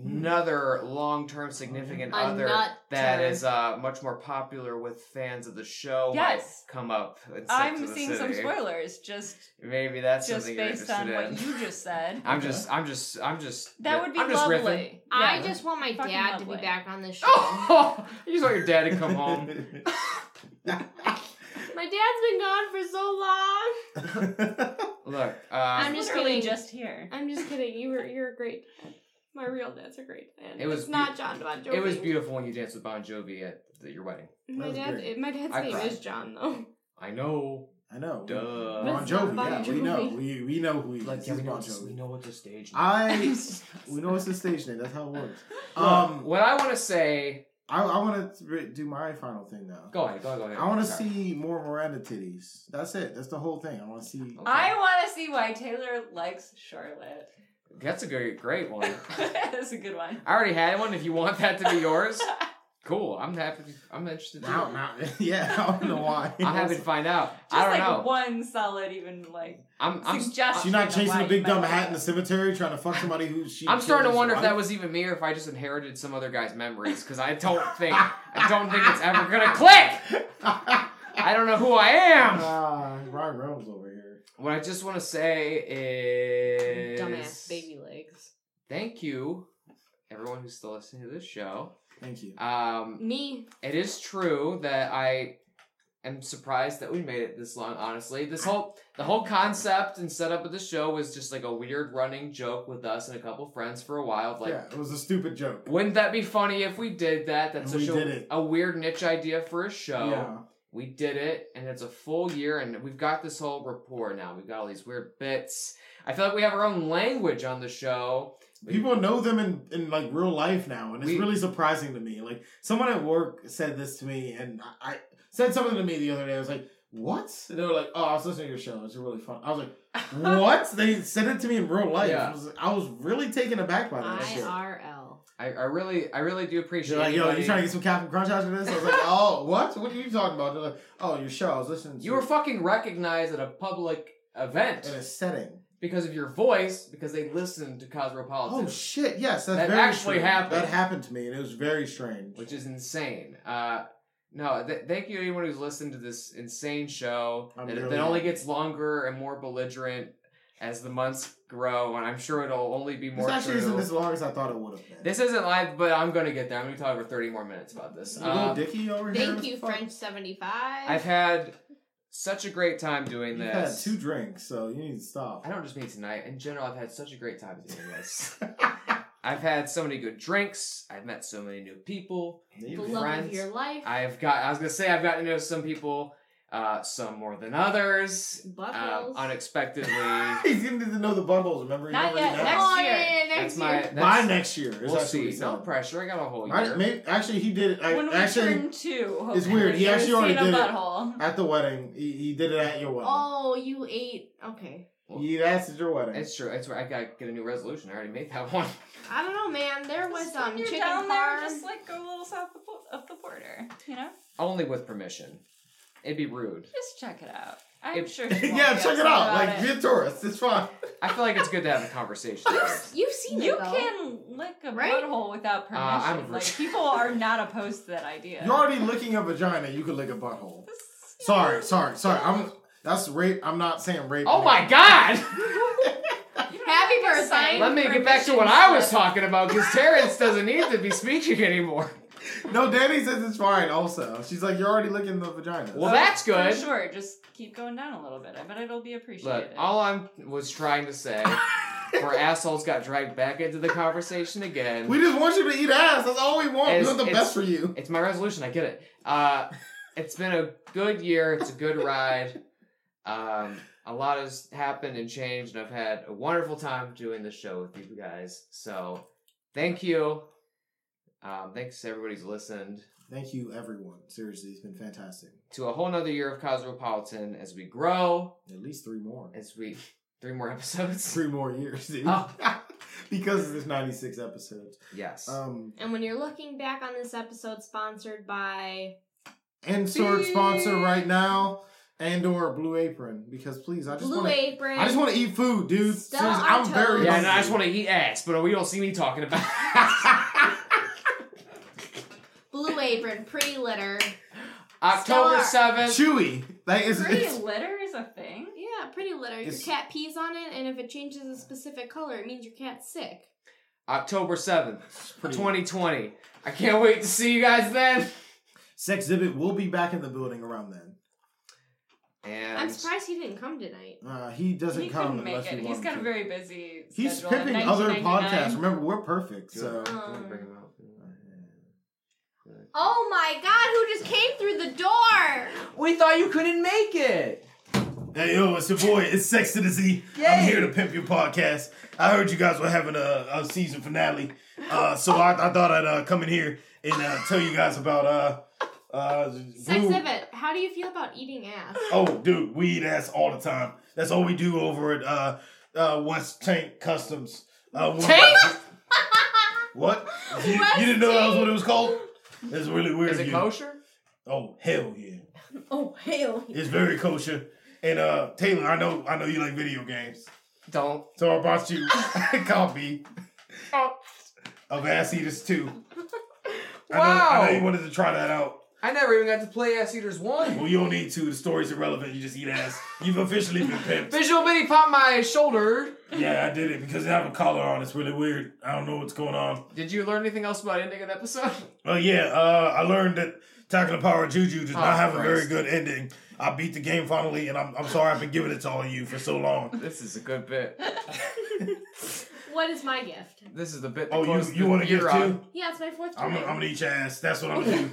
Speaker 3: Hmm.
Speaker 2: another long-term significant
Speaker 4: A
Speaker 2: other
Speaker 4: nut
Speaker 2: that
Speaker 4: turn.
Speaker 2: is uh, much more popular with fans of the show. might
Speaker 3: Yes.
Speaker 2: come up. And Sex
Speaker 3: I'm
Speaker 2: in the
Speaker 3: seeing some
Speaker 2: City.
Speaker 3: spoilers just
Speaker 2: Maybe that's
Speaker 3: just
Speaker 2: something you're
Speaker 3: based
Speaker 2: interested
Speaker 3: on
Speaker 2: in.
Speaker 3: what you just said.
Speaker 2: I'm just, I'm just, I'm just.
Speaker 3: That would be
Speaker 2: I'm just
Speaker 3: lovely.
Speaker 2: riffing.
Speaker 4: I
Speaker 3: Yeah.
Speaker 4: just want my
Speaker 3: Fucking
Speaker 4: dad to
Speaker 3: lovely.
Speaker 4: be back on this show.
Speaker 2: Oh, you just want your dad to come home.
Speaker 4: My dad's been gone for so long.
Speaker 2: Look, um,
Speaker 4: I'm just
Speaker 3: just really
Speaker 4: kidding.
Speaker 3: just here.
Speaker 4: I'm just kidding. You were you're a great. My real dad's a great dad.
Speaker 2: It was
Speaker 4: it's not
Speaker 2: beau-
Speaker 4: John Bon Jovi.
Speaker 2: it was beautiful when you danced with Bon Jovi at the, your wedding.
Speaker 4: My
Speaker 1: That was
Speaker 4: dad.
Speaker 1: great.
Speaker 4: My dad's
Speaker 2: I
Speaker 4: name
Speaker 2: cried.
Speaker 4: is John though.
Speaker 2: I know.
Speaker 1: I know.
Speaker 2: Duh.
Speaker 1: Bon
Speaker 4: It's not
Speaker 1: Jovi.
Speaker 4: Bon
Speaker 1: yeah, we know.
Speaker 4: Jovi.
Speaker 1: We, we know who he is.
Speaker 2: Like, yeah,
Speaker 1: He's
Speaker 2: we know,
Speaker 1: Bon
Speaker 2: it's- we
Speaker 1: Jovi.
Speaker 2: know what's a stage. name.
Speaker 1: I. We know it's the stage name. That's how it works.
Speaker 2: um,
Speaker 1: Um,
Speaker 2: what I want to say.
Speaker 1: I, I want to do my final thing now.
Speaker 2: Go ahead. Go ahead. Go ahead.
Speaker 1: I want to
Speaker 2: Sorry.
Speaker 1: see more Miranda titties. That's it. That's the whole thing. I want to see.
Speaker 2: Okay.
Speaker 3: I want to see why Taylor likes Charlotte.
Speaker 2: That's a great, great one.
Speaker 3: That's a good one.
Speaker 2: I already had one. If you want that to be yours, cool. I'm happy. I'm interested. to-
Speaker 1: Now, now, yeah, I don't know why.
Speaker 2: I'm happy to find out.
Speaker 3: Just
Speaker 2: I don't
Speaker 3: like
Speaker 2: know.
Speaker 3: one solid, even like
Speaker 2: I'm, I'm,
Speaker 3: suggestion.
Speaker 1: She's not
Speaker 3: of
Speaker 1: chasing
Speaker 3: why
Speaker 1: a big
Speaker 3: you might
Speaker 1: dumb
Speaker 3: like
Speaker 1: hat
Speaker 3: it.
Speaker 1: in the cemetery trying to fuck somebody who she.
Speaker 2: I'm starting
Speaker 1: killed
Speaker 2: to wonder if
Speaker 1: his
Speaker 2: that
Speaker 1: wife?
Speaker 2: was even me or if I just inherited some other guy's memories because I don't think I don't think it's ever gonna click. I don't know who I am.
Speaker 1: Ah, Ryan Reynolds over here.
Speaker 2: What I just want to say is
Speaker 4: Dumbass baby legs.
Speaker 2: Thank you, everyone who's still listening to this show.
Speaker 1: Thank you.
Speaker 2: Um,
Speaker 4: Me.
Speaker 2: it is true that I I'm surprised that we made it this long. Honestly, this whole the whole concept and setup of the show was just like a weird running joke with us and a couple friends for a while. of, Like,
Speaker 1: yeah, it was a stupid joke.
Speaker 2: wouldn't that be funny if we did that? That's
Speaker 1: And
Speaker 2: such
Speaker 1: we
Speaker 2: a-
Speaker 1: did it.
Speaker 2: a weird niche idea for a show.
Speaker 1: yeah,
Speaker 2: We did it, and it's a full year, and we've got this whole rapport now. We've got all these weird bits. I feel like we have our own language on the show.
Speaker 1: people know them in, in like real life now, and it's
Speaker 2: We-
Speaker 1: really surprising to me. Like someone at work said this to me, and I, I said something to me the other day. I was like, "What?" And they were like, "Oh, I was listening to your show. It's really fun." I was like, "What?" they said it to me in real life.
Speaker 2: Yeah.
Speaker 1: I, was, I was really taken aback by that shit.
Speaker 4: IRL.
Speaker 2: I, I really, I really do appreciate.
Speaker 1: They're like, yo, you
Speaker 2: anybody-
Speaker 1: trying to get some Captain Crunch after this? I was like, oh, what? What are you talking about? They're like, oh, your show. I was listening to
Speaker 2: You were fucking recognized at a public event
Speaker 1: in a setting.
Speaker 2: because of your voice, because they listened to Cosmopolitan,
Speaker 1: Oh, shit. Yes, that's
Speaker 2: That
Speaker 1: very
Speaker 2: actually
Speaker 1: strange.
Speaker 2: happened.
Speaker 1: That happened to me, and it was very strange.
Speaker 2: which is insane. Uh, no, th- thank you to anyone who's listened to this insane show
Speaker 1: I'm
Speaker 2: that,
Speaker 1: really
Speaker 2: that only
Speaker 1: happy.
Speaker 2: gets longer and more belligerent as the months grow, and I'm sure it'll only be more.
Speaker 1: this actually
Speaker 2: true.
Speaker 1: isn't as long as I thought it would have been.
Speaker 2: This isn't live, but I'm gonna get there. I'm gonna talk for 30 more minutes about this.
Speaker 1: you
Speaker 2: Uh,
Speaker 1: little dicky over here.
Speaker 4: Thank you,
Speaker 1: Fuck.
Speaker 4: French seventy five.
Speaker 2: I've had such a great time doing
Speaker 1: You've had
Speaker 2: this.
Speaker 1: two drinks, so you need to stop.
Speaker 2: I don't just mean tonight. In general, I've had such a great time doing this. I've had so many good drinks. I've met so many new people.
Speaker 1: Maybe.
Speaker 4: the
Speaker 2: Blo-
Speaker 4: love
Speaker 2: friends.
Speaker 4: of your life.
Speaker 2: I've got. I was gonna say I've gotten to know some people, uh, some more than others, um,
Speaker 4: Buttholes.
Speaker 2: unexpectedly.
Speaker 1: He's gonna need to know the bundles. Remember,
Speaker 4: Not
Speaker 1: you already
Speaker 4: yet. Next
Speaker 1: know.
Speaker 4: year.
Speaker 2: that's
Speaker 4: Next
Speaker 2: my.
Speaker 4: year.
Speaker 2: That's,
Speaker 1: By next year. Is
Speaker 2: We'll
Speaker 1: actually
Speaker 2: see.
Speaker 1: what he
Speaker 2: No
Speaker 1: said.
Speaker 2: pressure. I got a whole year.
Speaker 1: I- maybe- actually, he did. I,
Speaker 3: when we
Speaker 1: actually,
Speaker 3: turn two,
Speaker 1: it's weird. He
Speaker 3: hopefully,
Speaker 1: actually
Speaker 3: we've
Speaker 1: already
Speaker 3: seen a
Speaker 1: did it.
Speaker 3: butthole.
Speaker 1: at the wedding, he, he did it at your wedding.
Speaker 4: Oh, you ate. Okay.
Speaker 1: He asked at your wedding.
Speaker 2: It's true. It's where I gotta get a new resolution. I already made that one.
Speaker 4: I don't know, man. There was
Speaker 3: Just
Speaker 4: um
Speaker 3: when you're
Speaker 4: chicken
Speaker 3: down there,
Speaker 4: parm.
Speaker 3: just like go a little south of po- of the border. You know,
Speaker 2: Only with permission. It'd be rude.
Speaker 3: just check it out. I'm
Speaker 2: If-
Speaker 3: sure. she won't
Speaker 1: yeah, check
Speaker 3: be upset
Speaker 1: it out.
Speaker 3: about
Speaker 1: Like,
Speaker 3: it.
Speaker 1: be a tourist. It's fine.
Speaker 2: I feel like it's good to have a conversation.
Speaker 4: You've seen
Speaker 3: you
Speaker 4: it though.
Speaker 3: can lick a
Speaker 4: Right?
Speaker 3: butthole without
Speaker 2: Uh, I'm
Speaker 3: permission.
Speaker 2: a
Speaker 3: like
Speaker 2: virgin.
Speaker 3: people are not opposed to that idea.
Speaker 1: You're already licking a vagina. You could lick a butthole.
Speaker 3: This is-
Speaker 1: Sorry, sorry, sorry. I'm that's rape. I'm not saying rape.
Speaker 2: oh my god!
Speaker 3: You don't
Speaker 4: Happy
Speaker 3: have to
Speaker 4: birthday.
Speaker 3: sign
Speaker 2: Let me get back to
Speaker 3: permission
Speaker 2: what I was
Speaker 3: slip.
Speaker 2: talking about because Terrence doesn't need to be speaking anymore.
Speaker 1: No, Danny says it's fine. Also, she's like, you're already licking the vagina.
Speaker 2: Well,
Speaker 3: So,
Speaker 2: that's
Speaker 3: for
Speaker 2: good.
Speaker 3: Sure, just keep going down a little bit. I bet it'll be
Speaker 2: Look,
Speaker 3: appreciated.
Speaker 2: all I was trying to say, where assholes got dragged back into the conversation again.
Speaker 1: we just want you to eat ass. That's all we want. We
Speaker 2: It's-
Speaker 1: want the
Speaker 2: it's-
Speaker 1: best for you.
Speaker 2: It's my resolution. I get it. Uh, it's been a good year. It's a good ride. Um, a lot has happened and changed, and I've had a wonderful time doing this show with you guys. So, thank you. Um, thanks to everybody's listened
Speaker 1: Thank you, everyone. Seriously, it's been fantastic.
Speaker 2: to a whole nother year of Cosmopolitan as we grow,
Speaker 1: At least three more.
Speaker 2: as we three more episodes.
Speaker 1: Three more years, dude.
Speaker 2: Oh.
Speaker 1: because there's 96 episodes.
Speaker 2: Yes.
Speaker 1: Um,
Speaker 4: And when you're looking back on this episode, sponsored by
Speaker 1: insert sponsor right now, and or Blue Apron, because please, I just
Speaker 4: Blue
Speaker 1: want to.
Speaker 4: Apron.
Speaker 1: I just want to eat food, dude.
Speaker 4: Stella
Speaker 1: Seriously, I'm
Speaker 4: Artois.
Speaker 1: very.
Speaker 2: yeah, and
Speaker 1: hungry.
Speaker 2: I just want to eat ass, but we don't see me talking about.
Speaker 4: Blue Apron pre litter.
Speaker 2: October seventh.
Speaker 1: Chewy. That is.
Speaker 3: Free
Speaker 1: it's-
Speaker 3: litter is a thing.
Speaker 4: Yeah, pretty litter.
Speaker 1: It's-
Speaker 4: your cat pees on it, and if it changes a specific color, it means your cat's sick.
Speaker 2: October seventh.
Speaker 1: pretty-
Speaker 2: 2020. I can't wait to see you guys then.
Speaker 1: Sexhibit will be back in the building around then.
Speaker 2: And
Speaker 4: I'm surprised he didn't come tonight.
Speaker 1: Uh, he doesn't
Speaker 3: he
Speaker 1: come
Speaker 3: couldn't
Speaker 1: unless
Speaker 3: make
Speaker 1: you
Speaker 3: it.
Speaker 1: want
Speaker 3: He's got
Speaker 1: him
Speaker 3: a
Speaker 1: to.
Speaker 3: very busy.
Speaker 1: He's
Speaker 3: schedule in
Speaker 1: pipping other
Speaker 3: 1999.
Speaker 1: podcasts. Remember, we're perfect, so
Speaker 2: Do you wanna bring him out?
Speaker 4: Um, Oh my god, who just came through the door?
Speaker 2: We thought you couldn't make it.
Speaker 1: hey yo, it's your boy. It's Sex to the Z. I'm here to pimp your podcast. I heard you guys were having a, a season finale, uh, so I, I thought I'd uh, come in here and uh, tell you guys about uh, uh, Blue-
Speaker 4: Sexhibit, how do you feel about eating ass?
Speaker 1: Oh, dude, we eat ass all the time. That's all we do over at uh, uh, West Tank Customs. Uh, one-
Speaker 2: Tank?
Speaker 1: what? You, you
Speaker 4: West
Speaker 1: didn't know that was what it was called? That's really weird.
Speaker 2: Is
Speaker 1: of
Speaker 2: it
Speaker 1: you.
Speaker 2: kosher?
Speaker 1: Oh hell yeah!
Speaker 4: Oh, hell.
Speaker 1: It's very kosher. And uh, Taylor, I know, I know you like video games,
Speaker 2: Don't.
Speaker 1: so I bought you a copy
Speaker 4: Oh.
Speaker 1: of Ass Eaters Two. I know, I know you
Speaker 2: Wow. Oh.
Speaker 1: wanted to try that out.
Speaker 2: I never even got to play Ass Eaters 1.
Speaker 1: Well, you don't need to. The story's irrelevant. You just eat ass. You've officially been pimped.
Speaker 2: Visual Bitty popped my shoulder.
Speaker 1: Yeah, I did it because I have a collar on. It's really weird. I don't know what's going on.
Speaker 2: Did you learn anything else about ending an episode?
Speaker 1: Oh yeah, uh, I learned that Tackle the Power of Juju does
Speaker 2: Oh,
Speaker 1: not have a very
Speaker 2: Christ.
Speaker 1: good ending. I beat the game finally, and I'm, I'm sorry I've been giving it to all you for so long.
Speaker 2: This is a good bit.
Speaker 4: What is my gift?
Speaker 2: This is the bit.
Speaker 1: Oh, you you want to give
Speaker 2: give
Speaker 1: too?
Speaker 4: Yeah, it's my fourth
Speaker 1: I'm,
Speaker 4: time.
Speaker 1: I'm gonna eat your ass. That's what I'm gonna do.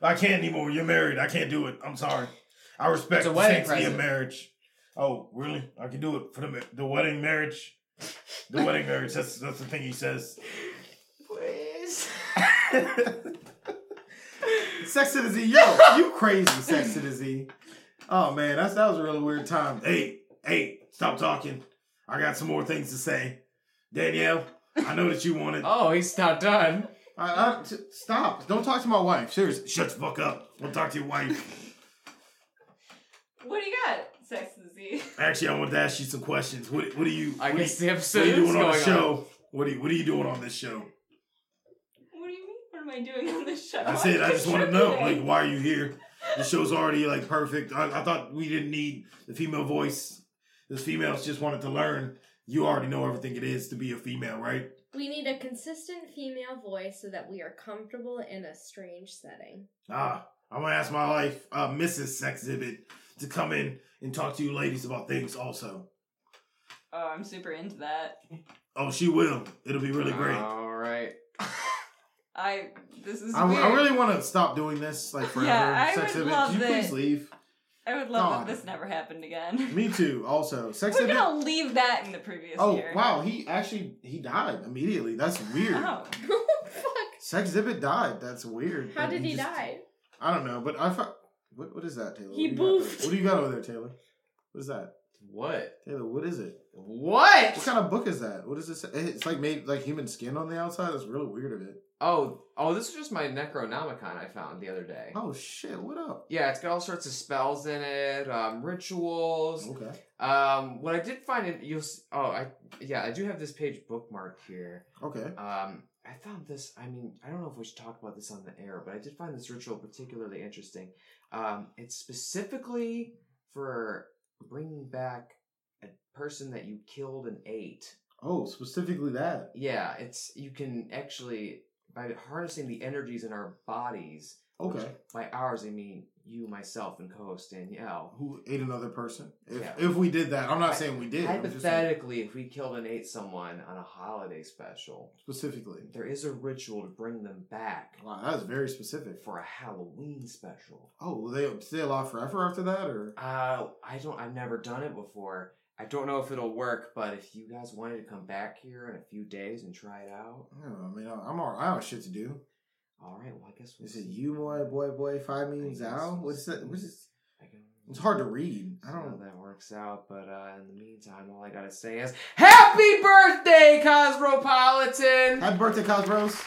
Speaker 1: I can't anymore. You're married. I can't do it. I'm sorry. I respect
Speaker 2: It's a
Speaker 1: the
Speaker 2: wedding
Speaker 1: sanctity
Speaker 2: present.
Speaker 1: of marriage. Oh, really? I can do it for the ma- the wedding marriage. The wedding marriage. That's that's the thing he says.
Speaker 2: Please.
Speaker 1: Sex to the Z, yo, you crazy, Sex to the Z. Oh man, that's that was a really weird time. Hey, hey, stop talking. I got some more things to say. Danielle, I know that you wanted. I,
Speaker 2: Oh, he's not done.
Speaker 1: I, t- stop! Don't talk to my wife. Seriously, shut the fuck up. Don't talk to your wife.
Speaker 3: What do you got, Sex and Z?
Speaker 1: Actually, I want to ask you some questions. What, what are you?
Speaker 2: I
Speaker 1: what
Speaker 2: guess
Speaker 1: are you,
Speaker 2: the
Speaker 1: what
Speaker 2: episode
Speaker 1: are you
Speaker 2: is
Speaker 1: doing on
Speaker 2: going on.
Speaker 1: the show? What are you, What are you doing on this show?
Speaker 3: What do you mean? What am I doing on this show?
Speaker 1: I said I just want to know, like, why are you here? The show's already like perfect. I, I thought we didn't need the female voice. The females just wanted to learn. You already know everything it is to be a female, right?
Speaker 4: We need a consistent female voice so that we are comfortable in a strange setting.
Speaker 1: Ah, I'm gonna ask my life, uh, Mrs. Sexhibit, to come in and talk to you ladies about things. Also,
Speaker 3: Oh, I'm super into that.
Speaker 1: oh, she will. It'll be really great.
Speaker 2: All right.
Speaker 3: I this is
Speaker 1: I, I
Speaker 3: weird.
Speaker 1: really want to stop doing this, like forever.
Speaker 3: Yeah, I would
Speaker 1: Sexhibit,
Speaker 3: love
Speaker 1: could you
Speaker 3: that.
Speaker 1: please leave?
Speaker 3: I would love
Speaker 1: God.
Speaker 3: that this never happened again.
Speaker 1: Me too. Also,
Speaker 3: We're
Speaker 1: Sexhibit.
Speaker 3: gonna leave that in the previous
Speaker 1: Oh
Speaker 3: year.
Speaker 1: wow, he actually he died immediately. That's weird.
Speaker 3: Oh.
Speaker 4: oh, fuck.
Speaker 1: Sexhibit died. That's weird.
Speaker 4: How
Speaker 1: That
Speaker 4: did he
Speaker 1: just-
Speaker 4: die?
Speaker 1: I don't know, but I fi- what what is that, Taylor? what do
Speaker 4: He
Speaker 1: you got
Speaker 4: boofed.
Speaker 1: there? What do you got over there, Taylor? What is that,
Speaker 2: What?
Speaker 1: Taylor? What is it?
Speaker 2: What?
Speaker 1: What kind of book is that? What is this? It's like made like human skin on the outside. That's really weird of it.
Speaker 2: Oh, oh, this is just my Necronomicon I found the other day.
Speaker 1: Oh shit! What up?
Speaker 2: Yeah, it's got all sorts of spells in it, um, rituals.
Speaker 1: Okay.
Speaker 2: Um, what I did find it, you'll. s- Oh, I yeah, I do have this page bookmarked here.
Speaker 1: Okay.
Speaker 2: Um, I found this. I mean, I don't know if we should talk about this on the air, but I did find this ritual particularly interesting. Um, it's specifically for bringing back a person that you killed and ate.
Speaker 1: Oh, specifically that.
Speaker 2: Yeah, it's you can actually by harnessing the energies in our bodies. which
Speaker 1: Okay.
Speaker 2: by ours, I mean you, myself, and co-host Danielle.
Speaker 1: Who ate another person? If,
Speaker 2: Yeah.
Speaker 1: if we did that, I'm not saying we did. I'm just saying
Speaker 2: Hypothetically, if we killed and ate someone on a holiday special,
Speaker 1: specifically.
Speaker 2: there is a ritual to bring them back
Speaker 1: Wow, that was very specific.
Speaker 2: for a Halloween special.
Speaker 1: Oh, will they stay alive forever after that, or
Speaker 2: Uh, I don't. I've never done it before. I don't know if it'll work, but if you guys wanted to come back here in a few days and try it out,
Speaker 1: I don't know. I mean, I'm all, I have shit to do.
Speaker 2: all right. Well, I guess we'll
Speaker 1: Is it
Speaker 2: see.
Speaker 1: you, boy, boy, boy, five
Speaker 2: I
Speaker 1: means
Speaker 2: guess
Speaker 1: out?
Speaker 2: we'll
Speaker 1: What's that?
Speaker 2: see.
Speaker 1: What's this?
Speaker 2: I can-
Speaker 1: It's hard to read. I
Speaker 2: See how
Speaker 1: don't.
Speaker 2: that works out, but uh, in the meantime, all I gotta say is Happy birthday, Cosmopolitan!
Speaker 1: Happy birthday, Cosmos.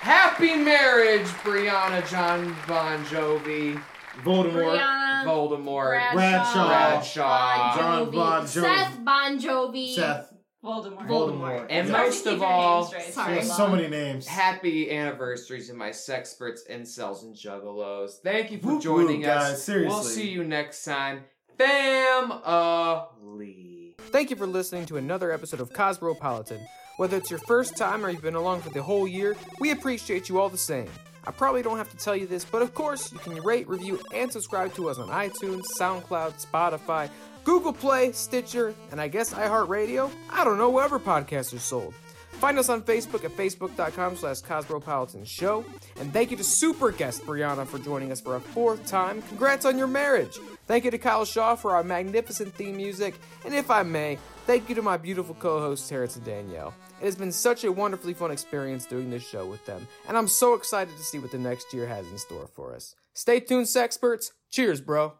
Speaker 2: Happy marriage, Brianna John Bon Jovi,
Speaker 1: Voldemort.
Speaker 4: Brianna,
Speaker 2: Voldemort,
Speaker 1: Bradshaw,
Speaker 2: Bradshaw,
Speaker 1: John Bon Jovi,
Speaker 4: Seth Bon Jovi,
Speaker 1: Seth.
Speaker 3: Voldemort.
Speaker 1: Voldemort.
Speaker 2: And
Speaker 1: Yeah.
Speaker 3: Sorry to
Speaker 2: most
Speaker 3: keep
Speaker 2: of
Speaker 3: your
Speaker 2: all-
Speaker 3: names straight.
Speaker 4: Sorry.
Speaker 1: There's
Speaker 4: Lon.
Speaker 1: so many names.
Speaker 2: Happy anniversaries to my sexperts, incels, and juggalos. Thank you for
Speaker 1: Whoop, whoop,
Speaker 2: joining us.
Speaker 1: guys, seriously.
Speaker 2: We'll see you next time. Family. Thank you for listening to another episode of Cosmopolitan. Whether it's your first time or you've been along for the whole year, we appreciate you all the same. I probably don't have to tell you this, but of course, you can rate, review, and subscribe to us on iTunes, SoundCloud, Spotify, Google Play, Stitcher, and I guess iHeartRadio. I don't know, wherever podcasts are sold. Find us on Facebook at facebook.com slash Cosmopolitan Show. And thank you to super guest Brianna for joining us for a fourth time. Congrats on your marriage. Thank you to Kyle Shaw for our magnificent theme music. And if I may, thank you to my beautiful co hosts, Terrence and Danielle. It has been such a wonderfully fun experience doing this show with them. And I'm so excited to see what the next year has in store for us. Stay tuned, Sexperts. Cheers, bro.